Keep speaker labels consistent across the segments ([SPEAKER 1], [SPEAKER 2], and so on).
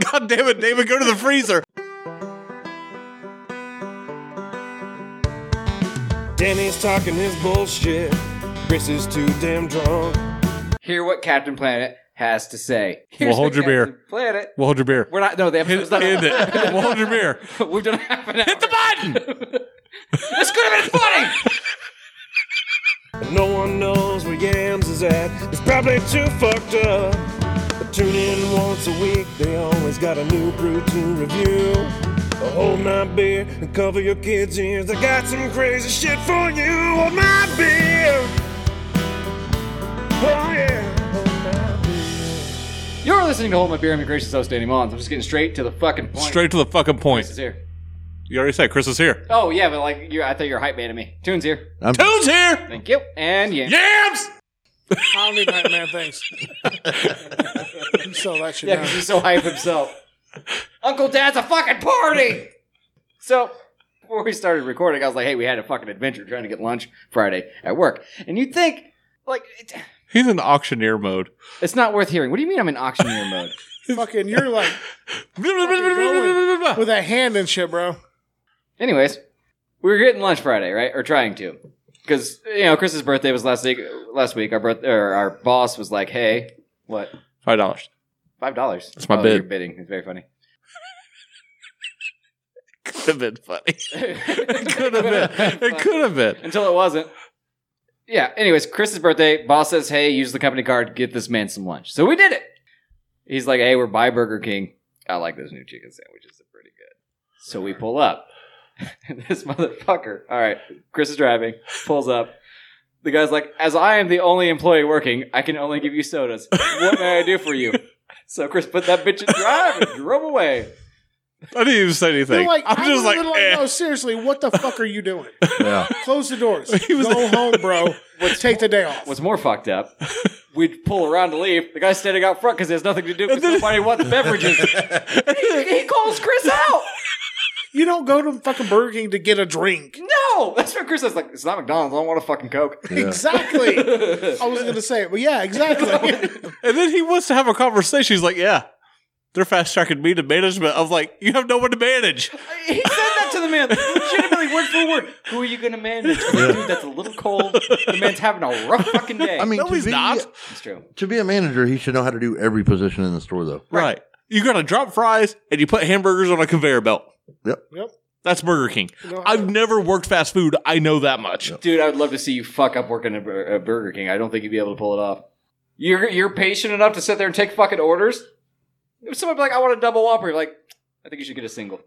[SPEAKER 1] God damn it, David, go to the freezer.
[SPEAKER 2] Danny's talking his bullshit. Chris is too damn drunk.
[SPEAKER 3] Hear what Captain Planet has to say.
[SPEAKER 1] Well, hold
[SPEAKER 3] what
[SPEAKER 1] your beer.
[SPEAKER 3] Captain Planet.
[SPEAKER 1] We'll hold your beer.
[SPEAKER 3] We're not. No, the
[SPEAKER 1] Hit,
[SPEAKER 3] episode's not.
[SPEAKER 1] end it. We'll hold your beer.
[SPEAKER 3] We've done half an hour.
[SPEAKER 1] Hit the button.
[SPEAKER 3] this could have been funny.
[SPEAKER 2] And no one knows where Yams is at. It's probably too fucked up. But tune in once a week. They always got a new brew to review. So hold my beer and cover your kids' ears. I got some crazy shit for you. Hold my beer. Oh yeah. Hold my beer.
[SPEAKER 3] You're listening to Hold My Beer. I'm your gracious host, Danny Mullins. I'm just getting straight to the fucking point.
[SPEAKER 1] Straight to the fucking
[SPEAKER 3] This
[SPEAKER 1] point.
[SPEAKER 3] is here.
[SPEAKER 1] You already said Chris is here.
[SPEAKER 3] Oh yeah, but like you're, I thought you were hype man to me. Tunes here.
[SPEAKER 4] I'm,
[SPEAKER 1] Who's here?
[SPEAKER 3] Thank you. And yeah.
[SPEAKER 1] Yams.
[SPEAKER 5] I don't need that man. Thanks. You sell that shit
[SPEAKER 3] Yeah,
[SPEAKER 5] down.
[SPEAKER 3] because he's so hype himself. Uncle Dad's a fucking party. So before we started recording, I was like, "Hey, we had a fucking adventure trying to get lunch Friday at work." And you'd think, like, it,
[SPEAKER 1] He's in auctioneer mode.
[SPEAKER 3] it's not worth hearing. What do you mean I'm in auctioneer mode?
[SPEAKER 5] Fucking, you're like with a hand and shit, bro.
[SPEAKER 3] Anyways, we were getting lunch Friday, right? Or trying to, because you know Chris's birthday was last week. Last week, our birth, or our boss was like, "Hey, what?
[SPEAKER 1] Five dollars.
[SPEAKER 3] Five dollars?
[SPEAKER 1] That's my
[SPEAKER 3] oh,
[SPEAKER 1] bid.
[SPEAKER 3] You're bidding. It's very funny.
[SPEAKER 1] Could have been funny. It could have been.
[SPEAKER 3] Funny.
[SPEAKER 1] It could have been.
[SPEAKER 3] until it wasn't. Yeah. Anyways, Chris's birthday. Boss says, "Hey, use the company card. Get this man some lunch." So we did it. He's like, "Hey, we're by Burger King. I like those new chicken sandwiches. They're pretty good." So we pull up. this motherfucker. All right. Chris is driving. Pulls up. The guy's like, "As I am the only employee working, I can only give you sodas. What may I do for you?" So Chris put that bitch in drive and drove away.
[SPEAKER 1] I didn't even say anything.
[SPEAKER 5] They're like,
[SPEAKER 1] I'm just like, eh.
[SPEAKER 5] no, seriously, what the fuck are you doing?
[SPEAKER 4] yeah.
[SPEAKER 5] Close the doors.
[SPEAKER 1] He was-
[SPEAKER 5] Go home, bro. Take the day off.
[SPEAKER 3] What's more fucked up, we'd pull around to leave. The guy's standing out front because there's nothing to do because nobody wants beverages. he, he calls Chris out.
[SPEAKER 5] You don't go to fucking Burger King to get a drink.
[SPEAKER 3] No, that's what Chris is like. It's not McDonald's. I don't want a fucking Coke.
[SPEAKER 5] Exactly. I was gonna say it, but yeah, exactly.
[SPEAKER 1] And then he wants to have a conversation. He's like, yeah, they're fast tracking me to management. I'm like, you have no one to manage.
[SPEAKER 3] He said that to the man, legitimately word for word. Who are you going to manage? Dude, that's a little cold. The man's having a rough fucking day.
[SPEAKER 4] I mean,
[SPEAKER 1] No,
[SPEAKER 4] to
[SPEAKER 1] he's
[SPEAKER 4] be,
[SPEAKER 1] not.
[SPEAKER 3] it's true.
[SPEAKER 4] To be a manager, he should know how to do every position in the store, though.
[SPEAKER 1] Right. You got to drop fries and you put hamburgers on a conveyor belt.
[SPEAKER 4] Yep.
[SPEAKER 5] Yep.
[SPEAKER 1] That's Burger King.
[SPEAKER 5] No.
[SPEAKER 1] I've never worked fast food. I know that much.
[SPEAKER 3] Dude, I would love to see you fuck up working at Bur- at Burger King. I don't think you'd be able to pull it off. You're you're patient enough to sit there and take fucking orders. If somebody be like, I want a double whopper, you're like, I think you should get a single.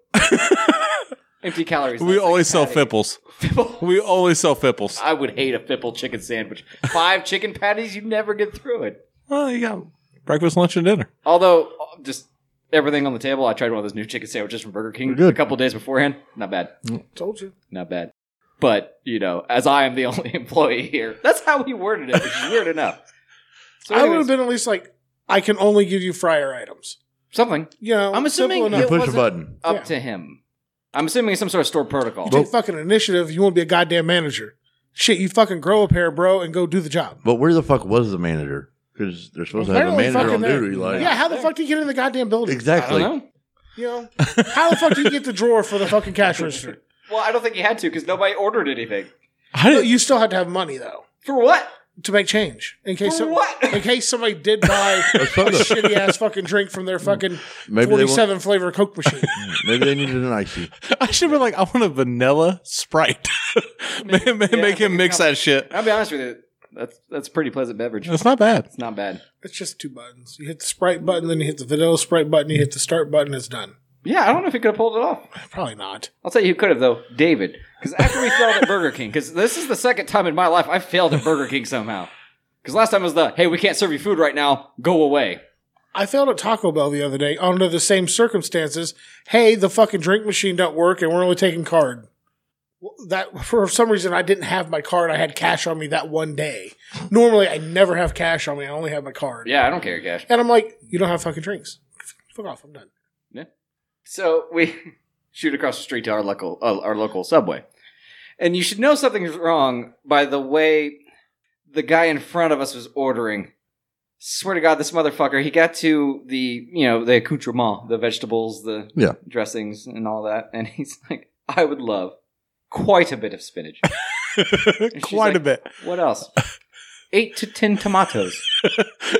[SPEAKER 3] Empty calories.
[SPEAKER 1] We
[SPEAKER 3] That's
[SPEAKER 1] always sell
[SPEAKER 3] like
[SPEAKER 1] fipples.
[SPEAKER 3] Fipple.
[SPEAKER 1] We always sell fipples.
[SPEAKER 3] I would hate a Fipple chicken sandwich. Five chicken patties, you never get through it.
[SPEAKER 1] Well, you got breakfast, lunch, and dinner.
[SPEAKER 3] Although, just everything on the table, I tried one of those new chicken sandwiches from Burger King
[SPEAKER 4] They're
[SPEAKER 3] a
[SPEAKER 4] good.
[SPEAKER 3] couple days beforehand. Not bad.
[SPEAKER 5] Told you.
[SPEAKER 3] Not bad. But, you know, as I am the only employee here, that's how he worded it, which is weird enough. So
[SPEAKER 5] I would
[SPEAKER 3] anyways-
[SPEAKER 5] have been at least like, I can only give you fryer items.
[SPEAKER 3] Something
[SPEAKER 5] You know,
[SPEAKER 3] I'm assuming
[SPEAKER 5] simple
[SPEAKER 3] No,
[SPEAKER 4] you
[SPEAKER 3] it
[SPEAKER 5] enough.
[SPEAKER 4] push a
[SPEAKER 3] wasn't-
[SPEAKER 4] button.
[SPEAKER 3] up
[SPEAKER 5] Yeah.
[SPEAKER 3] to him. I'm assuming it's some sort of store protocol.
[SPEAKER 5] Take fucking initiative. You want to be a goddamn manager. Shit, you fucking grow a pair, bro, and go do the job.
[SPEAKER 4] But where the fuck was the manager? Because they're supposed to have a
[SPEAKER 5] Apparently
[SPEAKER 4] manager
[SPEAKER 5] fucking
[SPEAKER 4] on
[SPEAKER 5] there.
[SPEAKER 4] duty. Like,
[SPEAKER 5] yeah, how the fuck do you get in the goddamn
[SPEAKER 3] I
[SPEAKER 5] building?
[SPEAKER 4] exactly.
[SPEAKER 3] don't know.
[SPEAKER 5] You know, how the fuck do you get the drawer for the fucking cash register?
[SPEAKER 3] Well, I don't think he had to because nobody ordered anything.
[SPEAKER 1] I
[SPEAKER 5] But
[SPEAKER 1] didn't,
[SPEAKER 5] you still had to have money though
[SPEAKER 3] For what?
[SPEAKER 5] to make change in case
[SPEAKER 3] For what?
[SPEAKER 5] in case somebody did buy a
[SPEAKER 4] soda.
[SPEAKER 5] shitty ass fucking drink from their fucking
[SPEAKER 4] Mm. Maybe they
[SPEAKER 5] forty
[SPEAKER 4] want-
[SPEAKER 5] seven flavor Coke machine.
[SPEAKER 4] Maybe they needed an icy.
[SPEAKER 1] I should be like, I want a vanilla Sprite. make, make-
[SPEAKER 3] Yeah,
[SPEAKER 1] make him mix that shit.
[SPEAKER 3] I'll be honest with you. That's that's a pretty pleasant beverage. It's
[SPEAKER 1] It's not bad.
[SPEAKER 3] not bad.
[SPEAKER 5] it's just two buttons. You hit the Sprite button, then you hit the vanilla Sprite button. You hit the start button. It's done.
[SPEAKER 3] Yeah, I don't know if he could have pulled it off.
[SPEAKER 5] Probably not.
[SPEAKER 3] I'll tell you who could have though, David. Because after we failed at Burger King, because this is the second time in my life I failed at Burger King somehow. Because last time was the hey, we can't serve you food right now. Go away.
[SPEAKER 5] I failed at Taco Bell the other day under the same circumstances. Hey, the fucking drink machine don't work, and we're only taking card. Well, That for some reason I didn't have my card. I had cash on me that one day. Normally I never have cash on me. I only have my card.
[SPEAKER 3] Yeah, I don't care, cash.
[SPEAKER 5] And I'm like, you don't have fucking drinks. Fuck off. I'm done.
[SPEAKER 3] So we shoot across the street to our local uh, our local subway, and you should know something's wrong by the way the guy in front of us was ordering. Swear to God, this motherfucker. He got to the you know the accoutrement, the vegetables, the
[SPEAKER 4] Yeah.
[SPEAKER 3] dressings, and all that, and he's like, "I would love quite a bit of spinach.
[SPEAKER 1] Quite a
[SPEAKER 3] like-
[SPEAKER 1] bit.
[SPEAKER 3] What else? Eight to ten tomatoes.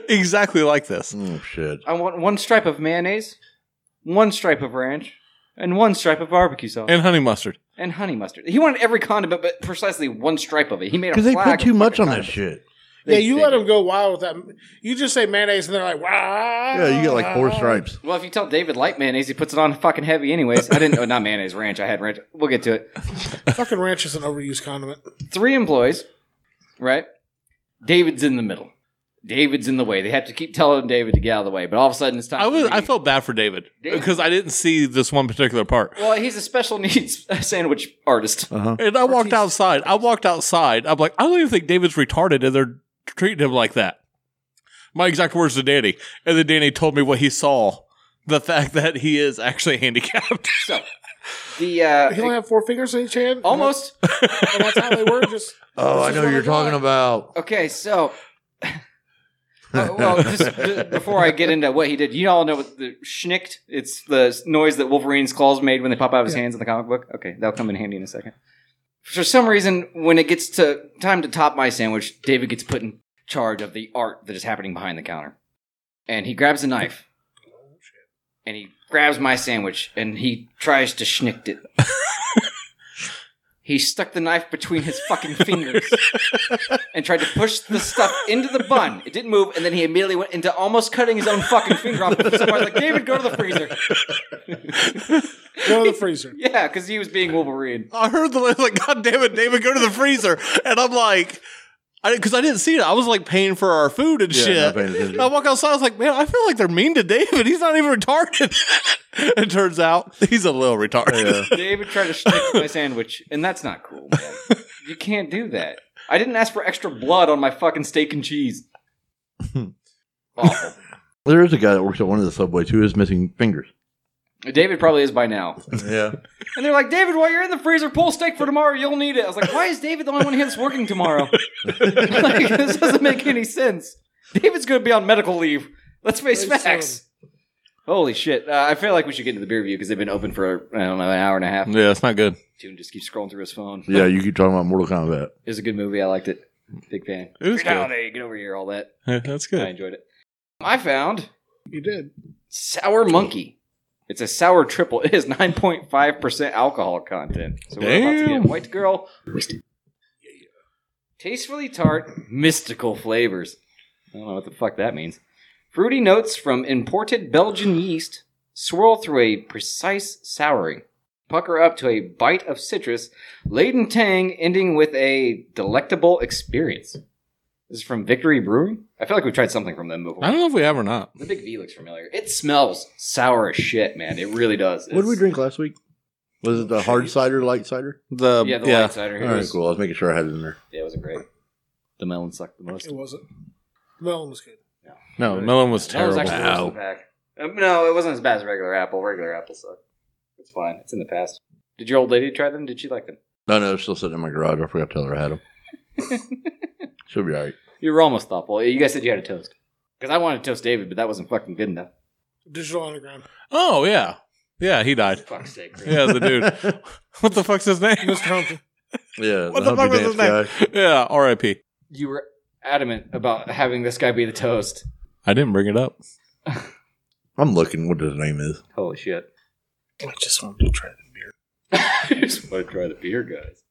[SPEAKER 1] exactly like this.
[SPEAKER 4] Oh shit.
[SPEAKER 3] I want one stripe of mayonnaise, one stripe of ranch, and one stripe of barbecue sauce, and,
[SPEAKER 1] And honey mustard.
[SPEAKER 3] honey mustard. He wanted every condiment, but precisely one stripe of it. He made a
[SPEAKER 4] Because they
[SPEAKER 3] flag
[SPEAKER 4] put
[SPEAKER 3] of
[SPEAKER 4] too much
[SPEAKER 3] fucking
[SPEAKER 4] on that
[SPEAKER 3] condiments.
[SPEAKER 4] shit.
[SPEAKER 5] Yeah,
[SPEAKER 3] They
[SPEAKER 5] you
[SPEAKER 3] did.
[SPEAKER 5] let them go wild with that. You just say mayonnaise, and they're like, wow.
[SPEAKER 4] Yeah, you get like four stripes.
[SPEAKER 3] Well, if you tell David light mayonnaise, he puts it on fucking heavy anyways. I didn't know, not mayonnaise, ranch. I had ranch. We'll get to it.
[SPEAKER 5] Fucking ranch is an overused condiment.
[SPEAKER 3] Three employees, right? David's in the middle. David's in the way. They have to keep telling David to get out of the way, but all of a sudden it's time.
[SPEAKER 1] I
[SPEAKER 3] for
[SPEAKER 1] was
[SPEAKER 3] me.
[SPEAKER 1] I felt bad for David
[SPEAKER 3] David.
[SPEAKER 1] because I didn't see this one particular part.
[SPEAKER 3] Well, he's a special needs sandwich artist.
[SPEAKER 4] Uh huh.
[SPEAKER 1] And I walked
[SPEAKER 5] Jesus.
[SPEAKER 1] outside. I walked outside. I'm like, I don't even think David's retarded, and they're treating him like that. My exact words to Danny, and then Danny told me what he saw: the fact that he is actually handicapped.
[SPEAKER 3] So the
[SPEAKER 5] He
[SPEAKER 3] uh,
[SPEAKER 5] only have four fingers in each hand.
[SPEAKER 3] almost
[SPEAKER 5] And that's how they were. Just
[SPEAKER 4] Oh,
[SPEAKER 5] This
[SPEAKER 4] I
[SPEAKER 5] is
[SPEAKER 4] know
[SPEAKER 5] what
[SPEAKER 4] what you're
[SPEAKER 5] I got.
[SPEAKER 4] talking about.
[SPEAKER 3] Okay, so. Uh, well, just, just before I get into what he did, you all know what the schnicked. It's the noise that Wolverine's claws made when they pop out of his hands in the comic book. Okay, that'll come in handy in a second. For some reason, when it gets to time to top my sandwich, David gets put in charge of the art that is happening behind the counter, and he grabs a knife, and he grabs my sandwich, and he tries to schnicked it. he stuck the knife between his fucking fingers and tried to push the stuff into the bun. It didn't move, and then he immediately went into almost cutting his own fucking finger off. So I was like, David, go to the freezer.
[SPEAKER 5] go to the freezer.
[SPEAKER 3] Yeah, because he was being Wolverine.
[SPEAKER 1] I heard the I was like, God damn it, David, go to the freezer, and I'm like, I because I didn't see it. I was like paying for our food and
[SPEAKER 4] Yeah, not
[SPEAKER 1] shit.
[SPEAKER 4] paying attention.
[SPEAKER 1] And I walk outside. I was like, man, I feel like they're mean to David. He's not even retarded. it turns out he's a little retarded.
[SPEAKER 4] Yeah.
[SPEAKER 3] David tried to stick my sandwich, and that's not cool, man. You can't do that. I didn't ask for extra blood on my fucking steak and cheese. Awful.
[SPEAKER 4] There is a guy that works at one of the subways who is missing fingers.
[SPEAKER 3] David probably is by now.
[SPEAKER 4] Yeah.
[SPEAKER 3] And they're like, David, while you're in the freezer, pull steak for tomorrow. You'll need it. I was like, why is David the only one here that's working tomorrow? like, this doesn't make any sense. David's going to be on medical leave. Let's face
[SPEAKER 5] Very
[SPEAKER 3] facts. Holy shit. Uh, I feel like we should get into the beer review because they've been open for, I don't know, an hour and a half.
[SPEAKER 1] Yeah, it's not good.
[SPEAKER 3] Dude just keeps scrolling through his phone.
[SPEAKER 4] Yeah, you keep talking about Mortal Kombat.
[SPEAKER 3] It was a good movie. I liked it. Big fan.
[SPEAKER 1] It was
[SPEAKER 3] Get out of
[SPEAKER 1] good.
[SPEAKER 3] there, Get over here. All that.
[SPEAKER 1] Yeah, that's
[SPEAKER 3] I
[SPEAKER 1] good.
[SPEAKER 3] enjoyed it. I found
[SPEAKER 5] You did.
[SPEAKER 3] Sour Monkey. It's a sour triple. It is 9.5% alcohol content. So we're about to
[SPEAKER 1] Damn.
[SPEAKER 3] get White Girl. Wasted. Tastefully tart, mystical flavors. I don't know what the fuck that means. Fruity notes from imported Belgian yeast swirl through a precise souring. Pucker up to a bite of citrus, laden tang, ending with a delectable experience. This is from Victory Brewing. I feel like we've tried something from them before.
[SPEAKER 1] I don't know if we have or not.
[SPEAKER 3] The big V looks familiar. It smells sour as shit, man. It really does.
[SPEAKER 4] What did we
[SPEAKER 3] It's-
[SPEAKER 4] drink last week? Was it the hard cider, light cider?
[SPEAKER 1] The
[SPEAKER 3] Yeah, the light cider. It
[SPEAKER 4] All right,
[SPEAKER 3] was,
[SPEAKER 4] cool. I was making sure I had it in there.
[SPEAKER 3] Yeah, it was great. The melon sucked the most.
[SPEAKER 5] It wasn't. Melon was good.
[SPEAKER 1] No, melon was
[SPEAKER 3] That was
[SPEAKER 1] terrible.
[SPEAKER 3] actually worse than the pack. Um, no, it wasn't as bad as regular apple. Regular apple sucked. It's fine. It's in the past. Did your old lady try them? Did she like them?
[SPEAKER 4] No, no, it's still sitting in my garage. I forgot to tell her I had them. She'll be all right.
[SPEAKER 3] You were almost thoughtful. You guys said you had a toast. Because I wanted to toast David, but that wasn't fucking good enough.
[SPEAKER 5] Digital Underground.
[SPEAKER 1] oh yeah, yeah, he died.
[SPEAKER 3] Fuck's sake. Chris.
[SPEAKER 1] Yeah, the dude. what the fuck's his name?
[SPEAKER 5] Mr. Humphrey.
[SPEAKER 4] Yeah.
[SPEAKER 1] What the fuck was
[SPEAKER 4] Humpty
[SPEAKER 1] his
[SPEAKER 4] Dance
[SPEAKER 1] name? Yeah, R.I.P.
[SPEAKER 3] You were adamant about having this guy be the toast.
[SPEAKER 1] I didn't bring it up.
[SPEAKER 4] guy. I'm looking what his name is.
[SPEAKER 3] Holy shit.
[SPEAKER 5] I just wanted to try the beer.
[SPEAKER 3] I just want to try the beer, guys.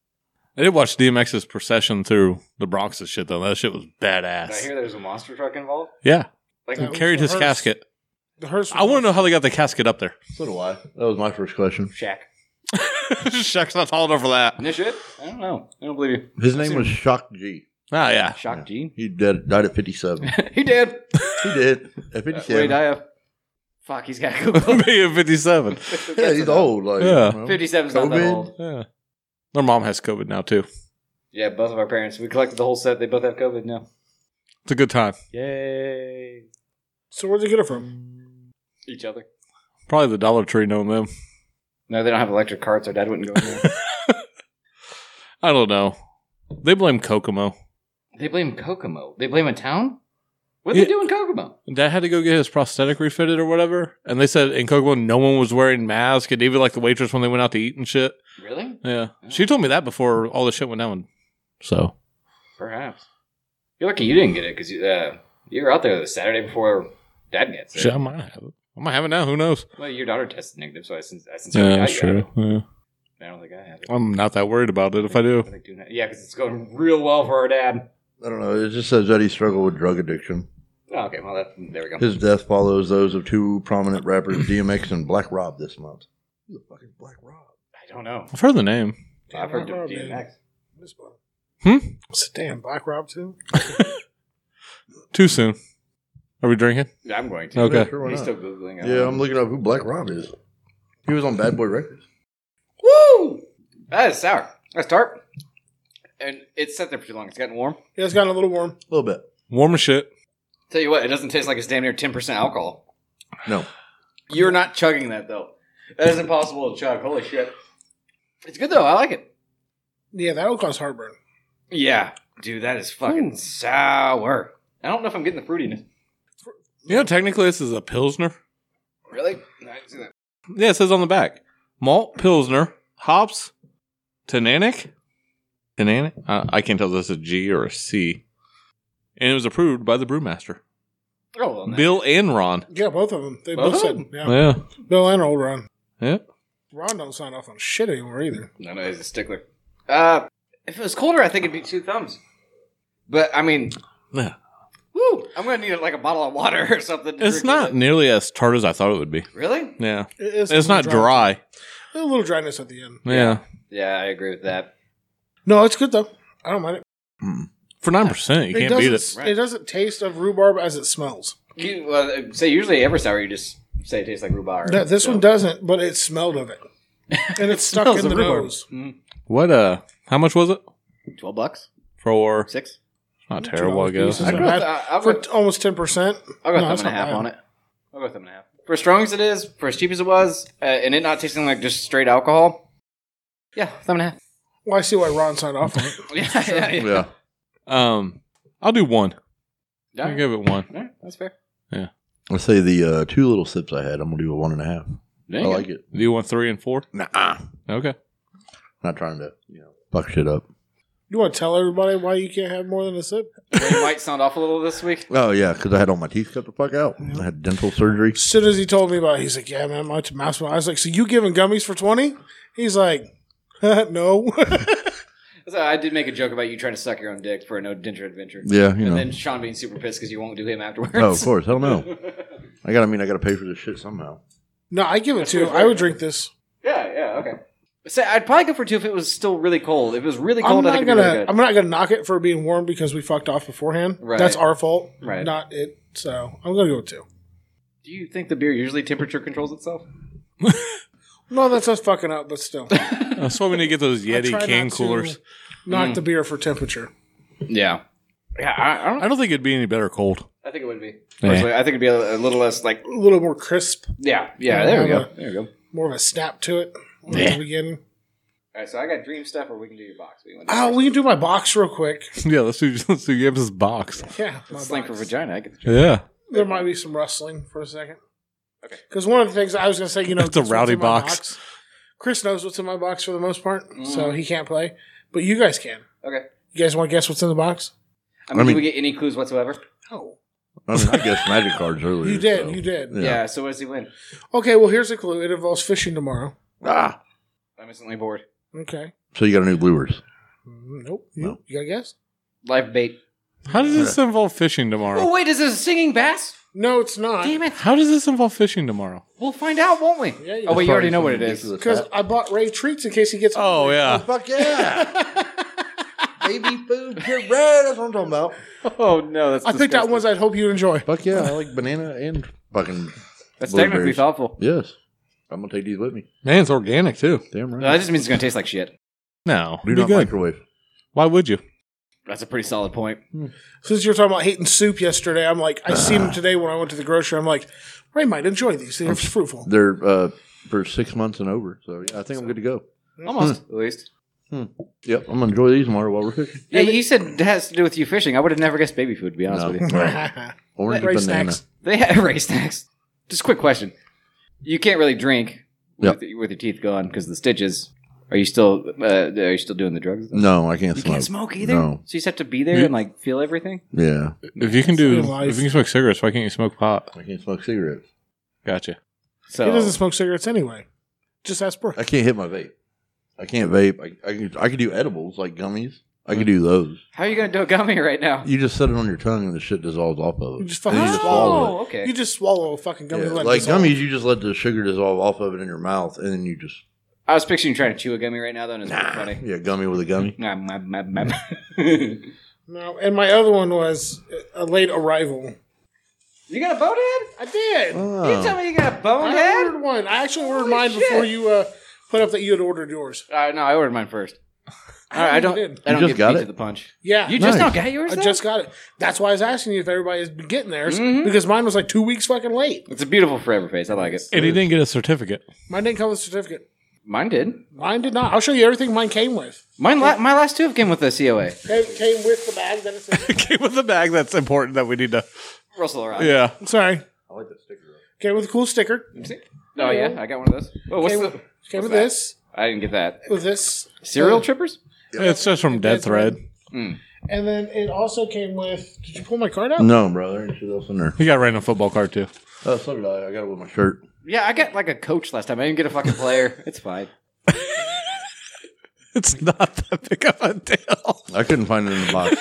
[SPEAKER 1] I did watch DMX's procession through the Bronx and shit though. That shit was
[SPEAKER 3] Did I
[SPEAKER 1] badass.
[SPEAKER 3] hear there's a monster truck involved?
[SPEAKER 1] Yeah,
[SPEAKER 3] Like,
[SPEAKER 5] Yeah.
[SPEAKER 1] he carried his
[SPEAKER 5] Hers.
[SPEAKER 1] casket.
[SPEAKER 5] The hearse.
[SPEAKER 1] I want to know how they got the casket up there.
[SPEAKER 4] So do I. That was my first question.
[SPEAKER 3] Shaq.
[SPEAKER 1] Shucks, not tall enough for that.
[SPEAKER 3] No shit? I don't know. I don't believe you.
[SPEAKER 4] His name was Shock G.
[SPEAKER 1] Ah, yeah.
[SPEAKER 3] Shock G.
[SPEAKER 4] He dead, died at 57.
[SPEAKER 3] he did.
[SPEAKER 4] he did. At
[SPEAKER 3] Wait,
[SPEAKER 4] 57.
[SPEAKER 3] I have. Fuck, he's got to go.
[SPEAKER 1] Me at fifty-seven.
[SPEAKER 4] yeah, he's old. Like,
[SPEAKER 1] Yeah.
[SPEAKER 4] you know.
[SPEAKER 3] 57's not that
[SPEAKER 4] COVID.
[SPEAKER 3] old.
[SPEAKER 1] Yeah. Their mom has COVID now too.
[SPEAKER 3] Yeah, both of our parents. We collected the whole set. They both have COVID now.
[SPEAKER 1] It's a good time.
[SPEAKER 3] Yay.
[SPEAKER 5] So where'd they get it from?
[SPEAKER 3] Each other.
[SPEAKER 1] Probably the Dollar Tree knowing them.
[SPEAKER 3] No, they don't have electric carts. Our dad wouldn't go in there.
[SPEAKER 1] I don't know. They blame Kokomo.
[SPEAKER 3] they blame Kokomo. They blame a town? What they
[SPEAKER 1] Yeah.
[SPEAKER 3] do in Kokomo?
[SPEAKER 1] Dad had to go get his prosthetic refitted or whatever, and they said in Kokomo no one was wearing masks, and even like the waitress when they went out to eat and shit.
[SPEAKER 3] Really?
[SPEAKER 1] Yeah, she told me that before all the shit went down. So
[SPEAKER 3] Perhaps. You're lucky you didn't get it because you, uh, you were out there the Saturday before Dad gets it.
[SPEAKER 1] shit, I might have it. I might have it now. Who knows?
[SPEAKER 3] Well, your daughter tested negative, so I, sin- I sincerely doubt you have it.
[SPEAKER 1] Yeah.
[SPEAKER 3] I don't think I have it.
[SPEAKER 1] I'm not that worried about it if I do.
[SPEAKER 3] I think not. Yeah, because it's going real well for our dad.
[SPEAKER 4] I don't know. It just says that he struggled with drug addiction.
[SPEAKER 3] Oh, okay, well, that, there we go.
[SPEAKER 4] His death follows those of two prominent rappers, DMX and Black Rob, this month. Who the fuck is Black Rob?
[SPEAKER 3] I don't know.
[SPEAKER 1] I've heard the name.
[SPEAKER 3] I've heard
[SPEAKER 5] Black Rob,
[SPEAKER 3] of DMX.
[SPEAKER 5] This one.
[SPEAKER 1] Hmm?
[SPEAKER 5] It's a damn Black Rob too.
[SPEAKER 1] Too soon. Are we drinking?
[SPEAKER 3] I'm going to.
[SPEAKER 1] Okay.
[SPEAKER 4] Sure, why
[SPEAKER 3] He's
[SPEAKER 4] not?
[SPEAKER 3] still Googling.
[SPEAKER 4] Yeah, I'm looking up who Black Rob is. He was on Bad Boy Records.
[SPEAKER 3] Woo! That is sour. That's tart. And it's sat there for too long. It's gotten warm.
[SPEAKER 5] Yeah, it's gotten a little warm.
[SPEAKER 4] A little bit.
[SPEAKER 1] Warm as shit.
[SPEAKER 3] Tell you what, it doesn't taste like it's damn near 10% alcohol.
[SPEAKER 4] No.
[SPEAKER 3] You're not chugging that, though. That is impossible to chug. Holy shit. It's good, though. I like it.
[SPEAKER 5] Yeah, that'll cause heartburn.
[SPEAKER 3] Yeah. Dude, that is
[SPEAKER 4] Hmm.
[SPEAKER 3] fucking sour. I don't know if I'm getting the fruitiness.
[SPEAKER 1] You know, technically this is a pilsner.
[SPEAKER 3] Really? No, I didn't see that.
[SPEAKER 1] Yeah, it says on the back. Malt Pilsner, hops, tannic. Tannic? Uh, I can't tell if this is a G or a C. And it was approved by the brewmaster.
[SPEAKER 3] Oh, well, Bill.
[SPEAKER 1] Bill and Ron.
[SPEAKER 5] Yeah, both of them. They
[SPEAKER 3] Both
[SPEAKER 5] both,
[SPEAKER 3] of
[SPEAKER 5] said,
[SPEAKER 3] them?
[SPEAKER 5] yeah.
[SPEAKER 1] Yeah.
[SPEAKER 5] Bill and old Ron.
[SPEAKER 1] Yeah.
[SPEAKER 5] Ron don't sign off on shit anymore either.
[SPEAKER 3] No, no, he's a stickler. Uh, if it was colder, I think it'd be two thumbs. But, I mean,
[SPEAKER 1] Yeah.
[SPEAKER 3] woo! I'm going to need, like, a bottle of water or something. to
[SPEAKER 1] It's
[SPEAKER 3] drink
[SPEAKER 1] not
[SPEAKER 3] with
[SPEAKER 1] nearly as tart as I thought it would be.
[SPEAKER 3] it. Really?
[SPEAKER 1] Yeah.
[SPEAKER 5] It-
[SPEAKER 1] It's,
[SPEAKER 5] a little
[SPEAKER 1] not dry.
[SPEAKER 5] A little dryness at the end.
[SPEAKER 1] Yeah.
[SPEAKER 3] Yeah, I agree with that.
[SPEAKER 5] No, it's good though. I don't mind it.
[SPEAKER 1] For 9%, you
[SPEAKER 5] it
[SPEAKER 1] can't
[SPEAKER 5] doesn't.
[SPEAKER 1] beat it.
[SPEAKER 5] s- It doesn't taste of rhubarb as it smells.
[SPEAKER 3] You well, say usually every sour you just say it tastes like rhubarb.
[SPEAKER 5] That, this
[SPEAKER 3] So-
[SPEAKER 5] one doesn't, but it smelled of it, and it's stuck
[SPEAKER 1] smells
[SPEAKER 5] in the
[SPEAKER 1] of rhubarb.
[SPEAKER 5] nose.
[SPEAKER 1] What, uh, how much was it?
[SPEAKER 3] twelve bucks,
[SPEAKER 1] For,
[SPEAKER 3] six.
[SPEAKER 1] not terrible, I guess.
[SPEAKER 5] Pieces
[SPEAKER 3] I'll go
[SPEAKER 5] of
[SPEAKER 3] with,
[SPEAKER 5] half-
[SPEAKER 3] uh, I'll go,
[SPEAKER 5] for t- almost ten percent.
[SPEAKER 3] I'll go
[SPEAKER 5] no,
[SPEAKER 3] thumb
[SPEAKER 5] that's
[SPEAKER 3] and a
[SPEAKER 5] not
[SPEAKER 3] half
[SPEAKER 5] bad.
[SPEAKER 3] on it. I'll go thumb and a half. For as strong as it is, for as cheap as it was, uh, and it not tasting like just straight alcohol. Yeah, thumb and a half.
[SPEAKER 5] Well, I see why Ron signed off on it.
[SPEAKER 3] Yeah, yeah, yeah.
[SPEAKER 4] Yeah.
[SPEAKER 1] Um, I'll do one.
[SPEAKER 3] All
[SPEAKER 1] I'll
[SPEAKER 3] right.
[SPEAKER 1] give it one.
[SPEAKER 3] All right, that's fair.
[SPEAKER 4] Let's say the uh, two little sips I had, I'm going to do a one and a half. I like it.
[SPEAKER 1] Do you want three and four?
[SPEAKER 4] Nah.
[SPEAKER 1] Okay.
[SPEAKER 4] Not trying to, you know, fuck shit up.
[SPEAKER 5] You want to tell everybody why you can't have more than a sip?
[SPEAKER 3] Wayne White sound off a little this week.
[SPEAKER 4] Oh, yeah, because I had all my teeth cut the fuck out. I had dental surgery.
[SPEAKER 5] As soon as he told me about, it, he's like, "Yeah, man, my t- mouth smell." I was like, "So you giving gummies for 20? He's like, "No."
[SPEAKER 3] So I did make a joke about you trying to suck your own dick for a no dinner adventure,
[SPEAKER 4] Yeah, you
[SPEAKER 3] and
[SPEAKER 4] know.
[SPEAKER 3] then Sean being super pissed because you won't do him afterwards.
[SPEAKER 4] oh, of course. Hell no. I got to mean, I got to pay for this shit somehow.
[SPEAKER 5] no, I give it two. I would drink this.
[SPEAKER 3] Yeah, yeah, okay. So I'd probably go for two if it was still really cold. If it was really
[SPEAKER 5] I'm
[SPEAKER 3] cold, I
[SPEAKER 5] not
[SPEAKER 3] think
[SPEAKER 5] gonna.
[SPEAKER 3] it'd be really good.
[SPEAKER 5] I'm not gonna knock it for being warm because we fucked off beforehand.
[SPEAKER 3] Right.
[SPEAKER 5] That's our fault,
[SPEAKER 3] Right.
[SPEAKER 5] not it. So I'm gonna go with two.
[SPEAKER 3] Do you think the beer usually temperature controls itself?
[SPEAKER 5] No, that's us fucking up, but still.
[SPEAKER 1] That's why we need to get those
[SPEAKER 5] I try
[SPEAKER 1] Yeti
[SPEAKER 5] not
[SPEAKER 1] can
[SPEAKER 5] to
[SPEAKER 1] coolers.
[SPEAKER 5] Knock the beer for temperature.
[SPEAKER 3] Yeah. Yeah, I, I don't.
[SPEAKER 1] I don't think it'd be any better cold.
[SPEAKER 3] I think it would be.
[SPEAKER 1] Yeah.
[SPEAKER 3] Personally, I think it'd be a, a little less like.
[SPEAKER 5] A little more crisp,
[SPEAKER 3] Yeah, yeah. There we go. There we go.
[SPEAKER 5] more of a snap to it at the beginning.
[SPEAKER 3] All right, so I got dream stuff, or we can do your box. We want to
[SPEAKER 5] Oh, we can do my box real quick.
[SPEAKER 1] Yeah, let's do let's do Gibbs' box.
[SPEAKER 5] Yeah, my
[SPEAKER 3] slang for
[SPEAKER 5] box.
[SPEAKER 3] vagina. I get the joke.
[SPEAKER 1] Yeah,
[SPEAKER 5] There might be some rustling for a second.
[SPEAKER 3] Okay.
[SPEAKER 5] Because one of the things I was going to say, you know,
[SPEAKER 1] That's a
[SPEAKER 5] guess what's
[SPEAKER 1] rowdy
[SPEAKER 5] in my
[SPEAKER 1] box.
[SPEAKER 5] Chris knows what's in my box for the most part, so
[SPEAKER 3] Mm.
[SPEAKER 5] he can't play. But you guys can.
[SPEAKER 3] Okay.
[SPEAKER 5] You guys want to guess what's in the box?
[SPEAKER 3] I mean,
[SPEAKER 4] I mean-
[SPEAKER 3] do we get any clues whatsoever?
[SPEAKER 5] No.
[SPEAKER 4] I mean, I guess magic cards earlier.
[SPEAKER 5] You did.
[SPEAKER 4] so.
[SPEAKER 5] You did.
[SPEAKER 3] Yeah.
[SPEAKER 4] Yeah.
[SPEAKER 3] so what does he win?
[SPEAKER 5] Okay, well, here's a clue. It involves fishing tomorrow.
[SPEAKER 4] Ah.
[SPEAKER 3] I'm instantly bored.
[SPEAKER 5] Okay.
[SPEAKER 4] So you got a new lures.
[SPEAKER 5] Mm, Nope. You,
[SPEAKER 4] No.
[SPEAKER 5] you got to guess?
[SPEAKER 3] Live bait.
[SPEAKER 1] how does this involve fishing
[SPEAKER 3] Oh
[SPEAKER 1] tomorrow?
[SPEAKER 3] wait, is this a singing bass?
[SPEAKER 5] No, it's not.
[SPEAKER 3] Damn it!
[SPEAKER 1] How does this involve fishing tomorrow?
[SPEAKER 3] We'll find out, won't we?
[SPEAKER 5] Yeah, you
[SPEAKER 3] oh wait,
[SPEAKER 5] do.
[SPEAKER 3] you already know what it is.
[SPEAKER 5] Because I bought Ray treats in case he gets.
[SPEAKER 1] Oh yeah,
[SPEAKER 4] Fuck yeah. Baby food puree. That's what I'm talking about.
[SPEAKER 3] Oh no, that's
[SPEAKER 5] I picked out ones I'd hope you'd enjoy.
[SPEAKER 4] Fuck yeah. I like banana and fucking.
[SPEAKER 3] That's technically
[SPEAKER 4] blueberries.
[SPEAKER 3] thoughtful.
[SPEAKER 4] Yes. I'm going to take these with me.
[SPEAKER 1] man, it's organic too.
[SPEAKER 4] Damn
[SPEAKER 3] No, that
[SPEAKER 4] right.
[SPEAKER 3] just means it's gonna taste like shit.
[SPEAKER 1] No,
[SPEAKER 4] Do
[SPEAKER 1] be
[SPEAKER 4] not
[SPEAKER 1] good.
[SPEAKER 4] microwave.
[SPEAKER 1] Why would you?
[SPEAKER 3] That's a pretty solid point.
[SPEAKER 5] Since you were talking about hating soup yesterday, I'm like, I seen them today when I went to the grocery. I'm like, Ray might enjoy these. They're fruitful. Hmm.
[SPEAKER 4] They're uh, for six months and over. So yeah, I think I'm good to go.
[SPEAKER 3] Almost, at least.
[SPEAKER 4] Yep, I'm gonna enjoy these more while we're fishing.
[SPEAKER 3] Yeah, you said it has to do with you fishing. I would have never guessed baby food, to be honest
[SPEAKER 4] No.
[SPEAKER 3] with you.
[SPEAKER 4] Orange
[SPEAKER 5] Ray
[SPEAKER 4] banana.
[SPEAKER 5] snacks.
[SPEAKER 3] They have race snacks. Just a quick question. You can't really drink
[SPEAKER 4] Yep.
[SPEAKER 3] with, with your teeth gone because of the stitches. Are you still uh, are you still doing the drugs?
[SPEAKER 4] No, I can't
[SPEAKER 3] You
[SPEAKER 4] smoke.
[SPEAKER 3] can't smoke either?
[SPEAKER 4] No.
[SPEAKER 3] So you just have to be there
[SPEAKER 1] You-
[SPEAKER 3] and like feel everything?
[SPEAKER 4] Yeah,
[SPEAKER 1] If you can
[SPEAKER 5] It's
[SPEAKER 1] do,
[SPEAKER 5] good life.
[SPEAKER 1] if you can smoke cigarettes, why can't you smoke pot?
[SPEAKER 4] I can't smoke cigarettes.
[SPEAKER 1] Gotcha.
[SPEAKER 3] So
[SPEAKER 5] He doesn't smoke cigarettes anyway. Just ask Brooke.
[SPEAKER 4] I can't hit my vape. I can't vape. I I can, I can do edibles like gummies. I can do those.
[SPEAKER 3] how are you gonna do a gummy right now?
[SPEAKER 4] You just set it on your tongue and the shit dissolves off of it.
[SPEAKER 5] You just
[SPEAKER 4] And
[SPEAKER 5] fucking
[SPEAKER 4] you just
[SPEAKER 5] Oh,
[SPEAKER 4] swallow it.
[SPEAKER 3] oh, okay.
[SPEAKER 5] You just swallow a fucking gummy.
[SPEAKER 4] Yeah,
[SPEAKER 5] and let it
[SPEAKER 4] like
[SPEAKER 5] dissolve.
[SPEAKER 4] gummies, you just let the sugar dissolve off of it in your mouth, and then you just
[SPEAKER 3] I was picturing you trying to chew a gummy right now though, and it's pretty funny.
[SPEAKER 4] yeah, gummy with a gummy.
[SPEAKER 3] Nah, my, my, my.
[SPEAKER 5] No, and my other one was a late arrival.
[SPEAKER 3] You got a bonehead?
[SPEAKER 5] I did.
[SPEAKER 4] Oh,
[SPEAKER 3] You tell me you got a
[SPEAKER 5] I
[SPEAKER 3] bonehead?
[SPEAKER 5] ordered one. I actually ordered
[SPEAKER 3] Holy
[SPEAKER 5] mine
[SPEAKER 3] shit.
[SPEAKER 5] before you uh, put up that you had ordered yours.
[SPEAKER 3] Uh, no, I ordered mine first. All right, I don't.
[SPEAKER 5] did.
[SPEAKER 3] I don't
[SPEAKER 4] You just
[SPEAKER 3] get
[SPEAKER 4] got
[SPEAKER 3] beat
[SPEAKER 4] it?
[SPEAKER 3] to the punch.
[SPEAKER 5] Yeah,
[SPEAKER 3] You just
[SPEAKER 4] Nice.
[SPEAKER 3] don't get yours.
[SPEAKER 5] I
[SPEAKER 3] though?
[SPEAKER 5] just got it. That's why I was asking you if everybody's been getting theirs
[SPEAKER 3] Mm-hmm.
[SPEAKER 5] because mine was like two weeks fucking late.
[SPEAKER 3] It's a beautiful forever face. I like it.
[SPEAKER 1] And he didn't get a certificate.
[SPEAKER 5] Mine didn't come with a certificate.
[SPEAKER 3] Mine did.
[SPEAKER 5] Mine did not. I'll show you everything mine came with.
[SPEAKER 3] Mine. La- my last two have came with a COA.
[SPEAKER 5] Came, came with the bag that it's in.
[SPEAKER 1] Came with the bag. That's important that we need to.
[SPEAKER 3] Russell around.
[SPEAKER 1] Yeah.
[SPEAKER 5] Sorry.
[SPEAKER 4] I like that sticker.
[SPEAKER 5] Came with a cool sticker.
[SPEAKER 3] Oh yeah, I got one of those. Oh, what's
[SPEAKER 5] Came
[SPEAKER 3] the?
[SPEAKER 5] with, came with
[SPEAKER 3] that?
[SPEAKER 5] this.
[SPEAKER 3] I didn't get that.
[SPEAKER 5] With this.
[SPEAKER 3] Serial trippers.
[SPEAKER 1] It's just from Dead Thread.
[SPEAKER 5] And then it also came with. Did you pull my card out?
[SPEAKER 4] Oh. No, brother, there ain't shit else in there.
[SPEAKER 1] He got a random football card too.
[SPEAKER 4] Oh, so did I. I got it with my shirt.
[SPEAKER 3] Yeah, I got like a coach last time. I didn't get a fucking player. it's fine.
[SPEAKER 1] It's not that big of a deal.
[SPEAKER 4] I couldn't find it in the box.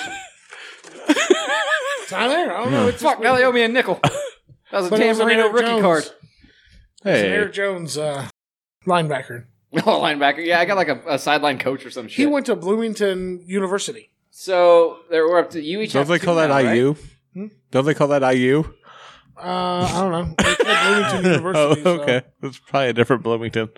[SPEAKER 5] It's not there. I don't know. It's
[SPEAKER 3] Fuck. Now they owe me a nickel. That was a
[SPEAKER 5] But it was an
[SPEAKER 3] Tamburino
[SPEAKER 5] Eric
[SPEAKER 3] rookie
[SPEAKER 5] Jones.
[SPEAKER 3] card.
[SPEAKER 5] It's an
[SPEAKER 1] Hey,
[SPEAKER 5] Eric Jones uh, linebacker.
[SPEAKER 3] Oh, linebacker. Yeah, I got like a, a sideline coach or some shit.
[SPEAKER 5] He went to Bloomington University.
[SPEAKER 3] so there we're up to you each.
[SPEAKER 1] don't
[SPEAKER 3] have
[SPEAKER 1] they
[SPEAKER 3] two
[SPEAKER 1] call that
[SPEAKER 3] now, right? Hmm?
[SPEAKER 1] IU? Don't they call that IU?
[SPEAKER 5] Uh, I don't know. It's at Bloomington
[SPEAKER 1] Oh,
[SPEAKER 5] University. so-
[SPEAKER 1] okay. That's probably a different Bloomington,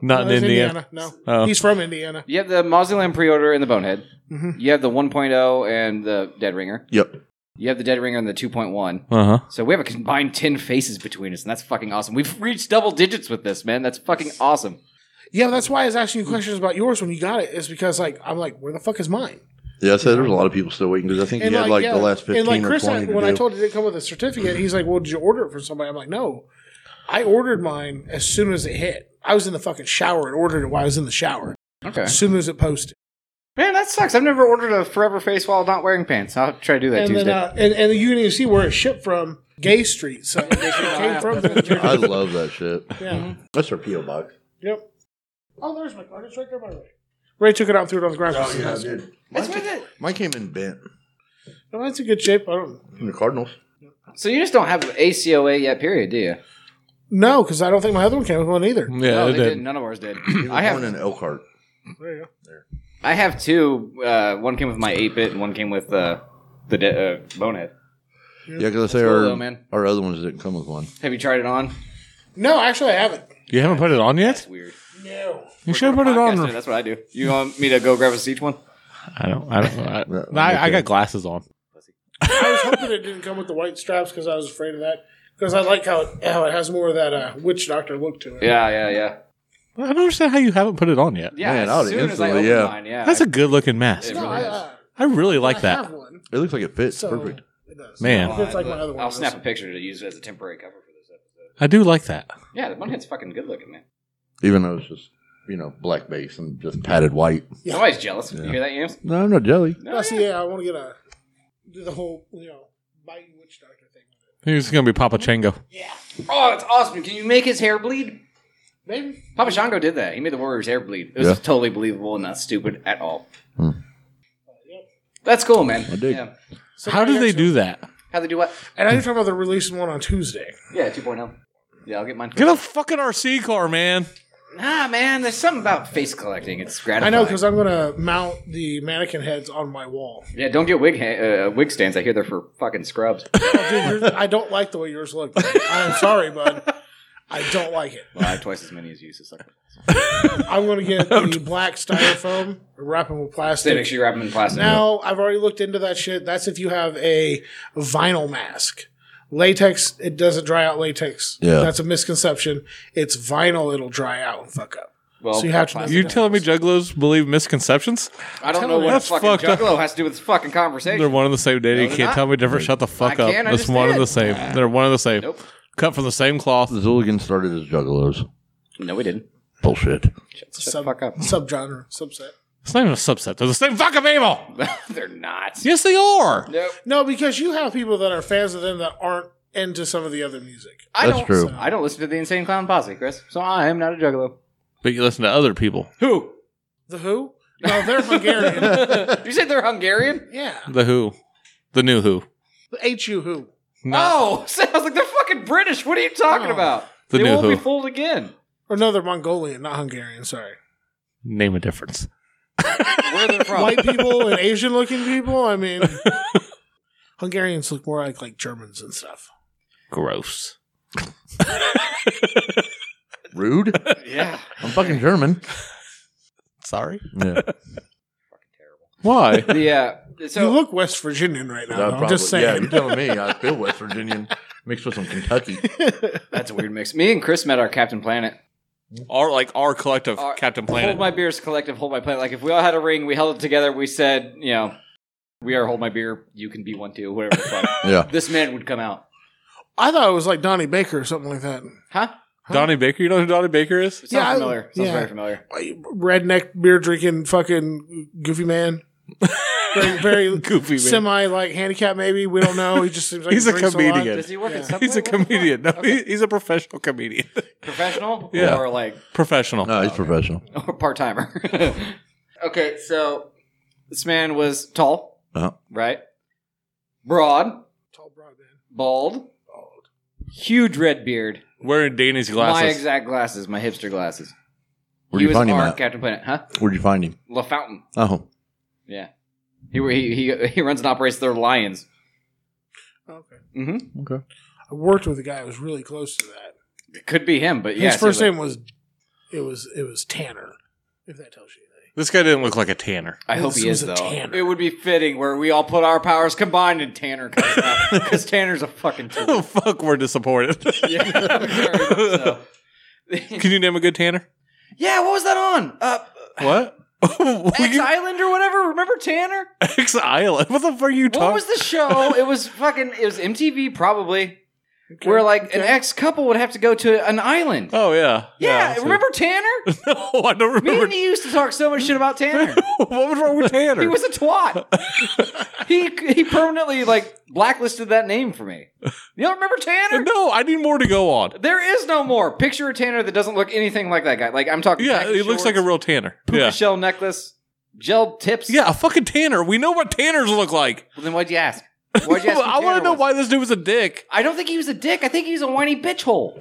[SPEAKER 5] No,
[SPEAKER 1] not
[SPEAKER 5] it's
[SPEAKER 1] in Indiana.
[SPEAKER 5] No,
[SPEAKER 1] Oh.
[SPEAKER 5] he's from Indiana.
[SPEAKER 3] You have the Mausoleum pre-order and the Bonehead.
[SPEAKER 5] Mm-hmm.
[SPEAKER 3] You have the 1.0 and the Dead Ringer.
[SPEAKER 4] yep.
[SPEAKER 3] You have the Dead Ringer and the 2.1.
[SPEAKER 1] Uh huh.
[SPEAKER 3] So we have a combined 10 faces between us, and that's fucking awesome. We've reached double digits with this, man. That's fucking awesome.
[SPEAKER 5] Yeah, that's why I was asking you questions about yours when you got it. Is because like I'm like, where the fuck is mine?
[SPEAKER 4] Yeah, I said there's a lot of people still waiting because I think he had like
[SPEAKER 5] yeah.
[SPEAKER 4] the last fifteen
[SPEAKER 5] and like
[SPEAKER 4] or
[SPEAKER 5] Chris,
[SPEAKER 4] twenty
[SPEAKER 5] I-
[SPEAKER 4] to
[SPEAKER 5] when I
[SPEAKER 4] do.
[SPEAKER 5] told you it didn't come with a certificate, he's like, well, did you order it from somebody? I'm like, no, I ordered mine as soon as it hit. I was in the fucking shower and ordered it while I was in the shower.
[SPEAKER 3] Okay.
[SPEAKER 5] As soon as it posted,
[SPEAKER 3] Man, that sucks. I've never ordered a forever face while not wearing pants. I'll try to do that
[SPEAKER 5] and
[SPEAKER 3] Tuesday.
[SPEAKER 5] then uh, and, and you can even see where it shipped from. Gay Street, so it came from. the-
[SPEAKER 4] I love that shit.
[SPEAKER 5] Yeah.
[SPEAKER 3] Mm-hmm.
[SPEAKER 4] That's our PO box.
[SPEAKER 5] Yep. Oh, there's my card. It's right there by Ray. Ray took it out and threw it on the ground.
[SPEAKER 4] Oh, did.
[SPEAKER 3] That's what it-
[SPEAKER 4] Mine came in bent
[SPEAKER 5] No, that's a good shape. I don't
[SPEAKER 4] from the Cardinals.
[SPEAKER 3] so you just don't have ACOA yet, period, do you?
[SPEAKER 5] No, because I don't think my other one came with one either.
[SPEAKER 4] Mm-hmm.
[SPEAKER 1] Yeah,
[SPEAKER 3] no,
[SPEAKER 1] it
[SPEAKER 3] they
[SPEAKER 1] did.
[SPEAKER 3] didn't. None of ours did.
[SPEAKER 4] He was
[SPEAKER 3] I have
[SPEAKER 4] born in Elkhart.
[SPEAKER 5] There you go.
[SPEAKER 3] I have two. Uh, one came with my 8-bit, and one came with uh, the de- uh, Bonehead.
[SPEAKER 4] Yeah, because I say
[SPEAKER 3] cool,
[SPEAKER 4] our,
[SPEAKER 3] though, man.
[SPEAKER 4] our other ones didn't come with one.
[SPEAKER 3] Have you tried it on?
[SPEAKER 5] No, actually, I haven't.
[SPEAKER 1] You haven't put it on yet.
[SPEAKER 3] That's weird.
[SPEAKER 5] No.
[SPEAKER 1] You should put it
[SPEAKER 3] Podcast,
[SPEAKER 1] on.
[SPEAKER 3] dude, That's what I do. You want me to go grab us each one?
[SPEAKER 1] I don't. I don't. I,
[SPEAKER 4] No,
[SPEAKER 1] no, I, I
[SPEAKER 4] okay.
[SPEAKER 1] got glasses on.
[SPEAKER 5] I was hoping it didn't come with the white straps because I was afraid of that. Because I like how it, how it has more of that uh, witch doctor look to it.
[SPEAKER 3] Yeah, yeah, yeah.
[SPEAKER 1] I don't understand how you haven't put it on yet.
[SPEAKER 3] Yeah,
[SPEAKER 4] Man, I
[SPEAKER 3] as
[SPEAKER 4] would've
[SPEAKER 3] soon as I
[SPEAKER 4] instantly-
[SPEAKER 3] opened
[SPEAKER 4] yeah.
[SPEAKER 3] mine, yeah.
[SPEAKER 1] That's a good looking mask.
[SPEAKER 3] It
[SPEAKER 5] No,
[SPEAKER 3] really
[SPEAKER 5] I,
[SPEAKER 3] is.
[SPEAKER 5] uh,
[SPEAKER 1] I really like
[SPEAKER 5] I
[SPEAKER 1] that.
[SPEAKER 5] have one.
[SPEAKER 4] It looks like it fits
[SPEAKER 5] So
[SPEAKER 4] perfect.
[SPEAKER 5] It does.
[SPEAKER 1] Man.
[SPEAKER 5] It fits like my other one.
[SPEAKER 3] I'll snap a picture to use it as a temporary cover for this episode.
[SPEAKER 1] I do like that.
[SPEAKER 3] Yeah, the Bunhead's fucking good looking, man.
[SPEAKER 4] Even though it's just you know black base and just padded white.
[SPEAKER 5] Yeah.
[SPEAKER 3] Somebody's jealous. You hear that, Yams?
[SPEAKER 4] No, I'm not jelly.
[SPEAKER 3] No,
[SPEAKER 5] No, see, yeah, I want to get a do the whole you know biting witch doctor thing.
[SPEAKER 1] He's gonna be Papa Chango.
[SPEAKER 3] Oh, it's awesome. Can you make his hair bleed?
[SPEAKER 5] Maybe
[SPEAKER 3] Papa Shango did that. He made the Warriors' hair bleed. It was
[SPEAKER 4] Yeah.
[SPEAKER 3] totally believable and not stupid at all. That's cool, man. I
[SPEAKER 4] dig.
[SPEAKER 3] Yeah.
[SPEAKER 1] How do they do that?
[SPEAKER 3] How they do what?
[SPEAKER 5] And I did talk about the releasing one on Tuesday.
[SPEAKER 3] Yeah, 2.0. Yeah, I'll get mine.
[SPEAKER 1] Get a fucking RC car, man.
[SPEAKER 3] Nah, man, there's something about face collecting. It's
[SPEAKER 5] I
[SPEAKER 3] gratifying.
[SPEAKER 5] know because I'm gonna mount the mannequin heads on my wall.
[SPEAKER 3] yeah, don't get wig ha- uh, wig stands. I hear they're for fucking scrubs.
[SPEAKER 5] Dude, yours- I don't like the way yours look. I'm sorry, bud. I don't like it.
[SPEAKER 3] Well, I have twice as many as you, so suck.
[SPEAKER 5] I'm gonna get the black styrofoam, wrap them with
[SPEAKER 3] They make
[SPEAKER 5] plastic.
[SPEAKER 3] sure you wrap them in plastic.
[SPEAKER 5] Now I've already looked into that shit. That's if you have a vinyl mask. Latex, it doesn't dry out latex.
[SPEAKER 4] Yeah.
[SPEAKER 5] That's a misconception. It's vinyl, it'll dry out and fuck up.
[SPEAKER 3] Well,
[SPEAKER 5] So you have to know-
[SPEAKER 1] You telling me juggalos believe misconceptions?
[SPEAKER 3] I don't know what a
[SPEAKER 1] That's
[SPEAKER 3] fucking
[SPEAKER 1] fucked up.
[SPEAKER 3] juggalo has to do with this fucking
[SPEAKER 1] They're
[SPEAKER 3] conversation.
[SPEAKER 1] one and the same, Danny.
[SPEAKER 3] No,
[SPEAKER 1] You
[SPEAKER 3] they're
[SPEAKER 1] can't
[SPEAKER 3] not.
[SPEAKER 1] tell me different. Shut the fuck
[SPEAKER 3] I
[SPEAKER 1] up.
[SPEAKER 3] can't
[SPEAKER 1] It's one and the same. They're one and the same.
[SPEAKER 3] Nope.
[SPEAKER 1] Cut from the same cloth.
[SPEAKER 4] The Zilligan started as juggalos.
[SPEAKER 3] No, we didn't.
[SPEAKER 4] Bullshit.
[SPEAKER 3] Shut, shut the
[SPEAKER 5] Sub,
[SPEAKER 3] fuck up.
[SPEAKER 5] subgenre, subset.
[SPEAKER 1] It's not even a subset. They're the same fucking people.
[SPEAKER 3] They're not.
[SPEAKER 1] Yes, they are.
[SPEAKER 3] Nope.
[SPEAKER 5] No, because you have people that are fans of them that aren't into some of the other music.
[SPEAKER 3] I
[SPEAKER 4] That's
[SPEAKER 3] don't,
[SPEAKER 4] true.
[SPEAKER 3] I don't listen to the Insane Clown Posse, Chris. So I am not a juggalo.
[SPEAKER 1] But you listen to other people.
[SPEAKER 3] Who?
[SPEAKER 5] The Who? No, they're Hungarian.
[SPEAKER 3] you said they're Hungarian?
[SPEAKER 5] yeah,
[SPEAKER 1] The Who, the new Who,
[SPEAKER 5] the H U Who.
[SPEAKER 3] No. So I was like, they're fucking British. What are you talking
[SPEAKER 5] No.
[SPEAKER 3] about?
[SPEAKER 1] The
[SPEAKER 3] they
[SPEAKER 1] new
[SPEAKER 3] won't
[SPEAKER 1] Who.
[SPEAKER 3] be fooled again.
[SPEAKER 5] Or no, they're Mongolian, not Hungarian. Sorry,
[SPEAKER 1] name a difference.
[SPEAKER 3] Where they're from.
[SPEAKER 5] white people and Asian-looking people. I mean, Hungarians look more like like Germans and stuff.
[SPEAKER 1] Gross.
[SPEAKER 4] Rude.
[SPEAKER 3] Yeah.
[SPEAKER 4] I'm fucking German.
[SPEAKER 1] Sorry.
[SPEAKER 4] Yeah.
[SPEAKER 1] Why?
[SPEAKER 3] Yeah. uh, So
[SPEAKER 5] you look West Virginian right now.
[SPEAKER 4] That
[SPEAKER 5] though. I'm just
[SPEAKER 4] probably- Yeah,
[SPEAKER 5] saying.
[SPEAKER 4] you're telling me. I feel West Virginian mixed with some Kentucky.
[SPEAKER 3] that's a weird mix. Me and Chris met our Captain Planet.
[SPEAKER 1] our like our collective
[SPEAKER 3] Our-
[SPEAKER 1] Captain
[SPEAKER 3] Hold
[SPEAKER 1] Planet.
[SPEAKER 3] my beers collective, hold my planet. Like if we all had a ring, we held it together, we said, you know, we are hold my beer, you can be one too, whatever the fuck.
[SPEAKER 4] Yeah.
[SPEAKER 3] this man would come out.
[SPEAKER 5] I thought it was like Donnie Baker or something like that.
[SPEAKER 3] Huh?
[SPEAKER 1] Donnie Baker. You know who Donnie Baker is?
[SPEAKER 3] Sounds
[SPEAKER 5] Yeah, I-
[SPEAKER 3] familiar. Sounds
[SPEAKER 5] yeah.
[SPEAKER 3] very familiar.
[SPEAKER 5] redneck beer drinking fucking goofy man. Very, very
[SPEAKER 1] Goofy man.
[SPEAKER 5] semi like handicap maybe we don't know. He just seems like
[SPEAKER 1] He's
[SPEAKER 5] he
[SPEAKER 1] a
[SPEAKER 5] drinks lot.
[SPEAKER 1] comedian.
[SPEAKER 3] Does he work at
[SPEAKER 5] Yeah.
[SPEAKER 3] Subway?
[SPEAKER 1] He's a
[SPEAKER 3] What the fuck?
[SPEAKER 1] comedian. No, he, he's a professional comedian.
[SPEAKER 3] Professional?
[SPEAKER 1] Yeah.
[SPEAKER 3] Or like
[SPEAKER 1] Professional.
[SPEAKER 4] No, he's professional.
[SPEAKER 3] or part timer. okay, so this man was tall,
[SPEAKER 4] Uh-huh.
[SPEAKER 3] right? Broad,
[SPEAKER 5] Tall broad man.
[SPEAKER 3] bald, huge red beard,
[SPEAKER 1] Wearing Danny's glasses.
[SPEAKER 3] my exact glasses, my hipster glasses.
[SPEAKER 4] Where'd
[SPEAKER 3] he
[SPEAKER 4] you
[SPEAKER 3] was
[SPEAKER 4] find him
[SPEAKER 3] our
[SPEAKER 4] at?
[SPEAKER 3] Captain Planet, huh?
[SPEAKER 4] Where'd you find him?
[SPEAKER 3] La Fountain.
[SPEAKER 4] Oh,
[SPEAKER 3] Yeah, he he he, he runs and operates their lions.
[SPEAKER 5] Okay.
[SPEAKER 3] Mm-hmm.
[SPEAKER 4] okay.
[SPEAKER 5] I worked with a guy who was really close to that.
[SPEAKER 3] It could be him, but
[SPEAKER 5] His
[SPEAKER 3] yeah,
[SPEAKER 5] first
[SPEAKER 3] seriously.
[SPEAKER 5] name was it was it was Tanner, if that tells you anything.
[SPEAKER 1] This guy didn't look like a tanner.
[SPEAKER 3] I hope
[SPEAKER 5] This
[SPEAKER 3] he is
[SPEAKER 5] was a
[SPEAKER 3] though.
[SPEAKER 5] Tanner.
[SPEAKER 3] It would be fitting where we all put our powers combined and Tanner comes out because Tanner's a fucking.
[SPEAKER 1] Oh
[SPEAKER 3] tool.
[SPEAKER 1] fuck, we're disappointed.
[SPEAKER 3] Yeah, very much so.
[SPEAKER 1] Can you name a good tanner?
[SPEAKER 3] Yeah, what was that on? Uh,
[SPEAKER 1] What?
[SPEAKER 3] X Island or whatever. Remember Tanner?
[SPEAKER 1] X Island. What the fuck are you
[SPEAKER 3] What
[SPEAKER 1] talking?
[SPEAKER 3] was the show? It was fucking. It was MTV probably. Where like an ex couple would have to go to an island.
[SPEAKER 1] oh yeah.
[SPEAKER 3] yeah,
[SPEAKER 1] I see.
[SPEAKER 3] remember Tanner?
[SPEAKER 1] No, I don't
[SPEAKER 3] Me
[SPEAKER 1] remember.
[SPEAKER 3] and you used to talk so much shit about Tanner.
[SPEAKER 1] what was wrong with Tanner?
[SPEAKER 3] He was a twat. he he permanently like blacklisted that name for me. You don't remember Tanner?
[SPEAKER 1] no, I need more to go on.
[SPEAKER 3] There is no more. Picture a Tanner that doesn't look anything like that guy. Like I'm talking.
[SPEAKER 1] Yeah,
[SPEAKER 3] khaki
[SPEAKER 1] he looks like a
[SPEAKER 3] shorts,
[SPEAKER 1] real tanner.
[SPEAKER 3] puka
[SPEAKER 1] yeah.
[SPEAKER 3] shell necklace, gel tips.
[SPEAKER 1] Yeah, a fucking tanner. We know what tanners look like.
[SPEAKER 3] Well, then why'd you ask? Why'd you ask? who
[SPEAKER 1] I want
[SPEAKER 3] Tanner
[SPEAKER 1] to know
[SPEAKER 3] was?
[SPEAKER 1] why this dude was a dick.
[SPEAKER 3] I don't think he was a dick. I think he was a whiny bitch hole.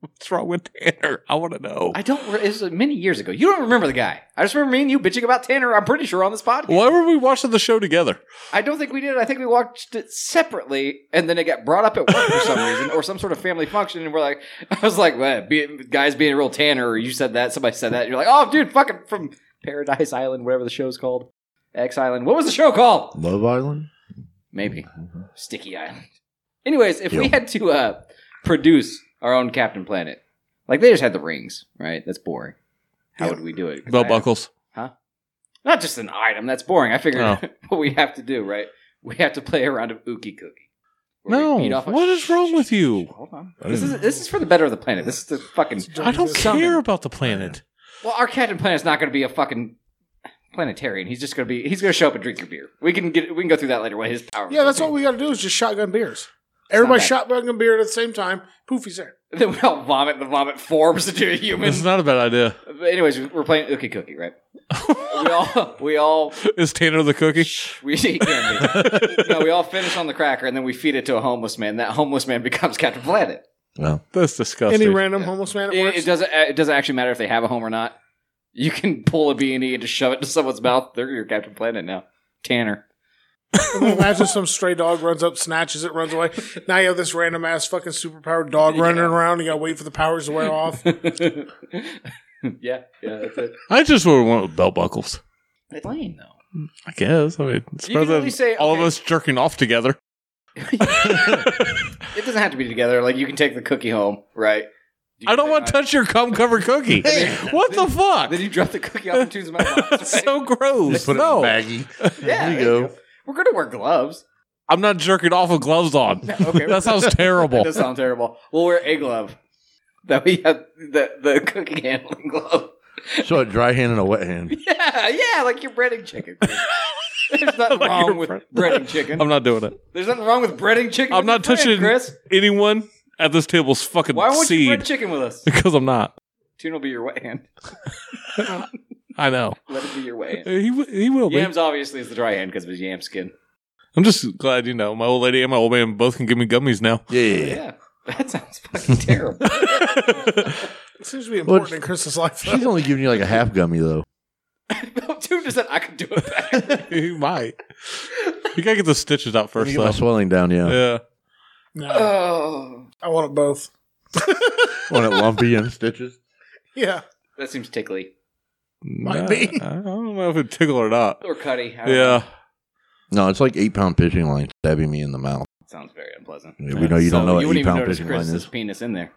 [SPEAKER 1] What's wrong with Tanner? I want to know.
[SPEAKER 3] I don't. Re- it was many years ago. You don't remember the guy. I just remember me and you bitching about Tanner. I'm pretty sure on this podcast.
[SPEAKER 1] Why were we watching the show together?
[SPEAKER 3] I don't think we did. I think we watched it separately, and then it got brought up at work for some reason, or some sort of family function. And we're like, I was like, well, be, guys being a real Tanner, or you said that, somebody said that. And you're like, oh, dude, fucking from Paradise Island, whatever the show's called, X Island. What was the show called?
[SPEAKER 4] Love Island?
[SPEAKER 3] Maybe Sticky Island. Anyways, if we
[SPEAKER 4] Yeah.
[SPEAKER 3] had to uh, produce our own Captain Planet, like they just had the rings, right? That's boring. How would we do it? 'Cause
[SPEAKER 1] Bell
[SPEAKER 3] I-
[SPEAKER 1] buckles.
[SPEAKER 3] Not just an item. That's boring. I figured
[SPEAKER 1] Oh.
[SPEAKER 3] what we have to do, right? We have to play a round of Ookie Cookie. Where we
[SPEAKER 1] No.
[SPEAKER 3] beat off a-
[SPEAKER 1] What is wrong with you?
[SPEAKER 3] Hold on.
[SPEAKER 4] I
[SPEAKER 3] This
[SPEAKER 4] didn't-
[SPEAKER 3] is this is for the better of the planet. This is the fucking.
[SPEAKER 1] I don't
[SPEAKER 3] Something.
[SPEAKER 1] care about the planet.
[SPEAKER 3] Well, our Captain Planet's not going to be a fucking planetarian. He's just going to be. He's going to show up and drink your beer. We can get. We can go through that later. What his power?
[SPEAKER 5] Yeah, that's what we gotta do is just shotgun beers. Everybody shotgun beer at the same time. Poof, he's there.
[SPEAKER 3] Then we all vomit. The vomit forms into a human.
[SPEAKER 1] It's not a bad idea.
[SPEAKER 3] But anyways, we're playing Ookie Cookie, right? we all. We all.
[SPEAKER 1] Is Tanner the cookie?
[SPEAKER 3] We eat candy. no, we all finish on the cracker, and then we feed it to a homeless man. That homeless man becomes Captain Planet.
[SPEAKER 4] No.
[SPEAKER 1] That's
[SPEAKER 5] Any
[SPEAKER 1] disgusting.
[SPEAKER 5] random homeless man at
[SPEAKER 3] It,
[SPEAKER 5] work.
[SPEAKER 3] it doesn't. It doesn't actually matter if they have a home or not. You can pull a B and E and just shove it to someone's mouth. They're your Captain Planet now, Tanner.
[SPEAKER 5] Imagine some stray dog runs up, snatches it, runs away. Now you have this random ass fucking superpowered dog running around. You gotta wait for the powers to wear off.
[SPEAKER 3] yeah, yeah, that's it.
[SPEAKER 1] I just would want with bell buckles.
[SPEAKER 3] It's lame though.
[SPEAKER 1] I guess. I mean, it's
[SPEAKER 3] You can
[SPEAKER 1] better
[SPEAKER 3] at
[SPEAKER 1] than
[SPEAKER 3] least say,
[SPEAKER 1] all of
[SPEAKER 3] okay.
[SPEAKER 1] us jerking off together.
[SPEAKER 3] It doesn't have to be together. Like you can take the cookie home, right?
[SPEAKER 1] I don't want to touch your cum covered cookie. what the fuck?
[SPEAKER 3] Then you drop the cookie off and choose my box.
[SPEAKER 1] That's so gross.
[SPEAKER 4] Just put
[SPEAKER 1] no,
[SPEAKER 4] it in a baggie.
[SPEAKER 3] Yeah,
[SPEAKER 4] there you
[SPEAKER 3] there you
[SPEAKER 4] go.
[SPEAKER 3] We're gonna wear gloves.
[SPEAKER 1] I'm not jerking off with gloves on.
[SPEAKER 3] Okay,
[SPEAKER 1] That sounds
[SPEAKER 3] That
[SPEAKER 1] terrible.
[SPEAKER 3] does sound terrible. We'll wear a glove. That we have the the cookie handling glove.
[SPEAKER 4] So a dry hand and a wet hand.
[SPEAKER 3] Yeah, yeah, like your breading chicken. There's nothing
[SPEAKER 1] Like your
[SPEAKER 3] wrong with
[SPEAKER 1] bread-
[SPEAKER 3] breading chicken.
[SPEAKER 1] I'm not doing it.
[SPEAKER 3] There's nothing wrong with breading chicken.
[SPEAKER 1] I'm
[SPEAKER 3] with your
[SPEAKER 1] not touching
[SPEAKER 3] friend, Chris.
[SPEAKER 1] anyone at this table's fucking
[SPEAKER 3] Why won't you bread
[SPEAKER 1] seed
[SPEAKER 3] chicken with us?
[SPEAKER 1] because I'm not.
[SPEAKER 3] Tune will be your wet hand.
[SPEAKER 1] I know
[SPEAKER 3] Let it be your wet hand.
[SPEAKER 1] he w- he will be.
[SPEAKER 3] Yams obviously is the dry hand because of his yam skin.
[SPEAKER 1] I'm just glad you know my old lady and my old man both can give me gummies now.
[SPEAKER 4] Yeah.
[SPEAKER 3] Yeah, that sounds fucking terrible.
[SPEAKER 5] It seems to be important
[SPEAKER 4] Well,
[SPEAKER 5] in Chris's life.
[SPEAKER 4] She's only giving you like a half gummy though.
[SPEAKER 3] Dude just said I could do it better.
[SPEAKER 1] he might. You gotta get the stitches out
[SPEAKER 4] Let
[SPEAKER 1] first
[SPEAKER 4] me get my
[SPEAKER 1] though.
[SPEAKER 4] swelling down, yeah.
[SPEAKER 1] Yeah.
[SPEAKER 5] No,
[SPEAKER 3] oh,
[SPEAKER 5] I want it both.
[SPEAKER 4] Want it lumpy and stitches.
[SPEAKER 5] Yeah.
[SPEAKER 3] that seems tickly
[SPEAKER 1] Might
[SPEAKER 5] be.
[SPEAKER 1] I don't know if it tickle or not.
[SPEAKER 3] or cutty. I don't know.
[SPEAKER 1] Yeah.
[SPEAKER 4] No, it's like eight pound fishing line stabbing me in the mouth.
[SPEAKER 3] sounds very unpleasant.
[SPEAKER 4] Yeah, we know you don't know what
[SPEAKER 3] wouldn't
[SPEAKER 4] eight
[SPEAKER 3] even
[SPEAKER 4] pound
[SPEAKER 3] notice
[SPEAKER 4] fishing line
[SPEAKER 3] Chris's
[SPEAKER 4] is.
[SPEAKER 3] penis in there.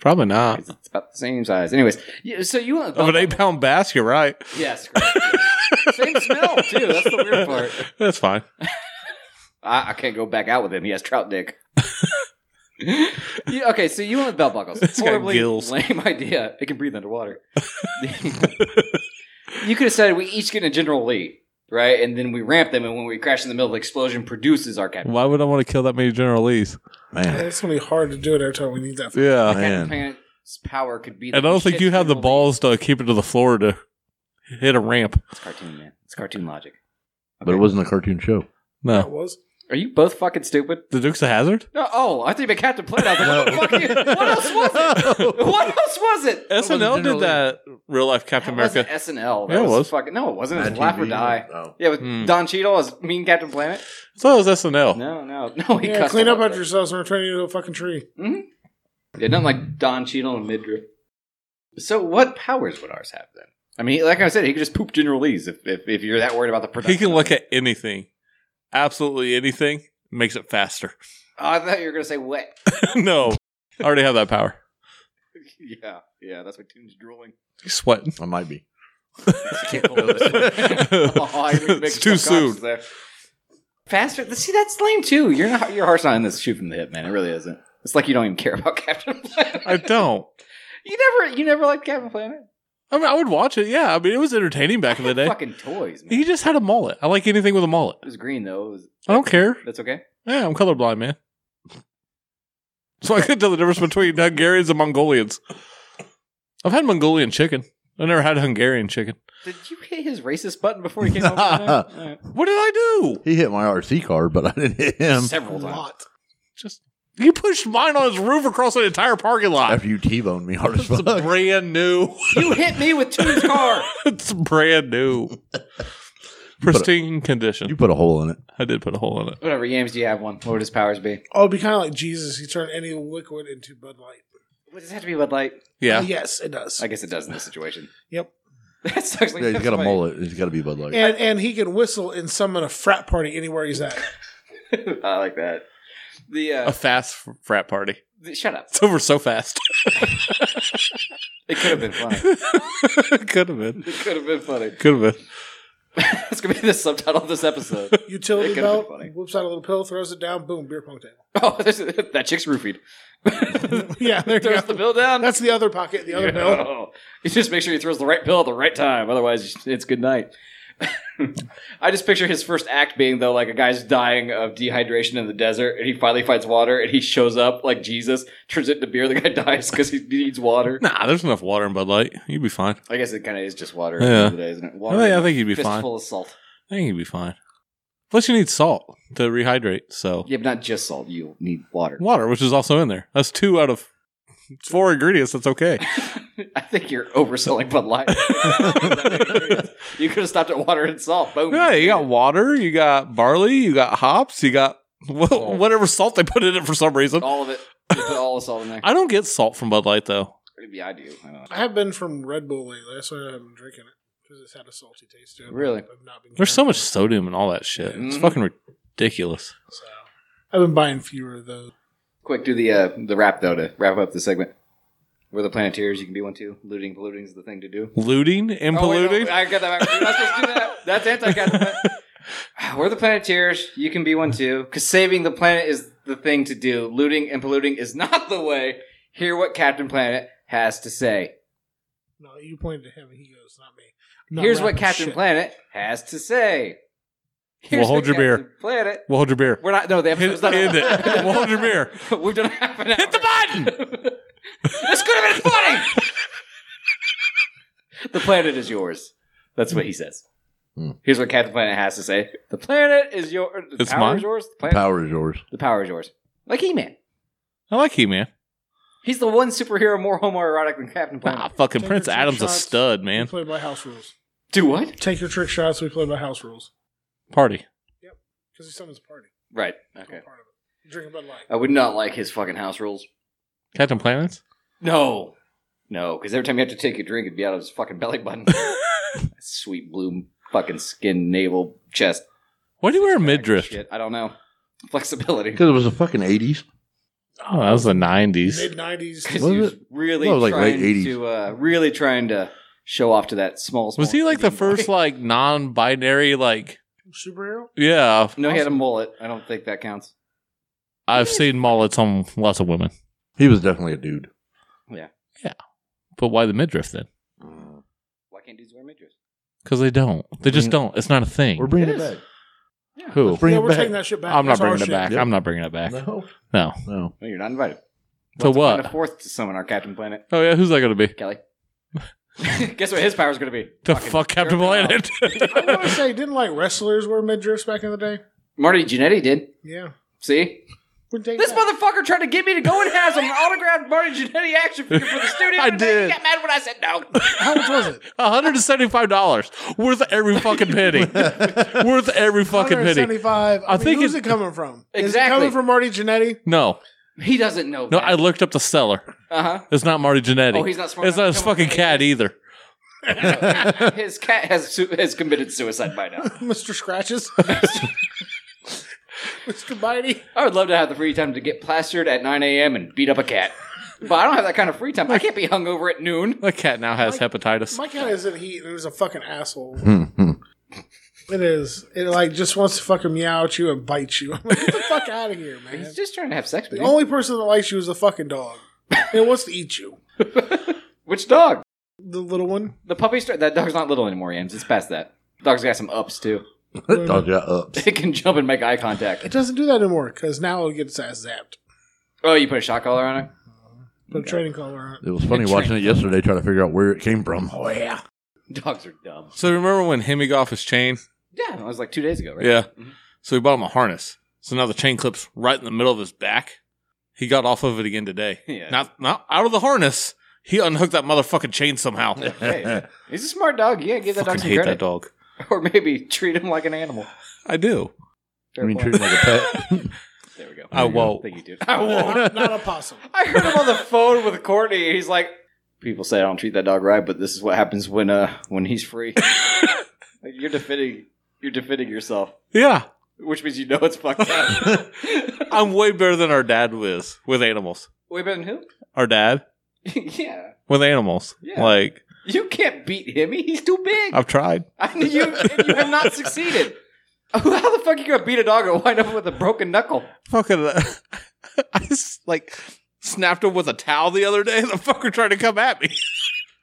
[SPEAKER 1] Probably not.
[SPEAKER 3] It's it's about the same size. Anyways, yeah, so you want
[SPEAKER 1] Of an eight pound bass, you're right.
[SPEAKER 3] Yes. correct. Same smell too. That's the weird part.
[SPEAKER 1] That's fine.
[SPEAKER 3] I, I can't go back out with him. He has trout dick. You- okay, so you want belt buckles?
[SPEAKER 1] It's got
[SPEAKER 3] Horribly
[SPEAKER 1] gills.
[SPEAKER 3] lame idea. It can breathe underwater. you could have said we each get a general lead, right? And then we ramp them, and when we crash in the middle, the explosion produces our captain.
[SPEAKER 1] Why would I want to kill that many General Lees?
[SPEAKER 5] Yeah,
[SPEAKER 4] Man.
[SPEAKER 5] It's going to be hard to do it every time we need that.
[SPEAKER 1] Yeah.
[SPEAKER 4] Man.
[SPEAKER 3] Planet's power could be.
[SPEAKER 1] Oh, And I don't think you have the balls to keep it to the floor to hit a ramp.
[SPEAKER 3] It's cartoon, man. It's cartoon logic.
[SPEAKER 4] But it wasn't a cartoon show.
[SPEAKER 1] No.
[SPEAKER 5] That was.
[SPEAKER 3] Are you both fucking stupid?
[SPEAKER 1] The Duke's a hazard?
[SPEAKER 3] No, oh, I think you meant Captain Planet. I was like, what, the fuck you- what else was it? What else was it?
[SPEAKER 1] SNL did that real life Captain
[SPEAKER 3] That wasn't
[SPEAKER 1] America.
[SPEAKER 3] SNL. That
[SPEAKER 1] Yeah, it
[SPEAKER 3] was,
[SPEAKER 1] was.
[SPEAKER 3] fucking. No, it wasn't. It was
[SPEAKER 4] Mad
[SPEAKER 3] Laugh or
[SPEAKER 4] TV.
[SPEAKER 3] Die.
[SPEAKER 4] Oh.
[SPEAKER 3] Yeah, with
[SPEAKER 1] Hmm.
[SPEAKER 3] Don Cheadle as mean Captain Planet.
[SPEAKER 1] So it was SNL.
[SPEAKER 3] No, no, no. He
[SPEAKER 5] Yeah,
[SPEAKER 3] cussed
[SPEAKER 5] clean
[SPEAKER 3] a
[SPEAKER 5] up
[SPEAKER 3] lot,
[SPEAKER 5] after yourselves and we're turning you into a fucking tree.
[SPEAKER 3] though. Mhm. Yeah, nothing like Don Cheadle and Midriff. So, what powers would ours have then? I mean, like I said, he could just poop General Lee's if, if, if you're that worried about the production.
[SPEAKER 1] He can look
[SPEAKER 3] of it.
[SPEAKER 1] at anything, absolutely anything, makes it faster.
[SPEAKER 3] Oh, I thought you were gonna say wet.
[SPEAKER 1] no, I already have that power.
[SPEAKER 3] yeah, yeah. That's what Toon's drooling.
[SPEAKER 1] He's sweating.
[SPEAKER 4] I might be.
[SPEAKER 3] Oh, I
[SPEAKER 1] it's
[SPEAKER 3] mixed up
[SPEAKER 1] too soon.
[SPEAKER 3] concepts there. Faster. See, that's lame too. You're not. Your heart's not in this shoot from the hip, man. It really isn't. It's like you don't even care about Captain Planet.
[SPEAKER 1] I don't.
[SPEAKER 3] You never, you never liked Captain Planet.
[SPEAKER 1] I mean, I would watch it. Yeah, I mean, it was entertaining back in the day.
[SPEAKER 3] Fucking toys, man.
[SPEAKER 1] He
[SPEAKER 3] It
[SPEAKER 1] just had a mullet. I like anything with a mullet.
[SPEAKER 3] was green though. It was-
[SPEAKER 1] I don't care.
[SPEAKER 3] That's okay.
[SPEAKER 1] Yeah, I'm colorblind, man. So I couldn't tell the difference between Hungarians and Mongolians. I've had Mongolian chicken. I never had Hungarian chicken.
[SPEAKER 3] Did you hit his racist button before he came over? there? All right.
[SPEAKER 1] What did I do?
[SPEAKER 4] He hit my RC card, but I didn't hit him.
[SPEAKER 3] Several times.
[SPEAKER 5] Lot.
[SPEAKER 1] Just you pushed mine on his roof across an entire parking lot.
[SPEAKER 4] After you T-boned me hard as
[SPEAKER 1] It's
[SPEAKER 4] fuck.
[SPEAKER 1] brand new.
[SPEAKER 3] You hit me with Toon's car.
[SPEAKER 1] it's brand new. Pristine condition.
[SPEAKER 4] You put a hole in it.
[SPEAKER 1] I did put a hole in it.
[SPEAKER 3] Whatever, Yams, do you have one? What would his powers be?
[SPEAKER 5] Oh, it'd be kind of like Jesus. He turned any liquid into Bud Light.
[SPEAKER 3] Would this have to be Bud Light?
[SPEAKER 1] Yeah.
[SPEAKER 5] Yes, it does.
[SPEAKER 3] I guess it does in this situation.
[SPEAKER 5] Yep.
[SPEAKER 3] That sucks. Like
[SPEAKER 4] Yeah, he's
[SPEAKER 3] that's
[SPEAKER 4] got a
[SPEAKER 3] why-
[SPEAKER 4] mullet. He's got to be Bud Light.
[SPEAKER 5] and and he can whistle and summon a frat party anywhere he's at.
[SPEAKER 3] I like that. The,
[SPEAKER 1] A
[SPEAKER 3] uh,
[SPEAKER 1] fast fr- frat party.
[SPEAKER 3] the shut up.
[SPEAKER 1] It's over so fast.
[SPEAKER 3] It could have been funny.
[SPEAKER 1] Could have been.
[SPEAKER 3] It could have been funny.
[SPEAKER 1] Could have been.
[SPEAKER 3] That's gonna be the subtitle of this episode. It
[SPEAKER 5] Utility
[SPEAKER 3] could've been
[SPEAKER 5] belt,
[SPEAKER 3] funny.
[SPEAKER 5] whoops out a little pill, throws it down, boom, beer pong table.
[SPEAKER 3] Oh, there's, that chick's roofied.
[SPEAKER 5] Yeah, there you
[SPEAKER 3] Throws
[SPEAKER 5] go.
[SPEAKER 3] the bill down.
[SPEAKER 5] That's the other pocket, the other pill.
[SPEAKER 3] Oh. You just make sure he throws the right pill at the right time. Otherwise, it's good night. I just picture his first act being though like a guy's dying of dehydration in the desert, and he finally finds water, and he shows up like Jesus, turns it into beer. The guy dies because he needs water.
[SPEAKER 1] Nah, there's enough water in Bud Light. You'd be fine.
[SPEAKER 3] I guess it kind of is just water.
[SPEAKER 1] Yeah.
[SPEAKER 3] At the end of the day, isn't it? Water.
[SPEAKER 1] I think, I
[SPEAKER 3] and
[SPEAKER 1] think you'd
[SPEAKER 3] a
[SPEAKER 1] be fine.
[SPEAKER 3] fistful of salt.
[SPEAKER 1] I think you'd be fine. Plus, you need salt to rehydrate. So
[SPEAKER 3] Yeah, but not just salt. You need water.
[SPEAKER 1] water, which is also in there. That's two out of four ingredients. That's okay.
[SPEAKER 3] I think you're overselling Bud Light. you could have stopped at water and salt. Boom.
[SPEAKER 1] yeah, you got water. You got barley. You got hops. You got wha- whatever salt they put in it for some reason.
[SPEAKER 3] all of it. You put all the salt in there.
[SPEAKER 1] I don't get salt from Bud Light though.
[SPEAKER 3] Maybe I do. I don't know.
[SPEAKER 5] I have been from Red Bull lately. That's why I haven't been drinking it because it's had a salty taste to it.
[SPEAKER 3] Really?
[SPEAKER 5] I've not been
[SPEAKER 1] There's so
[SPEAKER 5] careful.
[SPEAKER 1] much sodium and all that shit. It's
[SPEAKER 3] Mhm.
[SPEAKER 1] fucking ridiculous.
[SPEAKER 5] So, I've been buying fewer of those.
[SPEAKER 3] Quick, do the uh, the wrap though to wrap up the segment. We're the Planeteers. You can be one too. Looting, polluting is the thing to do.
[SPEAKER 1] Looting and
[SPEAKER 3] Oh, wait, no,
[SPEAKER 1] polluting?
[SPEAKER 3] I got that. backwards. You're not supposed to do that. That's anti-capitalism. We're the Planeteers. You can be one too. Because saving the planet is the thing to do. Looting and polluting is not the way. Hear what Captain Planet has to say.
[SPEAKER 5] No, you pointed to him and he goes, not me. I'm not
[SPEAKER 3] Here's what
[SPEAKER 5] rapping
[SPEAKER 3] Captain
[SPEAKER 5] shit.
[SPEAKER 3] Planet has to say.
[SPEAKER 1] Well, hold
[SPEAKER 3] what
[SPEAKER 1] your beer.
[SPEAKER 3] Captain Planet.
[SPEAKER 1] Well, hold your beer.
[SPEAKER 3] We're not. No, the
[SPEAKER 1] Hit,
[SPEAKER 3] episode's not.
[SPEAKER 1] hit it.
[SPEAKER 3] over.
[SPEAKER 1] Well, hold your beer.
[SPEAKER 3] We've done half an hour.
[SPEAKER 1] Hit the button!
[SPEAKER 3] this could have been funny. the planet is yours. That's what he says.
[SPEAKER 4] Hmm.
[SPEAKER 3] Here's what Captain Planet has to say: The planet is yours. The
[SPEAKER 1] It's
[SPEAKER 3] power
[SPEAKER 1] mine?
[SPEAKER 3] is yours. The, planet,
[SPEAKER 4] Power is yours.
[SPEAKER 3] the power is yours. Like He Man,
[SPEAKER 1] I like He Man.
[SPEAKER 3] he's the one superhero more homoerotic than Captain Planet.
[SPEAKER 1] Ah, fucking
[SPEAKER 5] Take
[SPEAKER 1] Prince
[SPEAKER 5] your two
[SPEAKER 1] Adam's a
[SPEAKER 5] shots.
[SPEAKER 1] stud,
[SPEAKER 5] We
[SPEAKER 1] man.
[SPEAKER 5] play by house rules.
[SPEAKER 3] Do what?
[SPEAKER 5] Take your trick shots. We play by house rules
[SPEAKER 1] Party.
[SPEAKER 5] because he's someone's party.
[SPEAKER 3] Right.
[SPEAKER 5] It's
[SPEAKER 3] Okay.
[SPEAKER 5] all part of it. Drink a Bud Light.
[SPEAKER 3] I would not like his fucking house rules.
[SPEAKER 1] Captain Planets?
[SPEAKER 3] No. No, because every time you have to take your drink, it'd be out of his fucking belly button. Sweet blue fucking skin, navel, chest.
[SPEAKER 1] Why do you wear a midriff?
[SPEAKER 3] Shit, I don't know. Flexibility.
[SPEAKER 4] Because it was the fucking 80s.
[SPEAKER 1] Oh, that was the 90s.
[SPEAKER 5] Mid nineties.
[SPEAKER 3] Because
[SPEAKER 4] Was
[SPEAKER 3] he was
[SPEAKER 4] it?
[SPEAKER 3] really
[SPEAKER 4] That was like
[SPEAKER 3] trying
[SPEAKER 4] late 80s.
[SPEAKER 3] to uh, really trying to show off to that small. small
[SPEAKER 1] Was he like the
[SPEAKER 3] Indian boy.
[SPEAKER 1] first like non-binary like
[SPEAKER 5] Superhero.
[SPEAKER 1] yeah,
[SPEAKER 3] No, he had a mullet. I don't think that counts.
[SPEAKER 1] I've seen mullets on lots of women.
[SPEAKER 4] He was definitely a dude.
[SPEAKER 1] But why the midriff then? Mm.
[SPEAKER 3] Why can't dudes wear midriffs?
[SPEAKER 1] Cuz they don't. They just don't. It's not a
[SPEAKER 4] We're
[SPEAKER 1] thing.
[SPEAKER 4] bringing
[SPEAKER 3] It
[SPEAKER 4] it,
[SPEAKER 3] is.
[SPEAKER 4] back.
[SPEAKER 3] Yeah.
[SPEAKER 1] Who?
[SPEAKER 4] Bring
[SPEAKER 5] yeah,
[SPEAKER 4] it
[SPEAKER 5] we're
[SPEAKER 4] back.
[SPEAKER 5] taking that shit back.
[SPEAKER 1] I'm not
[SPEAKER 5] That's our
[SPEAKER 1] bringing it
[SPEAKER 5] shit.
[SPEAKER 1] back. I'm not bringing it back.
[SPEAKER 4] No.
[SPEAKER 1] No.
[SPEAKER 4] No.
[SPEAKER 3] No, you're not invited.
[SPEAKER 1] To
[SPEAKER 3] We'll have to find
[SPEAKER 1] what?
[SPEAKER 3] A fourth to summon our Captain Planet,
[SPEAKER 1] Oh yeah, who's that going to be?
[SPEAKER 3] Kelly. Guess what his power's going to be?
[SPEAKER 1] To
[SPEAKER 3] Fucking
[SPEAKER 1] fuck Captain
[SPEAKER 3] jerk it
[SPEAKER 1] Planet.
[SPEAKER 5] I want to say, didn't like wrestlers wear midriffs back in the day?
[SPEAKER 3] Marty Jannetty did.
[SPEAKER 5] Yeah.
[SPEAKER 3] See,
[SPEAKER 5] Wouldn't take
[SPEAKER 3] this
[SPEAKER 5] that.
[SPEAKER 3] motherfucker tried to get me to go and have some autographed Marty Jannetty action figure for the studio.
[SPEAKER 1] I
[SPEAKER 3] today.
[SPEAKER 1] did.
[SPEAKER 3] He got mad when I said no.
[SPEAKER 5] How much was it?
[SPEAKER 1] $175 worth every fucking penny. worth every fucking penny.
[SPEAKER 5] 175. I,
[SPEAKER 1] I
[SPEAKER 5] mean,
[SPEAKER 1] think
[SPEAKER 5] who's
[SPEAKER 1] it-
[SPEAKER 5] it coming from? Is it
[SPEAKER 3] Exactly.
[SPEAKER 5] coming from Marty Jannetty?
[SPEAKER 1] No.
[SPEAKER 3] He doesn't know.
[SPEAKER 1] No, I looked up the seller.
[SPEAKER 3] uh huh.
[SPEAKER 1] It's not Marty Jannetty.
[SPEAKER 3] Oh, he's not smart
[SPEAKER 1] It's not
[SPEAKER 3] enough
[SPEAKER 1] his
[SPEAKER 3] to come up
[SPEAKER 1] fucking
[SPEAKER 3] with
[SPEAKER 1] cat either.
[SPEAKER 3] His cat has su- has committed suicide by now.
[SPEAKER 5] Mr. Scratches? Mr. Bitey?
[SPEAKER 3] I would love to have the free time to get plastered at 9 a.m. and beat up a cat, but I don't have that kind of free time. I can't be hungover at noon.
[SPEAKER 1] That cat now has
[SPEAKER 5] Like-
[SPEAKER 1] hepatitis.
[SPEAKER 5] My cat is in heat and is a fucking asshole.
[SPEAKER 4] Hmm, hmm.
[SPEAKER 5] It is. It like just wants to fucking meow at you and bite you. I'm like, get the fuck out of here, man.
[SPEAKER 3] He's just trying to have sex with
[SPEAKER 5] The
[SPEAKER 3] you.
[SPEAKER 1] Oh.
[SPEAKER 5] only person that likes you is a fucking dog. And it wants to eat you.
[SPEAKER 3] Which dog?
[SPEAKER 5] The little one.
[SPEAKER 3] The puppy. Star- that dog's not little anymore, Yams. It's past that. Dog's got some ups too.
[SPEAKER 4] That dog got up.
[SPEAKER 3] It can jump and make eye contact.
[SPEAKER 5] It doesn't do that anymore because now it'll get its ass zapped.
[SPEAKER 3] Oh, you put a shot collar on it.
[SPEAKER 5] Put a training collar on it.
[SPEAKER 4] It was funny watching it yesterday trying to figure out where it came from. Oh, yeah.
[SPEAKER 3] Dogs are dumb.
[SPEAKER 1] So remember when Hemi got off his chain?
[SPEAKER 3] Yeah, that was like two days ago, right?
[SPEAKER 1] Yeah.
[SPEAKER 3] Mhm.
[SPEAKER 1] So we bought him a harness. So now the chain clips right in the middle of his back. He got off of it again today.
[SPEAKER 3] Yeah.
[SPEAKER 1] Not not out of the harness. He unhooked that motherfucking chain somehow.
[SPEAKER 3] Hey, he's a smart dog. Yeah, give that dog
[SPEAKER 1] fucking
[SPEAKER 3] some
[SPEAKER 1] hate that
[SPEAKER 3] credit,
[SPEAKER 1] dog.
[SPEAKER 3] or maybe treat him like an animal.
[SPEAKER 1] I do.
[SPEAKER 4] I
[SPEAKER 3] Fair
[SPEAKER 4] mean,
[SPEAKER 3] play.
[SPEAKER 4] treat him like a pet.
[SPEAKER 3] there we go.
[SPEAKER 1] I
[SPEAKER 4] you go.
[SPEAKER 1] won't.
[SPEAKER 3] Thank you, dude. I won't.
[SPEAKER 5] Not, not a possum.
[SPEAKER 3] I heard him on the phone with Courtney. He's like, "People say I don't treat that dog right, but this is what happens when uh when he's free. Like, you're defending you're defending yourself,
[SPEAKER 1] Yeah.
[SPEAKER 3] which means you know it's fucked up.
[SPEAKER 1] I'm way better than our dad was with animals.
[SPEAKER 3] Way better than who?
[SPEAKER 1] Our dad
[SPEAKER 3] yeah,
[SPEAKER 1] with animals.
[SPEAKER 3] Yeah.
[SPEAKER 1] Like
[SPEAKER 3] you can't beat him. He's too big.
[SPEAKER 1] I've tried.
[SPEAKER 3] I mean, you and you have not succeeded. How the fuck you gonna beat a dog and wind up with a broken knuckle?
[SPEAKER 1] Fucking uh, I just like snapped him with a towel the other day. The fucker tried to come at me.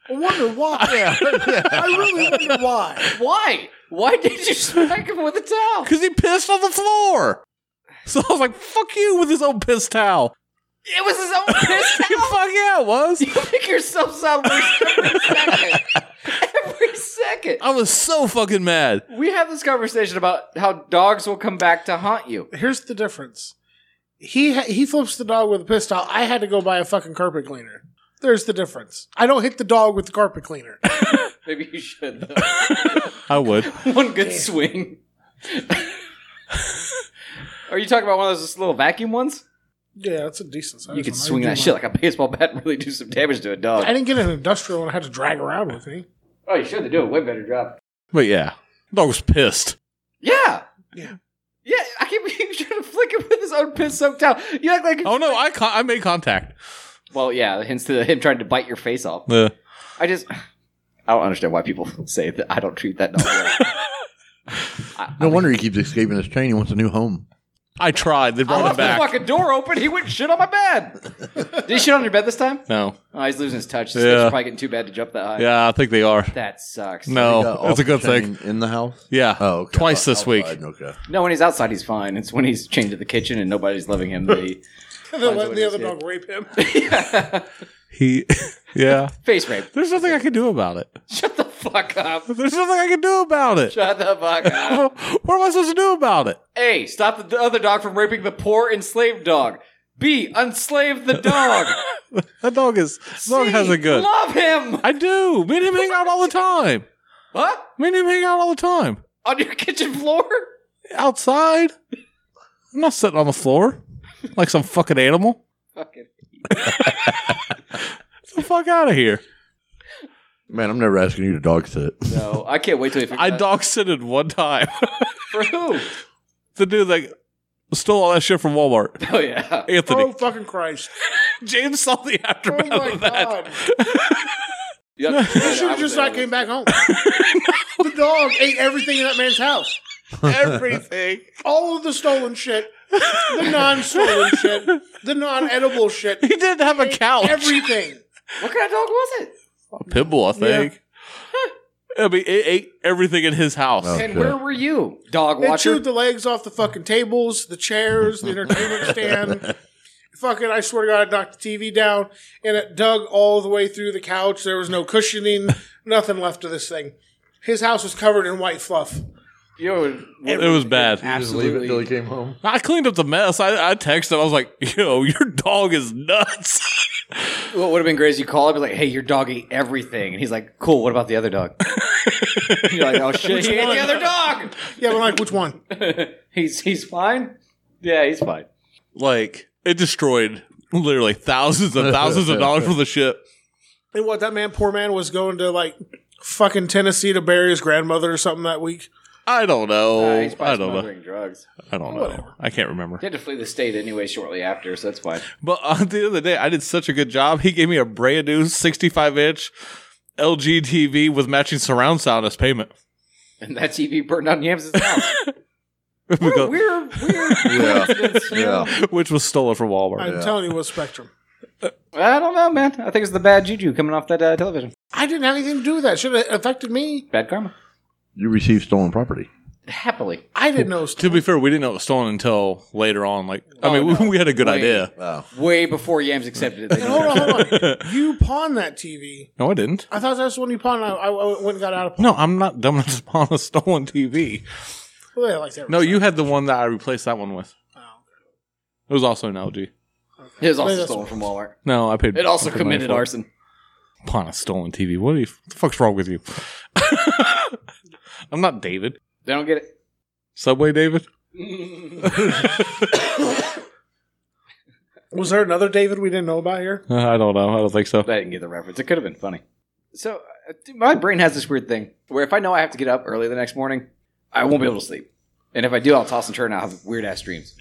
[SPEAKER 5] I wonder why. I really wonder why.
[SPEAKER 3] Why? Why did you smack him with a towel?
[SPEAKER 1] Because he pissed on the floor. So I was like, fuck you with his own piss towel.
[SPEAKER 3] It was his own piss towel.
[SPEAKER 1] Fuck yeah, it was.
[SPEAKER 3] You make yourself sound worse every second. Every second.
[SPEAKER 1] I was so fucking mad.
[SPEAKER 3] Uh, We have this conversation about how dogs will come back to haunt you.
[SPEAKER 5] Here's the difference. He ha- he flips the dog with a pistol. I had to go buy a fucking carpet cleaner. There's the difference. I don't hit the dog with the carpet cleaner.
[SPEAKER 3] Maybe you should. though.
[SPEAKER 1] I would.
[SPEAKER 3] one good swing. Are you talking about one of those little vacuum ones?
[SPEAKER 5] Yeah, that's a decent size.
[SPEAKER 3] You could
[SPEAKER 5] one. I
[SPEAKER 3] swing
[SPEAKER 5] do
[SPEAKER 3] that
[SPEAKER 5] my-
[SPEAKER 3] shit like a baseball bat and really do some damage to a
[SPEAKER 5] I
[SPEAKER 3] dog.
[SPEAKER 5] didn't get an industrial one. I had to drag around with me.
[SPEAKER 3] Oh, you should. They do a way better job.
[SPEAKER 1] But yeah, dog was pissed.
[SPEAKER 3] Yeah.
[SPEAKER 5] Yeah.
[SPEAKER 3] Yeah, Oh. I can't believe you trying to flick him with his own piss soaked towel. You act like
[SPEAKER 1] Oh no, I con- I made contact.
[SPEAKER 3] Well, yeah, hence the, him trying to bite your face off.
[SPEAKER 1] Yeah.
[SPEAKER 3] I just, I don't understand why people say that I don't treat that dog well. I-
[SPEAKER 4] No wonder he keeps escaping his chain. He wants a new home.
[SPEAKER 1] I tried. They
[SPEAKER 3] I
[SPEAKER 1] brought him
[SPEAKER 3] left the
[SPEAKER 1] back.
[SPEAKER 3] Oh, fucking door open. He went and shit on my bed. Did he shit on your bed this time?
[SPEAKER 1] no.
[SPEAKER 3] Oh, he's losing his touch. This
[SPEAKER 1] Yeah.
[SPEAKER 3] kid's probably getting too bad to jump that high.
[SPEAKER 1] Yeah, I think they are.
[SPEAKER 3] That sucks.
[SPEAKER 4] He
[SPEAKER 1] No,
[SPEAKER 4] got
[SPEAKER 1] that's a
[SPEAKER 4] off
[SPEAKER 1] good
[SPEAKER 4] the
[SPEAKER 1] thing.
[SPEAKER 4] chain In the house?
[SPEAKER 1] Yeah.
[SPEAKER 4] Oh, okay.
[SPEAKER 1] Twice this week.
[SPEAKER 4] Outside, Okay.
[SPEAKER 3] No, when he's outside, he's fine. It's when he's chained to the kitchen and nobody's loving him. That he,
[SPEAKER 5] And then let
[SPEAKER 3] what
[SPEAKER 5] the
[SPEAKER 3] it
[SPEAKER 5] other
[SPEAKER 3] is,
[SPEAKER 5] dog rape him.
[SPEAKER 1] He, yeah.
[SPEAKER 3] face rape.
[SPEAKER 1] There's nothing I can do about it.
[SPEAKER 3] Shut the fuck up.
[SPEAKER 1] There's nothing I can do about it.
[SPEAKER 3] Shut the fuck up.
[SPEAKER 1] What am I supposed to do about it?
[SPEAKER 3] A. Stop the other dog from raping the poor enslaved dog. B. Unslave the dog.
[SPEAKER 1] That dog is that dog
[SPEAKER 3] C,
[SPEAKER 1] has a good.
[SPEAKER 3] Love him.
[SPEAKER 1] I do. Me and him hang out all the time.
[SPEAKER 3] Huh?
[SPEAKER 1] Me and him hang out all the time.
[SPEAKER 3] On your kitchen floor?
[SPEAKER 1] Outside. I'm not sitting on the floor like some fucking animal.
[SPEAKER 3] Fucking.
[SPEAKER 1] Get the fuck out of here.
[SPEAKER 4] Man, I'm never asking you to dog sit.
[SPEAKER 3] No, I can't wait till he figures
[SPEAKER 1] I
[SPEAKER 3] out-
[SPEAKER 1] dog sitted one time.
[SPEAKER 3] For who?
[SPEAKER 1] the dude that stole all that shit from Walmart.
[SPEAKER 3] Oh, yeah.
[SPEAKER 1] Anthony.
[SPEAKER 5] Oh fucking Christ!
[SPEAKER 1] James saw the
[SPEAKER 5] Oh
[SPEAKER 1] aftermath
[SPEAKER 5] my
[SPEAKER 1] of that.
[SPEAKER 5] God!
[SPEAKER 3] Yep.
[SPEAKER 5] He should have just not came back home. the dog ate everything in that man's house.
[SPEAKER 1] Everything.
[SPEAKER 5] All of the stolen shit, the non-stolen shit, the non-edible shit,
[SPEAKER 1] He didn't have a couch.
[SPEAKER 5] everything.
[SPEAKER 3] What kind of dog was it?
[SPEAKER 1] a pit bull, I think. I mean, it ate everything in his house.
[SPEAKER 4] Oh.
[SPEAKER 3] And
[SPEAKER 4] Okay.
[SPEAKER 3] where were you? Dog
[SPEAKER 5] They
[SPEAKER 3] watcher?
[SPEAKER 5] chewed the legs off the fucking tables, the chairs, the entertainment stand. Fucking, I swear to God, I knocked the TV down and it dug all the way through the couch. There was no cushioning, nothing left of this thing. His house was covered in white fluff.
[SPEAKER 3] Yo,
[SPEAKER 1] It was bad.
[SPEAKER 3] absolutely.
[SPEAKER 4] came home.
[SPEAKER 1] I cleaned up the mess. I, I texted him. I was like, yo, your dog is nuts.
[SPEAKER 3] What would have been great is you call up and be like, hey, your dog ate everything. And he's like, cool, what about the other dog? You're like, oh shit, he ate the other dog.
[SPEAKER 5] Yeah, but like, which one?
[SPEAKER 3] He's he's fine? Yeah, he's fine.
[SPEAKER 1] like, it destroyed literally thousands and thousands of dollars worth of shit.
[SPEAKER 5] And what that man, poor man, was going to like fucking Tennessee to bury his grandmother or something that week.
[SPEAKER 1] I don't know.
[SPEAKER 3] Uh, he's probably
[SPEAKER 1] I don't know.
[SPEAKER 3] smuggling drugs.
[SPEAKER 1] I don't know. I can't remember.
[SPEAKER 3] He had to flee the state anyway shortly after, so that's fine.
[SPEAKER 1] But on the other day, I did such a good job. He gave me a brand new 65 inch LG TV with matching surround sound as payment.
[SPEAKER 3] And that TV burned down Yams' house.
[SPEAKER 1] We go-
[SPEAKER 3] weird, weird
[SPEAKER 4] Yeah.
[SPEAKER 3] coincidence. you know?
[SPEAKER 4] Yeah.
[SPEAKER 1] which was stolen from Walmart.
[SPEAKER 5] I'm telling you, it was Spectrum.
[SPEAKER 3] I don't know, man. I think it's the bad juju coming off that uh, television.
[SPEAKER 5] I didn't have anything to do with that. Should have affected me.
[SPEAKER 3] Bad karma.
[SPEAKER 4] You received stolen property.
[SPEAKER 3] Happily.
[SPEAKER 5] I didn't know.
[SPEAKER 1] To be fair, we didn't know it was stolen until later on. Like, I mean, we, we had a good
[SPEAKER 3] Oh, Wait.
[SPEAKER 1] idea.
[SPEAKER 4] Wow.
[SPEAKER 3] Way before Yams accepted it.
[SPEAKER 5] And hold on, hold on. You pawned that TV.
[SPEAKER 1] No, I didn't.
[SPEAKER 5] I thought that's when you pawned. I, I went and got out of pawn.
[SPEAKER 1] No, I'm not dumb enough to spawn a stolen TV.
[SPEAKER 5] Well, like that.
[SPEAKER 1] No, you had the one that I replaced that one with. It was also an LG.
[SPEAKER 3] It was also
[SPEAKER 5] That's-
[SPEAKER 3] stolen from Walmart.
[SPEAKER 1] No, I paid.
[SPEAKER 3] It also
[SPEAKER 1] I paid money
[SPEAKER 3] committed
[SPEAKER 1] for it.
[SPEAKER 3] arson.
[SPEAKER 1] Pawn a stolen TV. What, are you, what the fuck's wrong with you? I'm not David.
[SPEAKER 3] They don't get it.
[SPEAKER 1] Subway David?
[SPEAKER 5] Was there another David we didn't know about here?
[SPEAKER 1] Uh, I don't know. I don't think so.
[SPEAKER 3] I didn't get the reference. It could have been funny. So uh, dude, my brain has this weird thing where if I know I have to get up early the next morning, I won't be able to sleep. And if I do, I'll toss and turn. and I'll have weird ass dreams.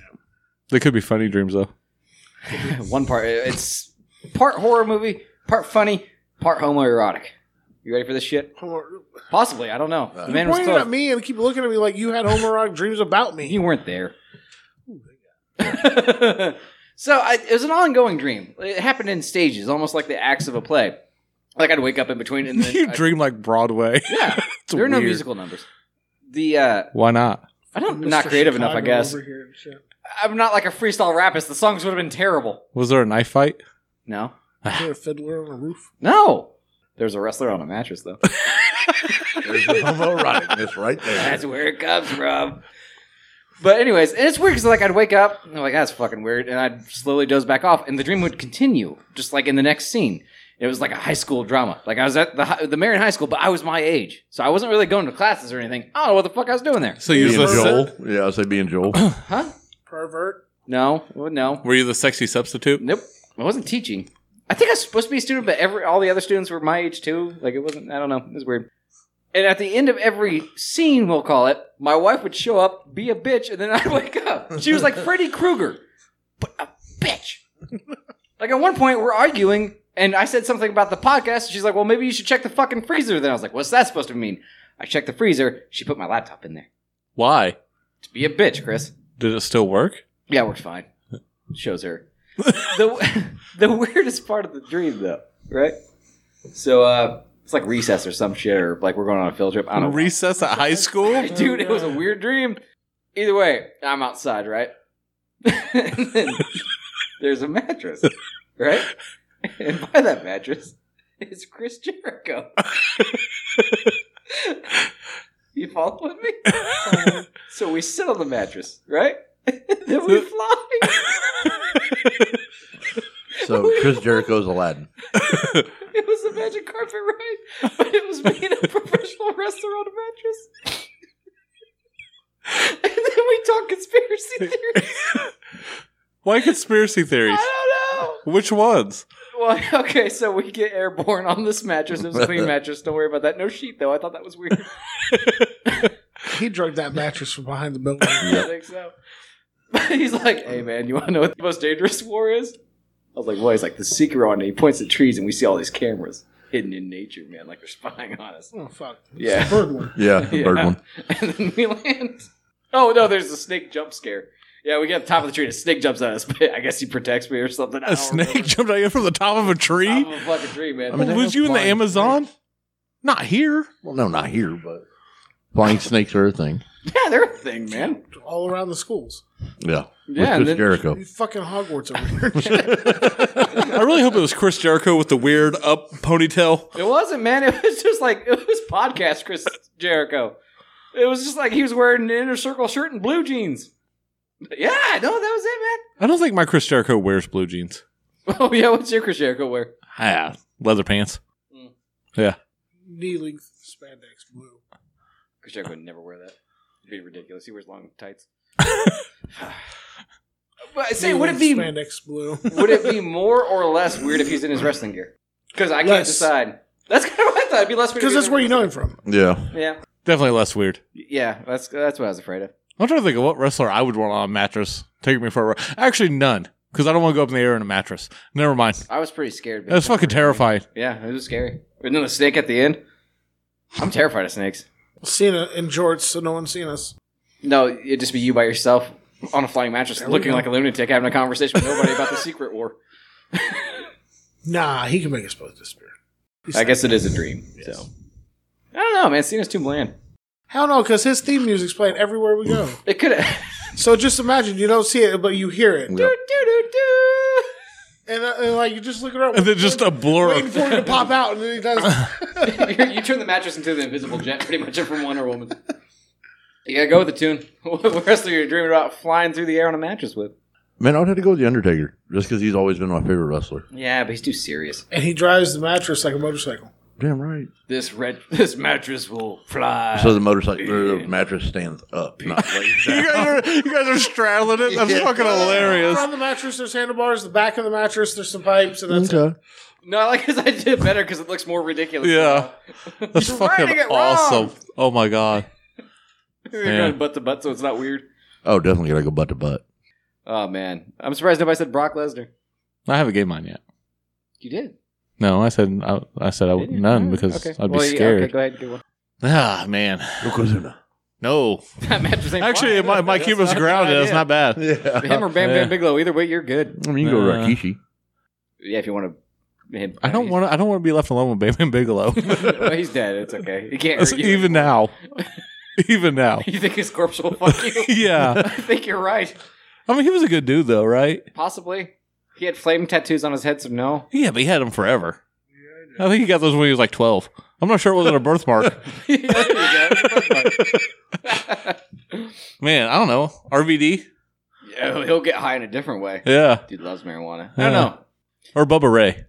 [SPEAKER 1] They could be funny dreams, though.
[SPEAKER 3] One part, it's part horror movie, part funny, part homoerotic. You ready for this shit?
[SPEAKER 5] You
[SPEAKER 3] Possibly. I don't know.
[SPEAKER 5] Uh,
[SPEAKER 3] The man was
[SPEAKER 5] pointed at
[SPEAKER 3] close.
[SPEAKER 5] me and keep looking at me like you had homoerotic dreams about me.
[SPEAKER 3] You weren't there. so I, it was an ongoing dream. It happened in stages, almost like the acts of a play. Like I'd wake up in between and then
[SPEAKER 1] you
[SPEAKER 3] I'd-
[SPEAKER 1] dream like Broadway.
[SPEAKER 3] Yeah,
[SPEAKER 1] It's
[SPEAKER 3] there are no
[SPEAKER 1] weird.
[SPEAKER 3] musical numbers. The uh,
[SPEAKER 1] Why not?
[SPEAKER 3] I don't
[SPEAKER 5] Mr.
[SPEAKER 3] not creative enough, I
[SPEAKER 5] Chicago
[SPEAKER 3] guess.
[SPEAKER 5] over here and shit.
[SPEAKER 3] I'm not like a freestyle rapist. The songs would have been terrible.
[SPEAKER 1] Was there a knife fight?
[SPEAKER 3] No,
[SPEAKER 5] Is there a fiddler on a roof?
[SPEAKER 3] no. There's a wrestler on a mattress though.
[SPEAKER 4] There's your homoeroticness right there.
[SPEAKER 3] That's where it comes from. But anyways, and it's weird because like I'd wake up and I'm like that's fucking weird, and I'd slowly doze back off, and the dream would continue just like in the next scene. It was like a high school drama. Like I was at the hi- the Marion High School, but I was my age, so I wasn't really going to classes or anything. I don't know what the fuck I was doing there.
[SPEAKER 1] So you
[SPEAKER 4] Being
[SPEAKER 1] was the
[SPEAKER 4] Joel. Yeah, I say being Joel.
[SPEAKER 5] Pervert.
[SPEAKER 3] No, well, no,
[SPEAKER 1] Were you the sexy substitute?
[SPEAKER 3] nope. I wasn't teaching. I think I was supposed to be a student, but every all the other students were my age too. Like it wasn't. I don't know. It was weird. And at the end of every scene, we'll call it, my wife would show up, be a bitch, and then I'd wake up. She was like Freddy Krueger, but a bitch. Like at one point, we're arguing, and I said something about the podcast. And she's like, "Well, maybe you should check the fucking freezer." Then I was like, "What's that supposed to mean?" I checked the freezer. She put my laptop in there.
[SPEAKER 1] Why?
[SPEAKER 3] To be a bitch, Chris.
[SPEAKER 1] Did it still work?
[SPEAKER 3] Yeah, it worked fine. Shows her. the the weirdest part of the dream, though, right? So uh, it's like recess or some shit, or like we're going on a field trip. I don't know.
[SPEAKER 1] Recess at high school?
[SPEAKER 3] Dude, it was a weird dream. Either way, I'm outside, right? And then there's a mattress, right? And by that mattress is Chris Jericho. you following me? so we sit on the mattress, right? then we fly.
[SPEAKER 4] So Chris Jericho's Aladdin.
[SPEAKER 3] It was a magic carpet ride, but it was made of professional restaurant mattress. and then we talk conspiracy theories.
[SPEAKER 1] Why conspiracy theories?
[SPEAKER 3] I don't know.
[SPEAKER 1] Which ones?
[SPEAKER 3] Well, okay, so we get airborne on this mattress. It was a clean mattress. Don't worry about that. No sheet, though. I thought that was weird.
[SPEAKER 5] He drugged that mattress from behind the building.
[SPEAKER 3] I think so. But he's like, hey, man, you want to know what the most dangerous war is? I was like, well, he's like, the secret one. And he points at trees, and we see all these cameras hidden in nature, man, like they're spying on us.
[SPEAKER 5] Oh fuck!
[SPEAKER 3] Yeah.
[SPEAKER 5] It's a bird one.
[SPEAKER 4] Yeah, the bird
[SPEAKER 3] Yeah.
[SPEAKER 4] one.
[SPEAKER 3] and then we land. Oh no, there's a snake jump scare. Yeah, we get at the top of the tree. and A snake jumps at us. But I guess he protects me or something. I
[SPEAKER 1] A
[SPEAKER 3] don't
[SPEAKER 1] snake
[SPEAKER 3] remember.
[SPEAKER 1] jumped out here from the top of a tree?
[SPEAKER 3] Top of a fucking tree, man.
[SPEAKER 4] I mean, they
[SPEAKER 1] was
[SPEAKER 4] have
[SPEAKER 1] you in the
[SPEAKER 4] flying
[SPEAKER 1] Amazon?
[SPEAKER 4] snakes.
[SPEAKER 1] Not here.
[SPEAKER 4] Well, no, not here, but flying snakes are a thing.
[SPEAKER 3] yeah, they're a thing, man.
[SPEAKER 5] all around the schools.
[SPEAKER 4] Yeah,
[SPEAKER 3] Yeah, and
[SPEAKER 4] with Chris
[SPEAKER 3] then-
[SPEAKER 4] Jericho.
[SPEAKER 5] You fucking Hogwarts over here.
[SPEAKER 1] I really hope it was Chris Jericho with the weird up ponytail.
[SPEAKER 3] It wasn't, man. It was just like it was podcast Chris Jericho. It was just like he was wearing an inner circle shirt and blue jeans. Yeah, no, that
[SPEAKER 1] I don't think my Chris Jericho wears blue jeans.
[SPEAKER 3] was it, man. Oh yeah, what's your Chris Jericho wear?
[SPEAKER 1] Ah, leather pants.
[SPEAKER 5] Knee length spandex blue.
[SPEAKER 3] Chris Jericho would never wear that. It'd be ridiculous. He wears long tights. but say,
[SPEAKER 5] Knee
[SPEAKER 3] would it
[SPEAKER 5] length
[SPEAKER 3] be
[SPEAKER 5] spandex blue?
[SPEAKER 3] would it be more or less weird if he's in his wrestling gear? Because I can't
[SPEAKER 5] Less.
[SPEAKER 3] decide. That's kind of what I thought. It'd be less weird
[SPEAKER 5] Because
[SPEAKER 3] if
[SPEAKER 5] that's
[SPEAKER 3] he was
[SPEAKER 5] where you know him from.
[SPEAKER 4] Yeah,
[SPEAKER 3] in- Yeah,
[SPEAKER 1] Definitely less weird.
[SPEAKER 3] yeah. That's that's what I was afraid of.
[SPEAKER 1] I'm trying to think of what wrestler I would want on a mattress. Take me for a ride. Actually, none. Because I don't want to go up in the air in a mattress. Never mind.
[SPEAKER 3] I was pretty scared.
[SPEAKER 1] That's fucking terrifying.
[SPEAKER 3] Yeah, it was scary. And then the snake at the end. I'm terrified of snakes.
[SPEAKER 5] Cena in jorts, so no one's seen us.
[SPEAKER 3] No, it'd just be you by yourself on a flying mattress, looking like a lunatic, having a conversation with nobody about the secret war.
[SPEAKER 5] Nah, he can make us both disappear.
[SPEAKER 3] I guess it is a dream. So I don't know, man. Cena's too bland.
[SPEAKER 5] Hell no, because his theme music's playing everywhere we go.
[SPEAKER 3] It could.
[SPEAKER 5] so just imagine you don't see it, but you hear it,
[SPEAKER 4] Yeah.
[SPEAKER 5] and, uh, and like you just look around,
[SPEAKER 1] And then just a blur
[SPEAKER 5] waiting
[SPEAKER 1] of
[SPEAKER 5] for it to pop out, and then he does.
[SPEAKER 3] you, you turn the mattress into the invisible jet, pretty much, from Wonder Woman. You gotta go with the tune. what wrestler you're dreaming about flying through the air on a mattress with?
[SPEAKER 4] man, I would have to go with the Undertaker just because he's always been my favorite wrestler.
[SPEAKER 3] Yeah, but he's too serious.
[SPEAKER 5] and he drives the mattress like a motorcycle.
[SPEAKER 4] Damn right.
[SPEAKER 3] This red, this mattress will fly.
[SPEAKER 4] So the motorcycle, or the mattress stands up. Not lays
[SPEAKER 1] you,
[SPEAKER 4] down.
[SPEAKER 1] guys are, you guys are straddling it. That's fucking hilarious.
[SPEAKER 5] Around the mattress, there's handlebars. The back of the mattress, there's some pipes, and that's it.
[SPEAKER 4] Okay.
[SPEAKER 3] no, I like his idea better because it looks more ridiculous.
[SPEAKER 1] Yeah. That's
[SPEAKER 3] You're
[SPEAKER 1] fucking
[SPEAKER 3] writing it
[SPEAKER 1] awesome.
[SPEAKER 3] wrong.
[SPEAKER 1] Oh my God.
[SPEAKER 3] You're
[SPEAKER 1] Yeah.
[SPEAKER 3] going butt to butt, so it's not weird.
[SPEAKER 4] Oh, definitely gotta go butt to butt.
[SPEAKER 3] Oh man, I'm surprised nobody said Brock Lesnar.
[SPEAKER 1] I haven't gave mine yet.
[SPEAKER 3] You did.
[SPEAKER 1] No, I said I, I said I would
[SPEAKER 3] didn't you?
[SPEAKER 1] none
[SPEAKER 3] Oh,
[SPEAKER 1] because
[SPEAKER 3] okay.
[SPEAKER 1] I'd be
[SPEAKER 3] Well, yeah,
[SPEAKER 1] scared.
[SPEAKER 3] okay, go ahead, and get one.
[SPEAKER 1] Ah man,
[SPEAKER 4] Yokozuna.
[SPEAKER 1] no.
[SPEAKER 3] That mattress ain't
[SPEAKER 1] Actually,
[SPEAKER 3] flying.
[SPEAKER 1] my my
[SPEAKER 3] That's
[SPEAKER 1] cubo's
[SPEAKER 3] not a
[SPEAKER 1] grounded.
[SPEAKER 3] good
[SPEAKER 1] That's
[SPEAKER 3] idea.
[SPEAKER 1] not bad.
[SPEAKER 4] Yeah.
[SPEAKER 3] Him or Bam
[SPEAKER 1] Yeah.
[SPEAKER 3] Bam Bigelow. Either way, you're good.
[SPEAKER 4] I mean, you can go
[SPEAKER 1] Uh,
[SPEAKER 4] Rakishi.
[SPEAKER 3] Yeah, if you want to. Him,
[SPEAKER 1] I don't want to. I don't want to be left alone with Baby Bigelow.
[SPEAKER 3] Well, he's dead. It's okay. He can't hurt you
[SPEAKER 1] Even
[SPEAKER 3] anymore.
[SPEAKER 1] now, even now.
[SPEAKER 3] You think his corpse will fuck you?
[SPEAKER 1] Yeah,
[SPEAKER 3] I think you're right.
[SPEAKER 1] I mean he was a good dude though, right?
[SPEAKER 3] Possibly. He had flame tattoos on his head, so no.
[SPEAKER 1] Yeah, but he had them forever. I think he got those when he was like twelve. I'm not sure it wasn't a birthmark.
[SPEAKER 3] Yeah, there you go.
[SPEAKER 1] Man, I don't know. RVD.
[SPEAKER 3] Yeah, he'll get high in a different way.
[SPEAKER 1] Yeah,
[SPEAKER 3] Dude loves marijuana. I
[SPEAKER 1] Yeah.
[SPEAKER 3] don't know.
[SPEAKER 1] or Bubba Ray.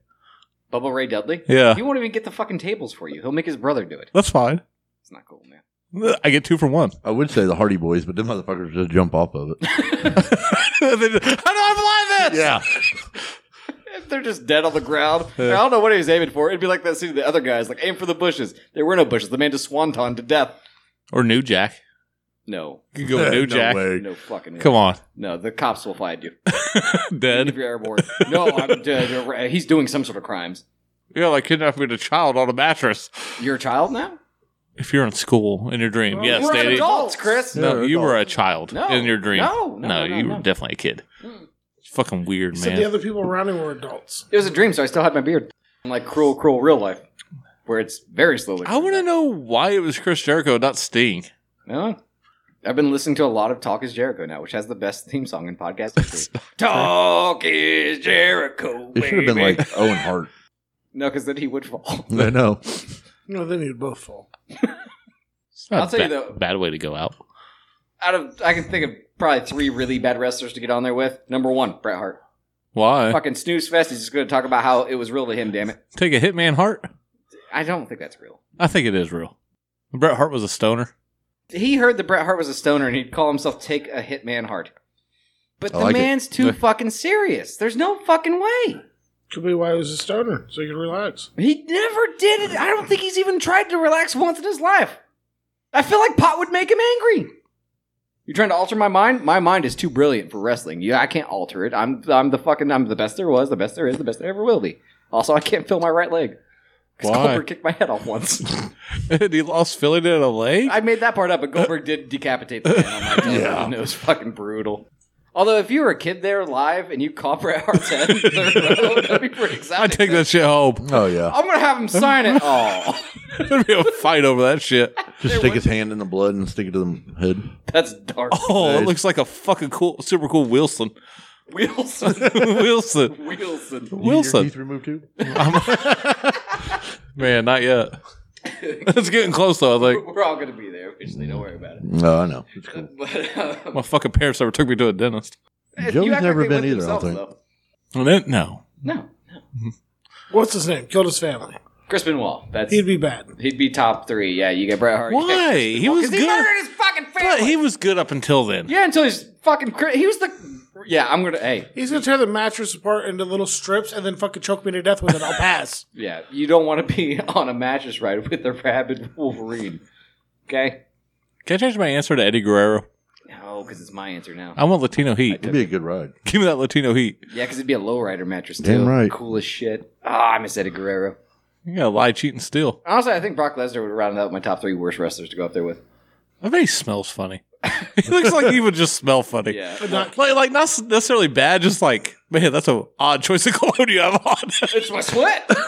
[SPEAKER 3] Bubba Ray Dudley?
[SPEAKER 1] Yeah,
[SPEAKER 3] He won't even get the fucking tables for you. He'll make his brother do it.
[SPEAKER 1] that's fine.
[SPEAKER 3] It's not cool, man.
[SPEAKER 1] I get two for one.
[SPEAKER 4] I would say the Hardy Boys, but them motherfuckers just jump off of it.
[SPEAKER 1] How do I fly this?
[SPEAKER 4] Yeah.
[SPEAKER 3] If they're just dead on the ground, I don't know what he was aiming for. It'd be like that scene of the other guys, like aim for the bushes. There were no bushes. The man just swantoned to death.
[SPEAKER 1] Or New Jack.
[SPEAKER 3] No,
[SPEAKER 1] You can go with New
[SPEAKER 4] No
[SPEAKER 1] Jack.
[SPEAKER 4] way.
[SPEAKER 3] no fucking. way.
[SPEAKER 1] Come on,
[SPEAKER 3] No, the cops will find you if
[SPEAKER 1] dead.
[SPEAKER 3] you're airborne. No, I'm dead. He's doing some sort of crimes.
[SPEAKER 1] You're like kidnapping a child on a mattress.
[SPEAKER 3] You're a child now.
[SPEAKER 1] If you're in school in your dream,
[SPEAKER 5] Well,
[SPEAKER 1] yes,
[SPEAKER 3] we're
[SPEAKER 1] Danny.
[SPEAKER 3] adults, Chris.
[SPEAKER 1] No,
[SPEAKER 4] They're
[SPEAKER 1] you were a
[SPEAKER 4] adults.
[SPEAKER 1] child
[SPEAKER 3] No,
[SPEAKER 1] in your dream.
[SPEAKER 3] no, no, no,
[SPEAKER 1] you
[SPEAKER 3] no.
[SPEAKER 1] were definitely a kid.
[SPEAKER 3] Mm.
[SPEAKER 1] It's fucking weird,
[SPEAKER 5] He
[SPEAKER 1] man.
[SPEAKER 5] said the other people around him were adults.
[SPEAKER 3] It was a dream, so I still had my beard. Unlike cruel, cruel real life, where it's very slowly.
[SPEAKER 1] I want to know why it was Chris Jericho, not Sting.
[SPEAKER 3] No. I've been listening to a lot of Talk is Jericho now, which has the best theme song in podcast history. Talk is Jericho.
[SPEAKER 4] It should have been
[SPEAKER 3] baby.
[SPEAKER 4] like Owen Hart.
[SPEAKER 3] No, because then he would fall.
[SPEAKER 4] I know.
[SPEAKER 5] No, then you'd both fall.
[SPEAKER 1] It's not
[SPEAKER 3] I'll
[SPEAKER 1] a
[SPEAKER 3] tell you
[SPEAKER 1] ba-
[SPEAKER 3] though-
[SPEAKER 1] bad way to go out.
[SPEAKER 3] Out of I can think of probably three really bad wrestlers to get on there with. Number one, Bret Hart.
[SPEAKER 4] Eh.
[SPEAKER 1] Why
[SPEAKER 3] Fucking snooze fest. He's just going to talk about how it was real to him. Damn it.
[SPEAKER 1] take a hitman heart?
[SPEAKER 3] I don't think that's real.
[SPEAKER 1] I think it is real. Bret Hart was a stoner.
[SPEAKER 3] He heard that Bret Hart was a stoner, and he'd call himself "Take a Hitman Hart." But
[SPEAKER 4] I
[SPEAKER 3] the
[SPEAKER 4] like it.
[SPEAKER 3] man's too fucking serious. There's no fucking way.
[SPEAKER 5] Could be why he was a stoner, so he could relax.
[SPEAKER 3] He never did it. I don't think he's even tried to relax once in his life. I feel like pot would make him angry. You trying to alter my mind? My mind is too brilliant for wrestling. Yeah, I can't alter it. I'm I'm the fucking I'm the best there was, the best there is, the best there ever will be. Also, I can't feel my right leg. Because
[SPEAKER 1] Why?
[SPEAKER 3] Goldberg kicked my head off once.
[SPEAKER 1] and he lost Philly to a leg.
[SPEAKER 3] I made that part up, but Goldberg did decapitate the man on my television.
[SPEAKER 4] Yeah.
[SPEAKER 3] and It was fucking brutal. Although, if you were a kid there live and you caught Bret Hart's head, in the third row, that'd be pretty exciting.
[SPEAKER 1] I take that shit home.
[SPEAKER 4] Oh yeah.
[SPEAKER 3] I'm gonna have him sign it. Oh,
[SPEAKER 1] There'd be a fight over that shit.
[SPEAKER 4] Just stick his hand in the blood and stick it to the head.
[SPEAKER 3] that's dark.
[SPEAKER 1] Oh, it
[SPEAKER 4] Nice.
[SPEAKER 1] looks like a fucking cool, super cool Wilson.
[SPEAKER 3] Wilson.
[SPEAKER 1] Wilson.
[SPEAKER 3] Wilson.
[SPEAKER 1] Wilson.
[SPEAKER 4] removed too.
[SPEAKER 1] Man, not yet. it's getting close though. I think
[SPEAKER 3] We're all going to be there officially. Don't worry about it.
[SPEAKER 4] No, I know. It's cool.
[SPEAKER 3] But, um,
[SPEAKER 1] my fucking parents never took me to a dentist.
[SPEAKER 3] if
[SPEAKER 4] Joey's
[SPEAKER 3] you act like
[SPEAKER 4] never
[SPEAKER 3] they
[SPEAKER 4] been
[SPEAKER 3] went
[SPEAKER 4] either, I don't
[SPEAKER 3] themselves,
[SPEAKER 1] And
[SPEAKER 4] think.
[SPEAKER 1] then, no,
[SPEAKER 3] though. No.
[SPEAKER 5] What's his name? Killed his family.
[SPEAKER 3] Chris Benoit. That's,
[SPEAKER 5] He'd
[SPEAKER 3] he'd, be,
[SPEAKER 5] be bad.
[SPEAKER 3] top three. Yeah, you get Bret Hart. you get
[SPEAKER 1] Why?
[SPEAKER 3] Chris
[SPEAKER 1] He
[SPEAKER 3] Benoit.
[SPEAKER 1] was
[SPEAKER 3] 'Cause He
[SPEAKER 1] good.
[SPEAKER 3] murdered his fucking
[SPEAKER 1] but
[SPEAKER 3] family.
[SPEAKER 1] he was good up until then.
[SPEAKER 3] yeah, until he's fucking. Chris- He was the. Yeah, I'm going to. Hey,
[SPEAKER 5] He's gonna tear the mattress apart into little strips and then fucking choke me to death with it. I'll pass.
[SPEAKER 3] Yeah, you don't want to be on a mattress ride with a rabid Wolverine. Okay?
[SPEAKER 1] Can I change my answer to Eddie Guerrero?
[SPEAKER 3] No, because it's my answer now.
[SPEAKER 1] I want Latino heat.
[SPEAKER 4] It'd be a good ride.
[SPEAKER 1] Give me that Latino heat.
[SPEAKER 3] Yeah, because it'd be a lowrider mattress, too.
[SPEAKER 4] Damn right.
[SPEAKER 3] Cool as shit. Ah, I miss Eddie Guerrero.
[SPEAKER 1] You gotta lie, cheat, and steal.
[SPEAKER 3] Honestly, I think Brock Lesnar would round out my top three worst wrestlers to go up there with.
[SPEAKER 1] I bet he smells funny. he looks like he would just smell funny.
[SPEAKER 3] Yeah.
[SPEAKER 1] Not, like, like not necessarily bad, just like, man, that's an odd choice of cologne you have on.
[SPEAKER 3] It's my sweat!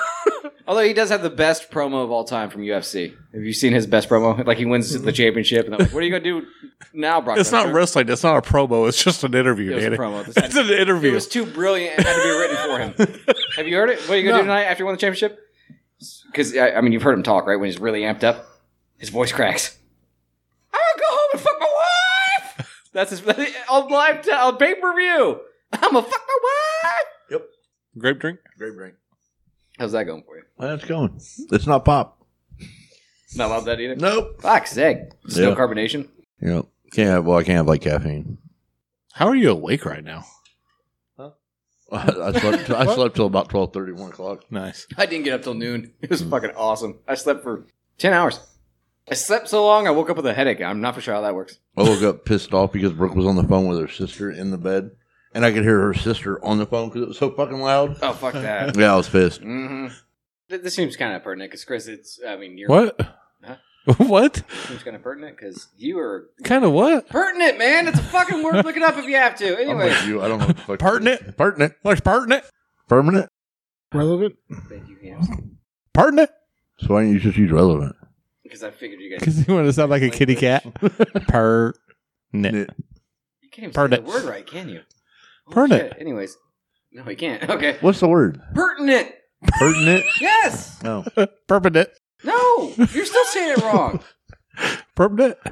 [SPEAKER 3] Although he does have the best promo of all time from UFC. Have you seen his best promo? Like he wins the championship, and they're like, what are you going to do now, Brock
[SPEAKER 1] it's not
[SPEAKER 3] Lesnar?"
[SPEAKER 1] wrestling. It's not a promo. It's just an interview,
[SPEAKER 3] It was a
[SPEAKER 1] Danny.
[SPEAKER 3] promo. This-
[SPEAKER 1] It's an
[SPEAKER 3] It
[SPEAKER 1] interview.
[SPEAKER 3] was too brilliant. It had to be written for him. Have you heard it? What are you gonna do tonight after you won the championship? Because I, I mean, you've heard him talk, right? When he's really amped up, his voice cracks. I'm gonna go home and fuck my wife. That's his on live t- on pay per view. I'm gonna fuck my wife.
[SPEAKER 1] Grape drink?
[SPEAKER 4] Great brain.
[SPEAKER 3] How's that going for you?
[SPEAKER 4] That's going. It's not pop.
[SPEAKER 3] Not allowed that either.
[SPEAKER 4] Nope.
[SPEAKER 3] Fuck, Zeg. There's no
[SPEAKER 4] Yeah.
[SPEAKER 3] carbonation.
[SPEAKER 4] You know, can't have. Well, I can't have like caffeine.
[SPEAKER 1] How are you awake right now?
[SPEAKER 4] I, I slept. I slept till about 12:30, 1 o'clock.
[SPEAKER 1] Nice.
[SPEAKER 3] I didn't get up till noon. It was fucking awesome. I slept for ten hours. I slept so long, I woke up with a headache. I'm not for sure how that works.
[SPEAKER 4] I woke up pissed off because Brooke was on the phone with her sister in the bed, and I could hear her sister on the phone because it was so fucking loud.
[SPEAKER 3] Oh fuck that.
[SPEAKER 4] Yeah, I was pissed.
[SPEAKER 3] hmm This seems kind of pertinent because Chris, it's I mean you're
[SPEAKER 1] What?
[SPEAKER 3] Huh?
[SPEAKER 1] what?
[SPEAKER 3] This seems kind of pertinent because you are
[SPEAKER 1] Kind of what?
[SPEAKER 3] pertinent, man. It's a fucking word. Look it up if you have to.
[SPEAKER 4] I'm
[SPEAKER 3] Anyway,
[SPEAKER 4] with you. I don't know. what the fuck-
[SPEAKER 1] Pertinent?
[SPEAKER 4] Pertinent.
[SPEAKER 1] What's pertinent?
[SPEAKER 4] Permanent.
[SPEAKER 5] Relevant.
[SPEAKER 3] thank you,
[SPEAKER 1] Pertinent?
[SPEAKER 4] So why don't you just use relevant?
[SPEAKER 3] because I figured you guys
[SPEAKER 1] Because you want to sound like a kitty cat. Per.
[SPEAKER 4] Nit.
[SPEAKER 3] you can't even say
[SPEAKER 1] Pertinent.
[SPEAKER 3] the word right, can you? Holy
[SPEAKER 1] Pertinent.
[SPEAKER 3] shit. Anyways, no, you can't. Okay,
[SPEAKER 4] What's the word?
[SPEAKER 3] pertinent.
[SPEAKER 4] Pertinent.
[SPEAKER 3] Yes.
[SPEAKER 4] No.
[SPEAKER 1] Permanent.
[SPEAKER 3] No, you're still saying it wrong.
[SPEAKER 1] Permanent.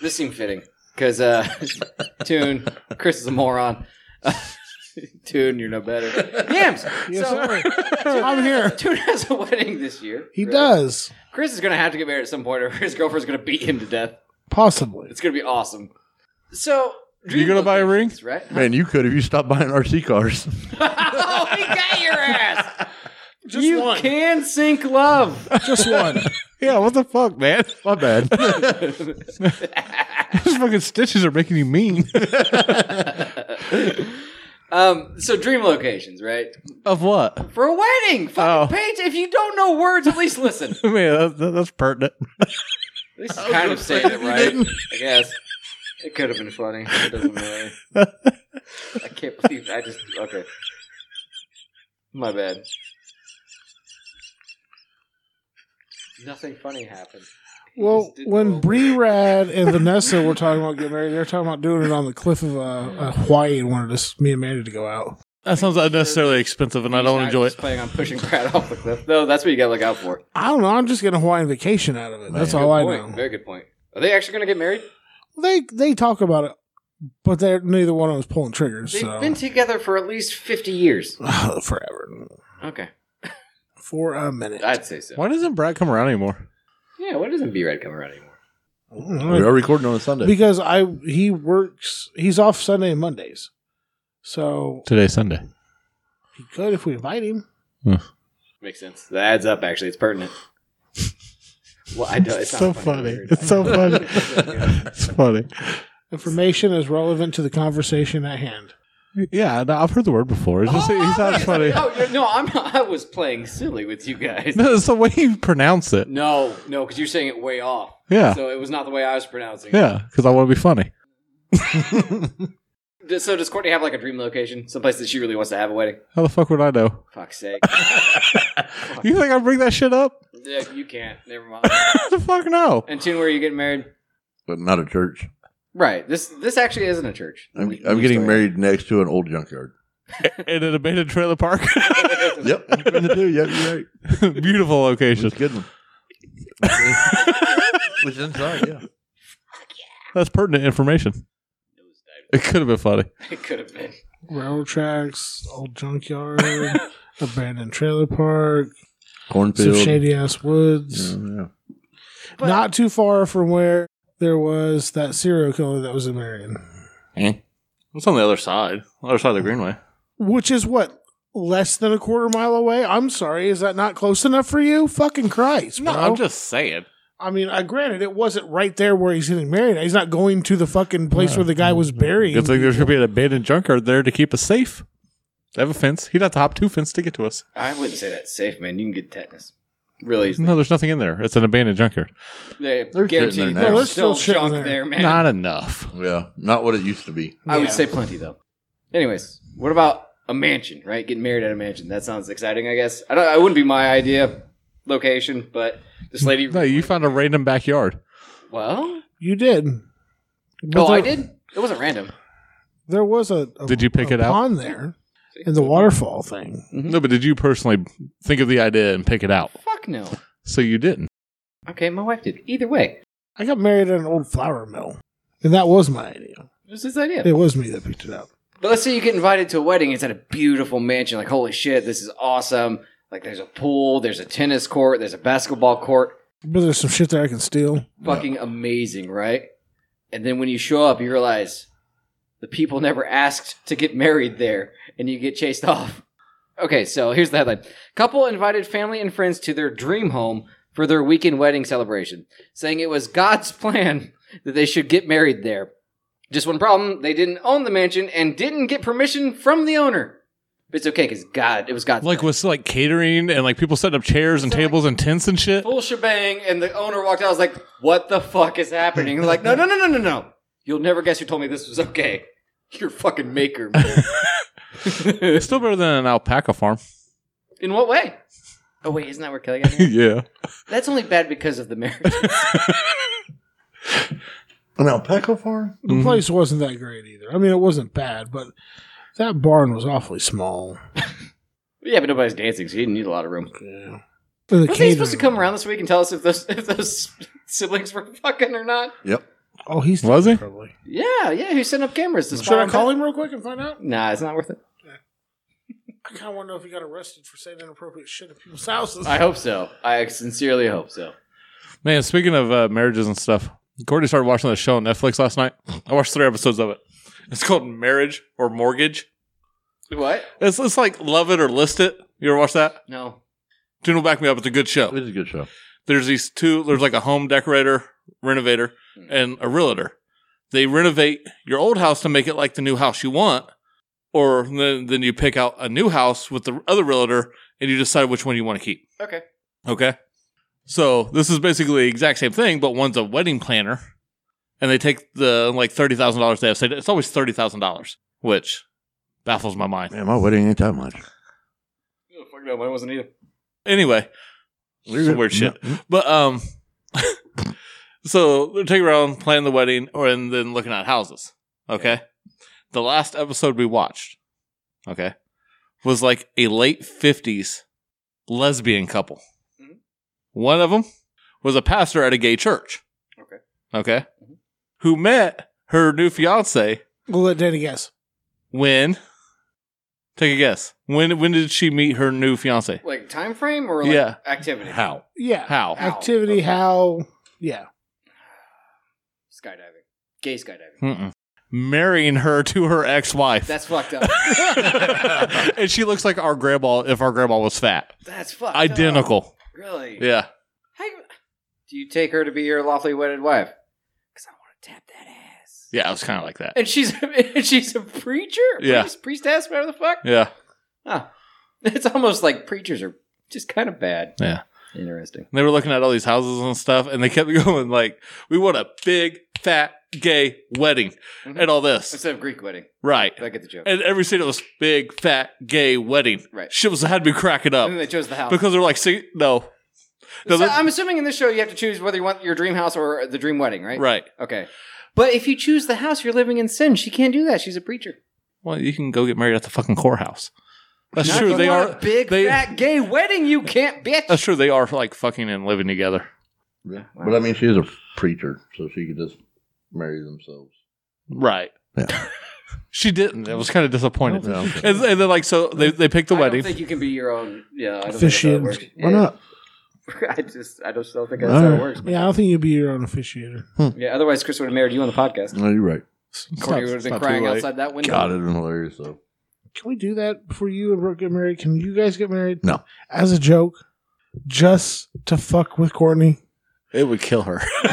[SPEAKER 3] This seemed fitting because uh, Tune Chris is a moron. Tune, you're no better. Yams.
[SPEAKER 5] Yes,
[SPEAKER 3] so,
[SPEAKER 5] sir. I'm here.
[SPEAKER 3] Tune has a wedding this year.
[SPEAKER 5] He
[SPEAKER 3] Right?
[SPEAKER 5] does
[SPEAKER 3] Chris is going to have to get married at some point, or his girlfriend's going to beat him to death.
[SPEAKER 5] possibly.
[SPEAKER 3] It's going to be awesome. So,
[SPEAKER 1] You gonna buy a ring?
[SPEAKER 3] locations, right?
[SPEAKER 4] Man, you could if you stopped buying RC cars.
[SPEAKER 3] oh, he got your ass.
[SPEAKER 5] Just
[SPEAKER 3] you
[SPEAKER 5] one.
[SPEAKER 3] can sink love.
[SPEAKER 6] Just one.
[SPEAKER 1] Yeah, what the fuck, man?
[SPEAKER 6] My bad.
[SPEAKER 1] Those fucking stitches are making you mean.
[SPEAKER 3] um, so dream locations, right?
[SPEAKER 1] of what?
[SPEAKER 3] For a wedding, fucking
[SPEAKER 1] Oh.
[SPEAKER 3] Paige. If you don't know words, at least listen.
[SPEAKER 1] I mean, that, that- that's pertinent.
[SPEAKER 3] At least it's kind of saying it right. I guess it could have been funny. It doesn't really. I can't believe I just okay. My bad. Nothing funny happened.
[SPEAKER 5] Well,
[SPEAKER 3] Just did
[SPEAKER 5] when
[SPEAKER 3] roll.
[SPEAKER 5] Bree Rad and Vanessa were talking about getting married, they were talking about doing it on the cliff of uh, uh, Hawaii and wanted us, me and Mandy to go out.
[SPEAKER 1] That sounds unnecessarily expensive, and I don't
[SPEAKER 3] Not
[SPEAKER 1] enjoy
[SPEAKER 3] just
[SPEAKER 1] it.
[SPEAKER 3] Playing on pushing Brad off the cliff, though. That's what you gotta look out for.
[SPEAKER 5] I don't know. I'm just getting a Hawaiian vacation out of it. That's
[SPEAKER 1] Oh,
[SPEAKER 3] Good
[SPEAKER 5] all I
[SPEAKER 3] point.
[SPEAKER 5] know.
[SPEAKER 3] Very good point. Are they actually gonna get married?
[SPEAKER 5] They they talk about it, but they're neither one of us pulling triggers.
[SPEAKER 3] They've
[SPEAKER 5] So
[SPEAKER 3] been together for at least fifty years.
[SPEAKER 5] forever
[SPEAKER 3] Okay,
[SPEAKER 5] for a minute.
[SPEAKER 3] I'd say so.
[SPEAKER 1] Why doesn't Brad come around anymore?
[SPEAKER 3] Yeah, why doesn't B Red come around anymore?
[SPEAKER 5] I don't know.
[SPEAKER 4] We are recording on a Sunday.
[SPEAKER 5] because I he works. He's off Sunday and Mondays, so
[SPEAKER 1] Today's Sunday.
[SPEAKER 5] he could if we invite him.
[SPEAKER 3] Makes sense. That adds up. Actually, it's pertinent. Well, I don't, it's
[SPEAKER 1] so
[SPEAKER 3] not
[SPEAKER 1] funny.
[SPEAKER 3] Weird.
[SPEAKER 1] It's so funny. it's funny.
[SPEAKER 5] Information is relevant to the conversation at hand.
[SPEAKER 1] Yeah, no, I've heard the word before. It's just he sounds funny.
[SPEAKER 3] Oh you're- no, I'm. I was playing silly with you guys.
[SPEAKER 1] No, it's the way you pronounce it.
[SPEAKER 3] No, no, because you're saying it way off.
[SPEAKER 1] Yeah,
[SPEAKER 3] So it was not the way I was pronouncing. it.
[SPEAKER 1] yeah, because I want to be funny.
[SPEAKER 3] D- So does Courtney have like a dream location, someplace that she really wants to have a wedding?
[SPEAKER 1] How the fuck would I know?
[SPEAKER 3] Fuck's sake.
[SPEAKER 1] You think I bring that shit up?
[SPEAKER 3] yeah, you can't. Never mind.
[SPEAKER 1] the fuck no.
[SPEAKER 3] And tune where are you getting married?
[SPEAKER 4] but not a church.
[SPEAKER 3] Right. This this actually isn't a church.
[SPEAKER 4] I'm, I'm getting married next to an old junkyard.
[SPEAKER 1] In an abandoned trailer park.
[SPEAKER 4] Yep. Between the two, yep, you're right.
[SPEAKER 1] Beautiful location.
[SPEAKER 4] Just kidding. Which inside, yeah.
[SPEAKER 1] That's pertinent information. It could have been funny.
[SPEAKER 3] It could have been.
[SPEAKER 5] Railroad tracks, old junkyard, abandoned trailer park,
[SPEAKER 4] Cornfield.
[SPEAKER 5] some shady ass woods.
[SPEAKER 4] Yeah, yeah.
[SPEAKER 3] But-
[SPEAKER 5] Not too far from where there was that serial killer that was in Marion,
[SPEAKER 1] Eh. What's on the other side? Other side of the Greenway.
[SPEAKER 5] which is what less than a quarter mile away. I'm sorry, is that not close enough for you? Fucking Christ, bro.
[SPEAKER 1] just saying.
[SPEAKER 5] I mean, I granted it wasn't right there where he's getting married. He's not going to the fucking place where the guy was buried.
[SPEAKER 1] Good thing there's gonna be an abandoned junkyard there to keep us safe. They have a fence. He'd have to hop two fence to get to us.
[SPEAKER 3] I wouldn't say that's safe, man. You can get tetanus. Really? easily.
[SPEAKER 1] No, there's nothing in there. It's an abandoned junkyard.
[SPEAKER 3] They
[SPEAKER 4] They're
[SPEAKER 3] guarantee
[SPEAKER 4] sitting there now.
[SPEAKER 3] there's
[SPEAKER 5] There's
[SPEAKER 3] still
[SPEAKER 5] still shit in
[SPEAKER 3] junk there,
[SPEAKER 5] there.
[SPEAKER 3] man.
[SPEAKER 1] Not enough.
[SPEAKER 4] Yeah, not what it used to be.
[SPEAKER 3] I would say plenty though. Anyways, what about a mansion? Right, getting married at a mansion. That sounds exciting. I guess I don't. I wouldn't be my idea location, but this lady.
[SPEAKER 1] No, you found a random backyard.
[SPEAKER 3] well,
[SPEAKER 5] you did.
[SPEAKER 3] oh,
[SPEAKER 5] But
[SPEAKER 3] I
[SPEAKER 5] there-
[SPEAKER 3] did. It wasn't random.
[SPEAKER 5] There was a, a-
[SPEAKER 1] Did you pick
[SPEAKER 5] a
[SPEAKER 1] it out?
[SPEAKER 5] pond there in the waterfall thing.
[SPEAKER 1] No, but did you personally think of the idea and pick it out?
[SPEAKER 3] Fuck no.
[SPEAKER 1] So you didn't.
[SPEAKER 3] Okay, my wife did. Either way,
[SPEAKER 5] I got married at an old flour mill, and that was my idea.
[SPEAKER 3] it was this idea.
[SPEAKER 5] It was me that picked it up.
[SPEAKER 3] But let's say you get invited to a wedding. It's at a beautiful mansion. Like, holy shit, this is awesome. Like, there's a pool, there's a tennis court, there's a basketball court.
[SPEAKER 5] But there's some shit there I can steal.
[SPEAKER 3] Fucking amazing, right? And then when you show up, you realize the people never asked to get married there, and you get chased off. Okay, so here's the headline Couple invited family and friends to their dream home for their weekend wedding celebration, saying it was God's plan that they should get married there. Just one problem they didn't own the mansion and didn't get permission from the owner. But it's okay because God, it was God's
[SPEAKER 1] Like
[SPEAKER 3] plan.
[SPEAKER 1] was like catering and like people setting up chairs and tables and tents and shit.
[SPEAKER 3] full shebang, and the owner walked out. I was like, "What the fuck is happening?" And like, no, no, no, no, no, no. You'll never guess who told me this was okay. You're a fucking maker. man."
[SPEAKER 1] It's still better than an alpaca farm.
[SPEAKER 3] In what way? Oh wait, isn't that where Kelly got married?
[SPEAKER 1] yeah.
[SPEAKER 3] That's only bad because of the marriage.
[SPEAKER 4] An alpaca farm?
[SPEAKER 5] The
[SPEAKER 1] Mhm.
[SPEAKER 5] place wasn't that great either. I mean, it wasn't bad, but that barn was awfully small.
[SPEAKER 3] yeah, but nobody's dancing, so you didn't need a lot of room.
[SPEAKER 5] Yeah. And the
[SPEAKER 3] Wasn't he supposed to
[SPEAKER 5] catering-
[SPEAKER 3] come around this week and tell us if those if those siblings were fucking or not?
[SPEAKER 4] Yep.
[SPEAKER 5] Oh, he's
[SPEAKER 1] Was he?
[SPEAKER 5] probably.
[SPEAKER 3] Yeah, yeah. Who set up cameras? To
[SPEAKER 5] Should I call him real quick and find out?
[SPEAKER 3] Nah, it's not worth it.
[SPEAKER 5] I kind of want to know if he got arrested for saying inappropriate shit at people's houses.
[SPEAKER 3] I hope so. I sincerely hope so.
[SPEAKER 1] Man, speaking of uh, marriages and stuff, Courtney started watching this show on Netflix last night. I watched three episodes of it. It's called Marriage or Mortgage.
[SPEAKER 3] What?
[SPEAKER 1] It's it's like Love It or List It. You ever watch that?
[SPEAKER 3] No.
[SPEAKER 1] Tune will back me up. It's a good show.
[SPEAKER 4] It's a good show.
[SPEAKER 1] there's these two there's like a home decorator renovator and a realtor they renovate your old house to make it like the new house you want or then, then you pick out a new house with the other realtor and you decide which one you want to keep
[SPEAKER 3] Okay.
[SPEAKER 1] okay so this is basically the exact same thing but one's a wedding planner and they take the like $30000 they have saved it's always $30000 which baffles my mind
[SPEAKER 4] Man, my wedding ain't that much.
[SPEAKER 3] Oh, fuck no, mine wasn't either.
[SPEAKER 1] anyway some weird shit
[SPEAKER 4] No.
[SPEAKER 1] But um, so they're taking around planning the wedding, or and then looking at houses. Okay, the last episode we watched, okay, was like a late fifties lesbian couple.
[SPEAKER 3] Mhm.
[SPEAKER 1] One of them was a pastor at a gay church.
[SPEAKER 3] Okay.
[SPEAKER 1] okay, who met her new fiance
[SPEAKER 5] We'll let Danny guess.
[SPEAKER 1] when. Take a guess. When when did she meet her new fiance?
[SPEAKER 3] Like time frame or like
[SPEAKER 1] Yeah.
[SPEAKER 3] activity?
[SPEAKER 1] How?
[SPEAKER 5] Yeah.
[SPEAKER 1] How?
[SPEAKER 3] How?
[SPEAKER 5] Activity,
[SPEAKER 3] Okay.
[SPEAKER 5] how? Yeah.
[SPEAKER 3] Skydiving. Gay skydiving.
[SPEAKER 1] Mm-mm. Marrying her to her ex-wife.
[SPEAKER 3] That's fucked up.
[SPEAKER 1] and she looks like our grandma if our grandma was fat.
[SPEAKER 3] That's fucked up.
[SPEAKER 1] Identical.
[SPEAKER 3] Really?
[SPEAKER 1] Yeah.
[SPEAKER 3] How you- do you take her to be your lawfully wedded wife? Because I want to tap that ass.
[SPEAKER 1] Yeah, it was kind of like that.
[SPEAKER 3] And she's and she's a preacher?
[SPEAKER 1] Yeah.
[SPEAKER 3] Priest, priestess, whatever the fuck?
[SPEAKER 1] Yeah.
[SPEAKER 3] Huh. It's almost like preachers are just kind of bad.
[SPEAKER 1] Yeah.
[SPEAKER 3] Interesting.
[SPEAKER 1] And they were looking at all these houses and stuff, and they kept going like, "We want a big, fat, gay wedding,"
[SPEAKER 3] Mhm.
[SPEAKER 1] and all this,
[SPEAKER 3] Instead of Greek wedding.
[SPEAKER 1] right?
[SPEAKER 3] Did I get the joke?
[SPEAKER 1] And every city was big, fat, gay wedding.
[SPEAKER 3] Right.
[SPEAKER 1] Shit was had to be cracking up
[SPEAKER 3] and then they chose the house.
[SPEAKER 1] because they're like, "See, no, no,
[SPEAKER 3] so
[SPEAKER 1] that-
[SPEAKER 3] I'm assuming in this show you have to choose whether you want your dream house or the dream wedding, right?
[SPEAKER 1] right."
[SPEAKER 3] Okay. But if you choose the house, you're living in sin. She can't do that. She's a preacher.
[SPEAKER 1] Well, you can go get married at the fucking courthouse. That's
[SPEAKER 3] Not
[SPEAKER 1] true.
[SPEAKER 3] if
[SPEAKER 1] They
[SPEAKER 3] you want
[SPEAKER 1] are
[SPEAKER 3] a big
[SPEAKER 1] they-
[SPEAKER 3] fat gay wedding. You can't, bitch.
[SPEAKER 1] That's true. They are like fucking and living together.
[SPEAKER 4] Yeah. But I mean, she is a preacher, so she could just marry themselves.
[SPEAKER 1] Right.
[SPEAKER 4] Yeah.
[SPEAKER 1] she didn't. Mm, It was kind of disappointed.
[SPEAKER 4] No.
[SPEAKER 1] And, and then like so they, they picked the
[SPEAKER 3] I
[SPEAKER 1] wedding.
[SPEAKER 3] don't think you can be your own. Yeah, I don't
[SPEAKER 5] Officiant.
[SPEAKER 3] Think that's how
[SPEAKER 4] Why
[SPEAKER 3] it works.
[SPEAKER 4] not?
[SPEAKER 3] Yeah. I just, I just don't think that's how it
[SPEAKER 4] Alright.
[SPEAKER 3] works.
[SPEAKER 5] Yeah, I don't think you'd be your own officiator.
[SPEAKER 3] Yeah. Otherwise, Chris would have married you on the podcast.
[SPEAKER 4] No, you're right.
[SPEAKER 1] It's
[SPEAKER 3] Courtney
[SPEAKER 1] not-
[SPEAKER 3] would have
[SPEAKER 1] it's
[SPEAKER 3] been
[SPEAKER 1] not
[SPEAKER 3] crying
[SPEAKER 1] too late.
[SPEAKER 3] outside that window.
[SPEAKER 4] God, it's been hilarious though.
[SPEAKER 5] Can we do that before you and Brooke get married? Can you guys get married?
[SPEAKER 4] No.
[SPEAKER 5] As a joke, just to fuck with Courtney.
[SPEAKER 1] It would kill her.
[SPEAKER 4] be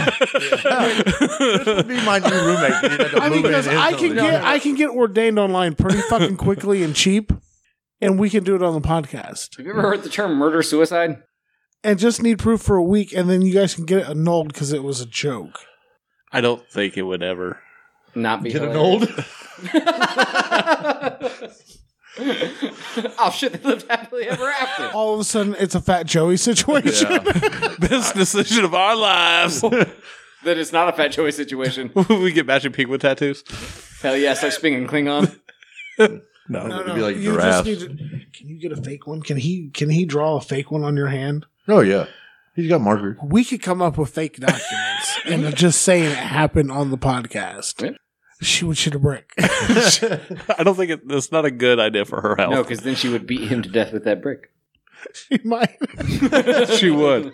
[SPEAKER 4] my new roommate. You'd have to
[SPEAKER 5] I mean,
[SPEAKER 4] move in
[SPEAKER 5] because I can
[SPEAKER 4] instantly.
[SPEAKER 5] get I can get ordained online pretty fucking quickly and cheap, and we can do it on the podcast.
[SPEAKER 3] Have you ever heard the term murder suicide?
[SPEAKER 5] And just need proof for a week, and then you guys can get it annulled because it was a joke.
[SPEAKER 1] I don't think it would ever.
[SPEAKER 3] Not be
[SPEAKER 4] Get an
[SPEAKER 3] hilarious.
[SPEAKER 4] old.
[SPEAKER 3] oh shit! They lived happily ever after.
[SPEAKER 5] All of a sudden, it's a Fat Joey situation.
[SPEAKER 1] Best decision of our lives.
[SPEAKER 3] That it's not a fat Joey situation.
[SPEAKER 1] we get matching pink with tattoos.
[SPEAKER 3] Hell yes, I speak in Klingon.
[SPEAKER 4] No,
[SPEAKER 5] No,
[SPEAKER 4] it'd
[SPEAKER 5] no,
[SPEAKER 4] be like
[SPEAKER 5] you
[SPEAKER 4] giraffes.
[SPEAKER 5] just need to- can you get a fake one? Can he can he draw a fake one on your hand?
[SPEAKER 4] Oh yeah, he's got markers.
[SPEAKER 5] We could come up with fake documents and just saying it happened on the podcast.
[SPEAKER 3] Yeah.
[SPEAKER 5] She would shit a brick.
[SPEAKER 1] I don't think it, it's not a good idea for her
[SPEAKER 3] No,
[SPEAKER 1] health.
[SPEAKER 3] because then she would beat him to death with that brick.
[SPEAKER 5] she might.
[SPEAKER 1] she would.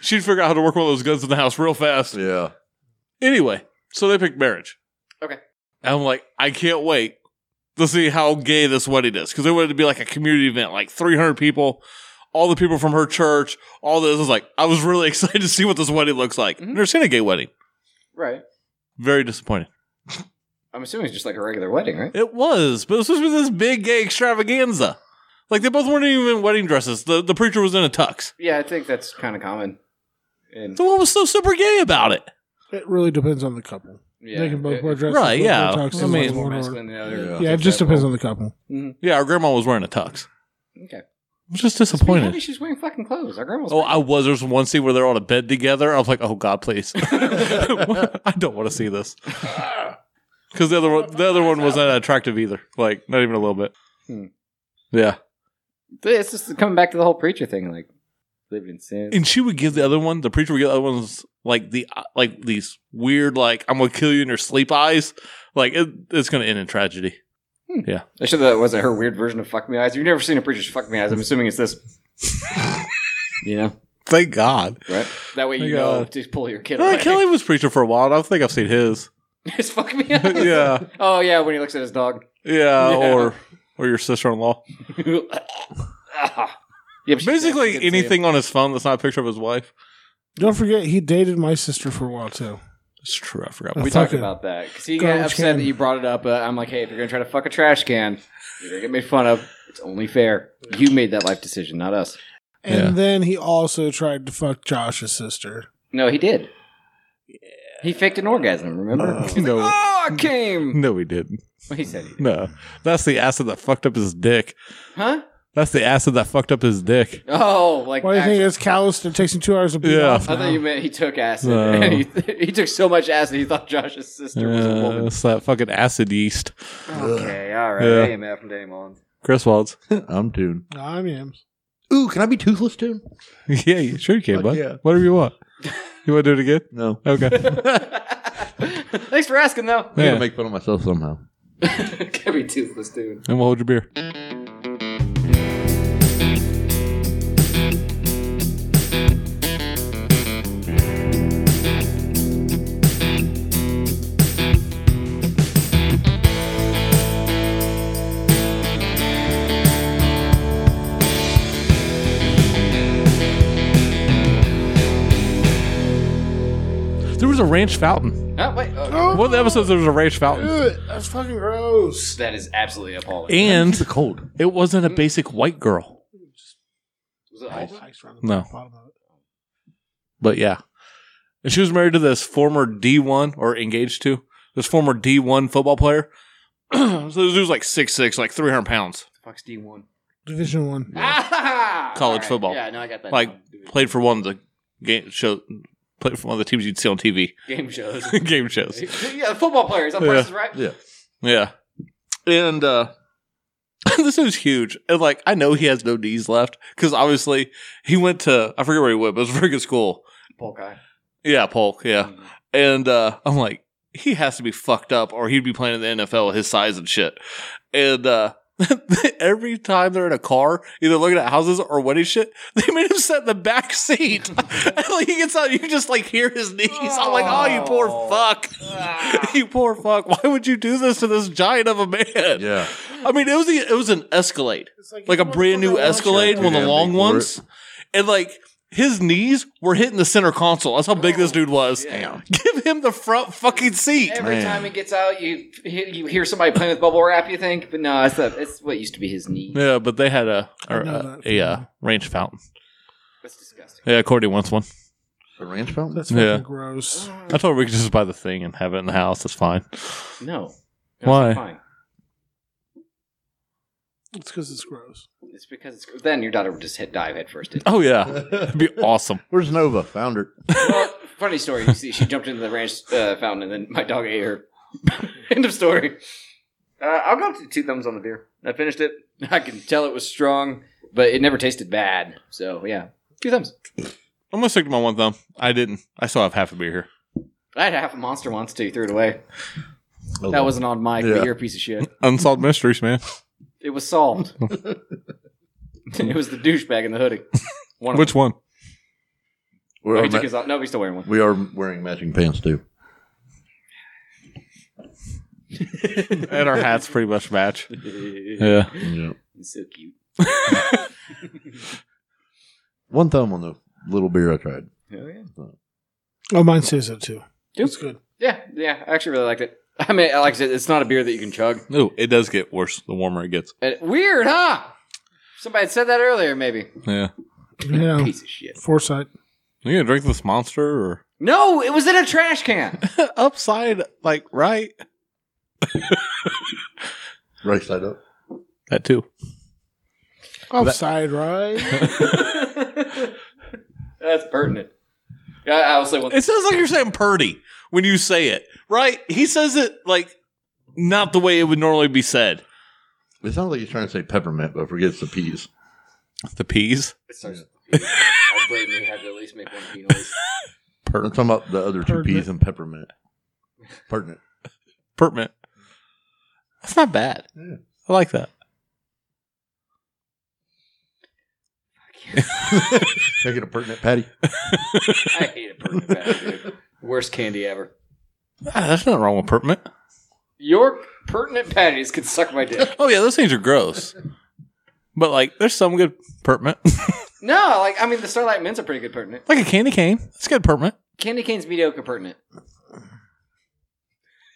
[SPEAKER 1] She'd figure out how to work one of those guns in the house real fast.
[SPEAKER 4] Yeah,
[SPEAKER 1] Anyway, so they picked marriage.
[SPEAKER 3] Okay.
[SPEAKER 1] And I'm like, I can't wait to see how gay this wedding is because they wanted it to be like a community event, like 300 people, all the people from her church, all this. I was like, I was really excited to see what this wedding looks like.
[SPEAKER 3] Mhm.
[SPEAKER 1] Never seen a gay wedding.
[SPEAKER 3] Right.
[SPEAKER 1] Very disappointed.
[SPEAKER 3] I'm assuming it's just like a regular wedding, right?
[SPEAKER 1] It was, but it was supposed to be this big gay extravaganza. Like they both weren't even in wedding dresses. The the preacher was in a tux.
[SPEAKER 3] Yeah, I think that's kind of common. And
[SPEAKER 1] So what was so super gay about it?
[SPEAKER 5] It really depends on the couple.
[SPEAKER 3] yeah,
[SPEAKER 5] they can both
[SPEAKER 3] it-
[SPEAKER 5] wear dresses.
[SPEAKER 1] Right,
[SPEAKER 5] both wear
[SPEAKER 1] yeah. I
[SPEAKER 5] tuxes,
[SPEAKER 1] mean-
[SPEAKER 5] one's
[SPEAKER 3] it's more
[SPEAKER 5] worn over.
[SPEAKER 3] masculine than the other.
[SPEAKER 5] yeah, it just depends on the couple.
[SPEAKER 1] Yeah, our grandma was wearing a tux.
[SPEAKER 3] Okay.
[SPEAKER 1] I'm just
[SPEAKER 3] Point
[SPEAKER 1] disappointed.
[SPEAKER 3] Honey, she's wearing fucking clothes. Our grandma's.
[SPEAKER 1] Oh, I was. There's one scene where they're on a bed together. I was like, oh God, please. I don't want to see this. Because the other one, the other one wasn't attractive either. Like, not even a little bit.
[SPEAKER 3] Hmm.
[SPEAKER 1] Yeah.
[SPEAKER 3] It's just coming back to the whole preacher thing, like living in sin.
[SPEAKER 1] And she would give the other one, the preacher would give the other ones like the uh, like these weird like I'm gonna kill you in your sleep eyes. Like it, it's gonna end in tragedy.
[SPEAKER 3] I should that was it her weird version of fuck me eyes. You've never seen a preacher's fuck me eyes. I'm assuming it's this. you know,
[SPEAKER 1] Thank God.
[SPEAKER 3] right? That way you
[SPEAKER 1] Thank
[SPEAKER 3] know
[SPEAKER 1] God.
[SPEAKER 3] to pull your kid.
[SPEAKER 1] Kelly
[SPEAKER 3] away.
[SPEAKER 1] was preacher for a while. and I don't think I've seen his.
[SPEAKER 3] It's fuck me eyes.
[SPEAKER 1] yeah.
[SPEAKER 3] Oh yeah, when he looks at his dog.
[SPEAKER 1] yeah,
[SPEAKER 3] Yeah.
[SPEAKER 1] or or your sister in law.
[SPEAKER 3] Ah. Yeah, but she- she
[SPEAKER 1] Basically,
[SPEAKER 3] can see him.
[SPEAKER 1] anything on his phone that's not a picture of his wife.
[SPEAKER 5] Don't forget, he dated my sister for a while too.
[SPEAKER 1] It's true. I forgot.
[SPEAKER 5] Oh,
[SPEAKER 3] We
[SPEAKER 5] fuck
[SPEAKER 3] talked
[SPEAKER 5] it.
[SPEAKER 3] about that because he got
[SPEAKER 5] Garbage
[SPEAKER 3] upset
[SPEAKER 5] can.
[SPEAKER 3] that you brought it up. Uh, I'm like, hey, if you're gonna try to fuck a trash can, you're gonna get made fun of. It's only fair. You made that life decision, not us.
[SPEAKER 5] And
[SPEAKER 1] Yeah.
[SPEAKER 5] then he also tried to fuck Josh's sister.
[SPEAKER 3] No, he did. He faked an orgasm. Remember?
[SPEAKER 4] Oh.
[SPEAKER 3] He's like,
[SPEAKER 1] No.
[SPEAKER 3] oh, I came.
[SPEAKER 1] No, he didn't.
[SPEAKER 3] Well, he said, he did.
[SPEAKER 1] No, that's the acid that fucked up his dick.
[SPEAKER 3] huh?
[SPEAKER 1] That's the acid that fucked up his dick.
[SPEAKER 3] Oh, like
[SPEAKER 5] Why do you
[SPEAKER 3] actually-
[SPEAKER 5] think it's calloused? It takes him two hours to beat
[SPEAKER 1] Yeah.
[SPEAKER 5] off.
[SPEAKER 3] I
[SPEAKER 5] now?
[SPEAKER 3] thought you meant he took acid.
[SPEAKER 1] No.
[SPEAKER 3] And he, he took so much acid he thought Josh's sister was a
[SPEAKER 1] Uh,
[SPEAKER 3] woman.
[SPEAKER 1] it's that fucking acid yeast.
[SPEAKER 3] Okay, all right.
[SPEAKER 1] Yeah.
[SPEAKER 3] Hey, man, from Danny Mullins.
[SPEAKER 1] Chris Waltz.
[SPEAKER 4] I'm tuned.
[SPEAKER 5] I mean,
[SPEAKER 4] Ooh, can I be toothless too?
[SPEAKER 1] yeah, you sure you can,
[SPEAKER 4] Fuck
[SPEAKER 1] bud.
[SPEAKER 4] yeah.
[SPEAKER 1] Whatever you want. You want to do it again?
[SPEAKER 4] No.
[SPEAKER 1] Okay.
[SPEAKER 3] Thanks for asking, though.
[SPEAKER 4] I
[SPEAKER 1] Yeah.
[SPEAKER 4] gotta make fun of myself somehow.
[SPEAKER 3] Can't be toothless, dude.
[SPEAKER 1] And we'll hold your beer. There was a ranch fountain.
[SPEAKER 3] Oh, wait. oh,
[SPEAKER 5] Oh,
[SPEAKER 1] One of the episodes, there was a ranch fountain.
[SPEAKER 5] Ew, that's fucking gross.
[SPEAKER 3] That is absolutely appalling.
[SPEAKER 1] And
[SPEAKER 4] cold.
[SPEAKER 1] it wasn't a basic white girl.
[SPEAKER 3] Was it
[SPEAKER 5] Ice
[SPEAKER 3] awful?
[SPEAKER 5] around
[SPEAKER 1] No.
[SPEAKER 5] bottom of it.
[SPEAKER 1] But yeah. And she was married to this former D1 or engaged to this former D1 football player. so this dude's like 6'6, like 300 pounds.
[SPEAKER 3] Fuck's D1.
[SPEAKER 5] Division one.
[SPEAKER 3] Ah!
[SPEAKER 1] College
[SPEAKER 3] All right.
[SPEAKER 1] football.
[SPEAKER 3] Yeah, no, I got that.
[SPEAKER 1] Like,
[SPEAKER 3] down. Dude,
[SPEAKER 1] Played for one of the game show, played for one of the teams you'd see on TV,
[SPEAKER 3] game shows.
[SPEAKER 1] game shows.
[SPEAKER 3] yeah, football players on
[SPEAKER 1] Yeah.
[SPEAKER 3] prices, right?
[SPEAKER 4] Yeah.
[SPEAKER 1] Yeah. And uh this is huge. And like I know he has no knees left because obviously he went to I forget where he went, but it was a very good school.
[SPEAKER 3] Polk guy.
[SPEAKER 1] Yeah, Polk. Yeah. And uh, I'm like, he has to be fucked up or he'd be playing in the NFL with his size and shit. And uh, every time they're in a car, either looking at houses or wedding shit, they made him sit in the back seat. and like he gets out, you just like hear his knees. I'm like, oh, you poor fuck. you poor fuck. Why would you do this to this giant of a man?
[SPEAKER 4] Yeah.
[SPEAKER 1] I mean, it was the, it was an Escalade
[SPEAKER 5] It's like,
[SPEAKER 1] like a brand new Escalade, one of the
[SPEAKER 4] Yeah,
[SPEAKER 1] long
[SPEAKER 4] big
[SPEAKER 1] ones, and like his knees were hitting the center console. That's how big
[SPEAKER 5] Oh,
[SPEAKER 1] this dude was.
[SPEAKER 3] yeah.
[SPEAKER 1] Give him the front fucking seat.
[SPEAKER 3] Every
[SPEAKER 4] Man.
[SPEAKER 3] time he gets out, you you hear somebody playing with bubble wrap. You think, but no, it's the, it's what used to be his knee.
[SPEAKER 1] Yeah, but they had a
[SPEAKER 5] I
[SPEAKER 1] or
[SPEAKER 5] know
[SPEAKER 1] a,
[SPEAKER 5] that
[SPEAKER 1] a, uh
[SPEAKER 5] feeling.
[SPEAKER 1] range fountain.
[SPEAKER 3] That's disgusting.
[SPEAKER 1] Yeah, Courtney wants one.
[SPEAKER 4] A ranch fountain?
[SPEAKER 5] That's fucking
[SPEAKER 1] Yeah.
[SPEAKER 5] gross.
[SPEAKER 1] I told her we could just buy the thing and have it in the house. That's fine.
[SPEAKER 3] No. No,
[SPEAKER 1] Why?
[SPEAKER 3] It's, fine.
[SPEAKER 5] It's because it's gross.
[SPEAKER 3] It's because it's, then your daughter would just hit dive head first.
[SPEAKER 1] Oh yeah, it'd be awesome.
[SPEAKER 4] Where's Nova? Found her.
[SPEAKER 3] well, funny story. You see, she jumped into the ranch uh, fountain, and then my dog ate her. End of story. Uh, I'll go to two thumbs on the beer. I finished it. I can tell it was strong, but it never tasted bad. So yeah, two thumbs.
[SPEAKER 1] I'm gonna stick to my one thumb. I didn't. I still have half a beer here.
[SPEAKER 3] I had half a monster once too. Threw it away.
[SPEAKER 4] Oh,
[SPEAKER 3] That wasn't on mic. but
[SPEAKER 4] Yeah.
[SPEAKER 3] You're a piece of shit.
[SPEAKER 1] Unsolved mysteries, man.
[SPEAKER 3] It was solved. it was the douchebag in the hoodie. One of
[SPEAKER 1] Which
[SPEAKER 3] them.
[SPEAKER 1] one?
[SPEAKER 4] We're
[SPEAKER 3] Oh,
[SPEAKER 4] all
[SPEAKER 3] he took
[SPEAKER 4] ma-
[SPEAKER 3] his off. No, he's still wearing one.
[SPEAKER 4] we are wearing matching pants too.
[SPEAKER 1] and our hats pretty much match. Yeah.
[SPEAKER 4] Yeah.
[SPEAKER 3] He's so cute.
[SPEAKER 4] One thumb on the little beer I tried.
[SPEAKER 3] Oh yeah.
[SPEAKER 5] Oh, mine says that too.
[SPEAKER 3] Yep.
[SPEAKER 5] It's good.
[SPEAKER 3] Yeah, yeah. I actually really liked it. I mean, like I said, it's not a beer that you can chug.
[SPEAKER 1] No, it does get worse the warmer it gets.
[SPEAKER 3] And- weird, huh? Somebody had said that earlier, maybe.
[SPEAKER 1] Yeah.
[SPEAKER 5] Yeah.
[SPEAKER 3] Piece of shit.
[SPEAKER 5] Foresight.
[SPEAKER 1] You gonna drink this monster or
[SPEAKER 3] No, it was in a trash can.
[SPEAKER 1] upside like right?
[SPEAKER 4] Right side up.
[SPEAKER 1] That too.
[SPEAKER 5] Offside, Oh, right?
[SPEAKER 3] That's pertinent. Yeah, I will say one.
[SPEAKER 1] It sounds like you're saying Purdy when you say it, right? He says it like not the way it would normally be said.
[SPEAKER 4] It sounds like he's trying to say peppermint, but forgets the peas.
[SPEAKER 1] The peas,
[SPEAKER 3] It starts. I blatantly had to at least make one pee noise.
[SPEAKER 4] I'm talking about the other two
[SPEAKER 5] Peppermint.
[SPEAKER 4] peas and peppermint. Pertinent.
[SPEAKER 1] pertinent. That's not bad.
[SPEAKER 4] Yeah.
[SPEAKER 1] I like that.
[SPEAKER 4] Can I get a pertinent patty?
[SPEAKER 3] I hate a pertinent bag, dude. Worst candy ever.
[SPEAKER 1] Ah, that's not wrong with pertinent.
[SPEAKER 3] Your pertinent patties could suck my dick.
[SPEAKER 1] Oh yeah, those things are gross. But like, there's some good pertinent,
[SPEAKER 3] No, like I mean, the Starlight Mints are pretty good pertinent.
[SPEAKER 1] like a candy cane. That's good pertinent.
[SPEAKER 3] Candy cane's mediocre pertinent.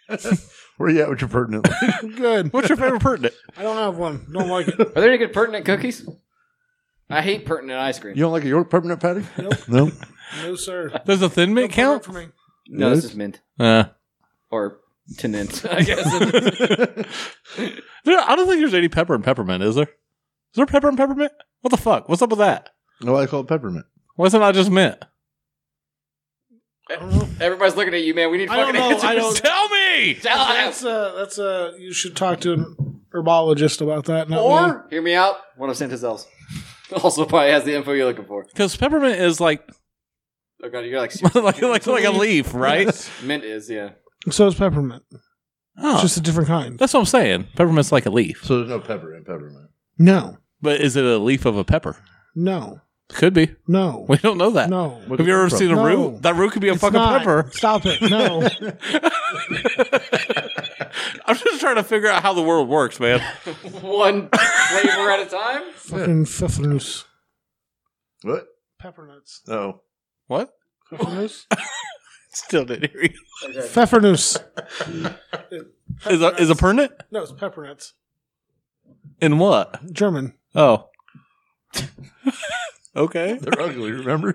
[SPEAKER 4] Where you at with your pertinent?
[SPEAKER 5] Good.
[SPEAKER 1] What's your favorite pertinent?
[SPEAKER 5] I don't have one. Don't like it.
[SPEAKER 3] Are there any good pertinent cookies? I hate pertinent ice cream.
[SPEAKER 4] you don't like a York pertinent, Patty?
[SPEAKER 5] Nope.
[SPEAKER 4] No.
[SPEAKER 5] No, sir.
[SPEAKER 1] Does the thin mint
[SPEAKER 5] Don't work
[SPEAKER 1] count?
[SPEAKER 5] for me.
[SPEAKER 3] no, this is mint
[SPEAKER 1] Uh.
[SPEAKER 3] or tenant, I guess.
[SPEAKER 1] Dude, I don't think there's any pepper and peppermint, is there? Is there pepper and peppermint? What the fuck? What's up with that?
[SPEAKER 4] No, I call it peppermint.
[SPEAKER 1] Why is it not just mint?
[SPEAKER 5] I don't know.
[SPEAKER 3] Everybody's looking at you, man. We need
[SPEAKER 5] I don't
[SPEAKER 3] fucking
[SPEAKER 5] know.
[SPEAKER 3] answers.
[SPEAKER 5] I don't.
[SPEAKER 1] Tell me!
[SPEAKER 3] Tell us.
[SPEAKER 5] That's a. That's a. You should talk to an herbologist about that. Not me.
[SPEAKER 3] Or hear me out. One of Santazel's also probably has the info you're looking for.
[SPEAKER 1] Because peppermint is like
[SPEAKER 3] Oh god, you're like seriously?
[SPEAKER 1] like, like like a leaf, right?
[SPEAKER 3] mint is yeah.
[SPEAKER 5] So is peppermint.
[SPEAKER 1] Oh,
[SPEAKER 5] It's just a different kind.
[SPEAKER 1] that's what I'm saying. Peppermint's like a leaf,
[SPEAKER 4] So there's no pepper in peppermint.
[SPEAKER 5] No.
[SPEAKER 1] but is it a leaf of a pepper?
[SPEAKER 5] No.
[SPEAKER 1] Could be.
[SPEAKER 5] No.
[SPEAKER 1] We don't know that.
[SPEAKER 5] No.
[SPEAKER 1] Have you ever seen a
[SPEAKER 5] No.
[SPEAKER 1] root? That root could be a
[SPEAKER 5] It's
[SPEAKER 1] fucking
[SPEAKER 5] not.
[SPEAKER 1] pepper.
[SPEAKER 5] Stop it. No.
[SPEAKER 1] I'm just trying to figure out how the world works, man.
[SPEAKER 3] One flavor at a time.
[SPEAKER 5] Fucking pfeffernuss.
[SPEAKER 4] What?
[SPEAKER 5] Peppernuts.
[SPEAKER 4] No.
[SPEAKER 1] What?
[SPEAKER 5] Pfeffernuss?
[SPEAKER 1] Still didn't hear you.
[SPEAKER 5] Pfeffernuss.
[SPEAKER 1] Is a, is a pernit?
[SPEAKER 5] No, it's peppernuts.
[SPEAKER 1] In what?
[SPEAKER 5] German.
[SPEAKER 1] Oh. okay.
[SPEAKER 4] They're ugly, remember?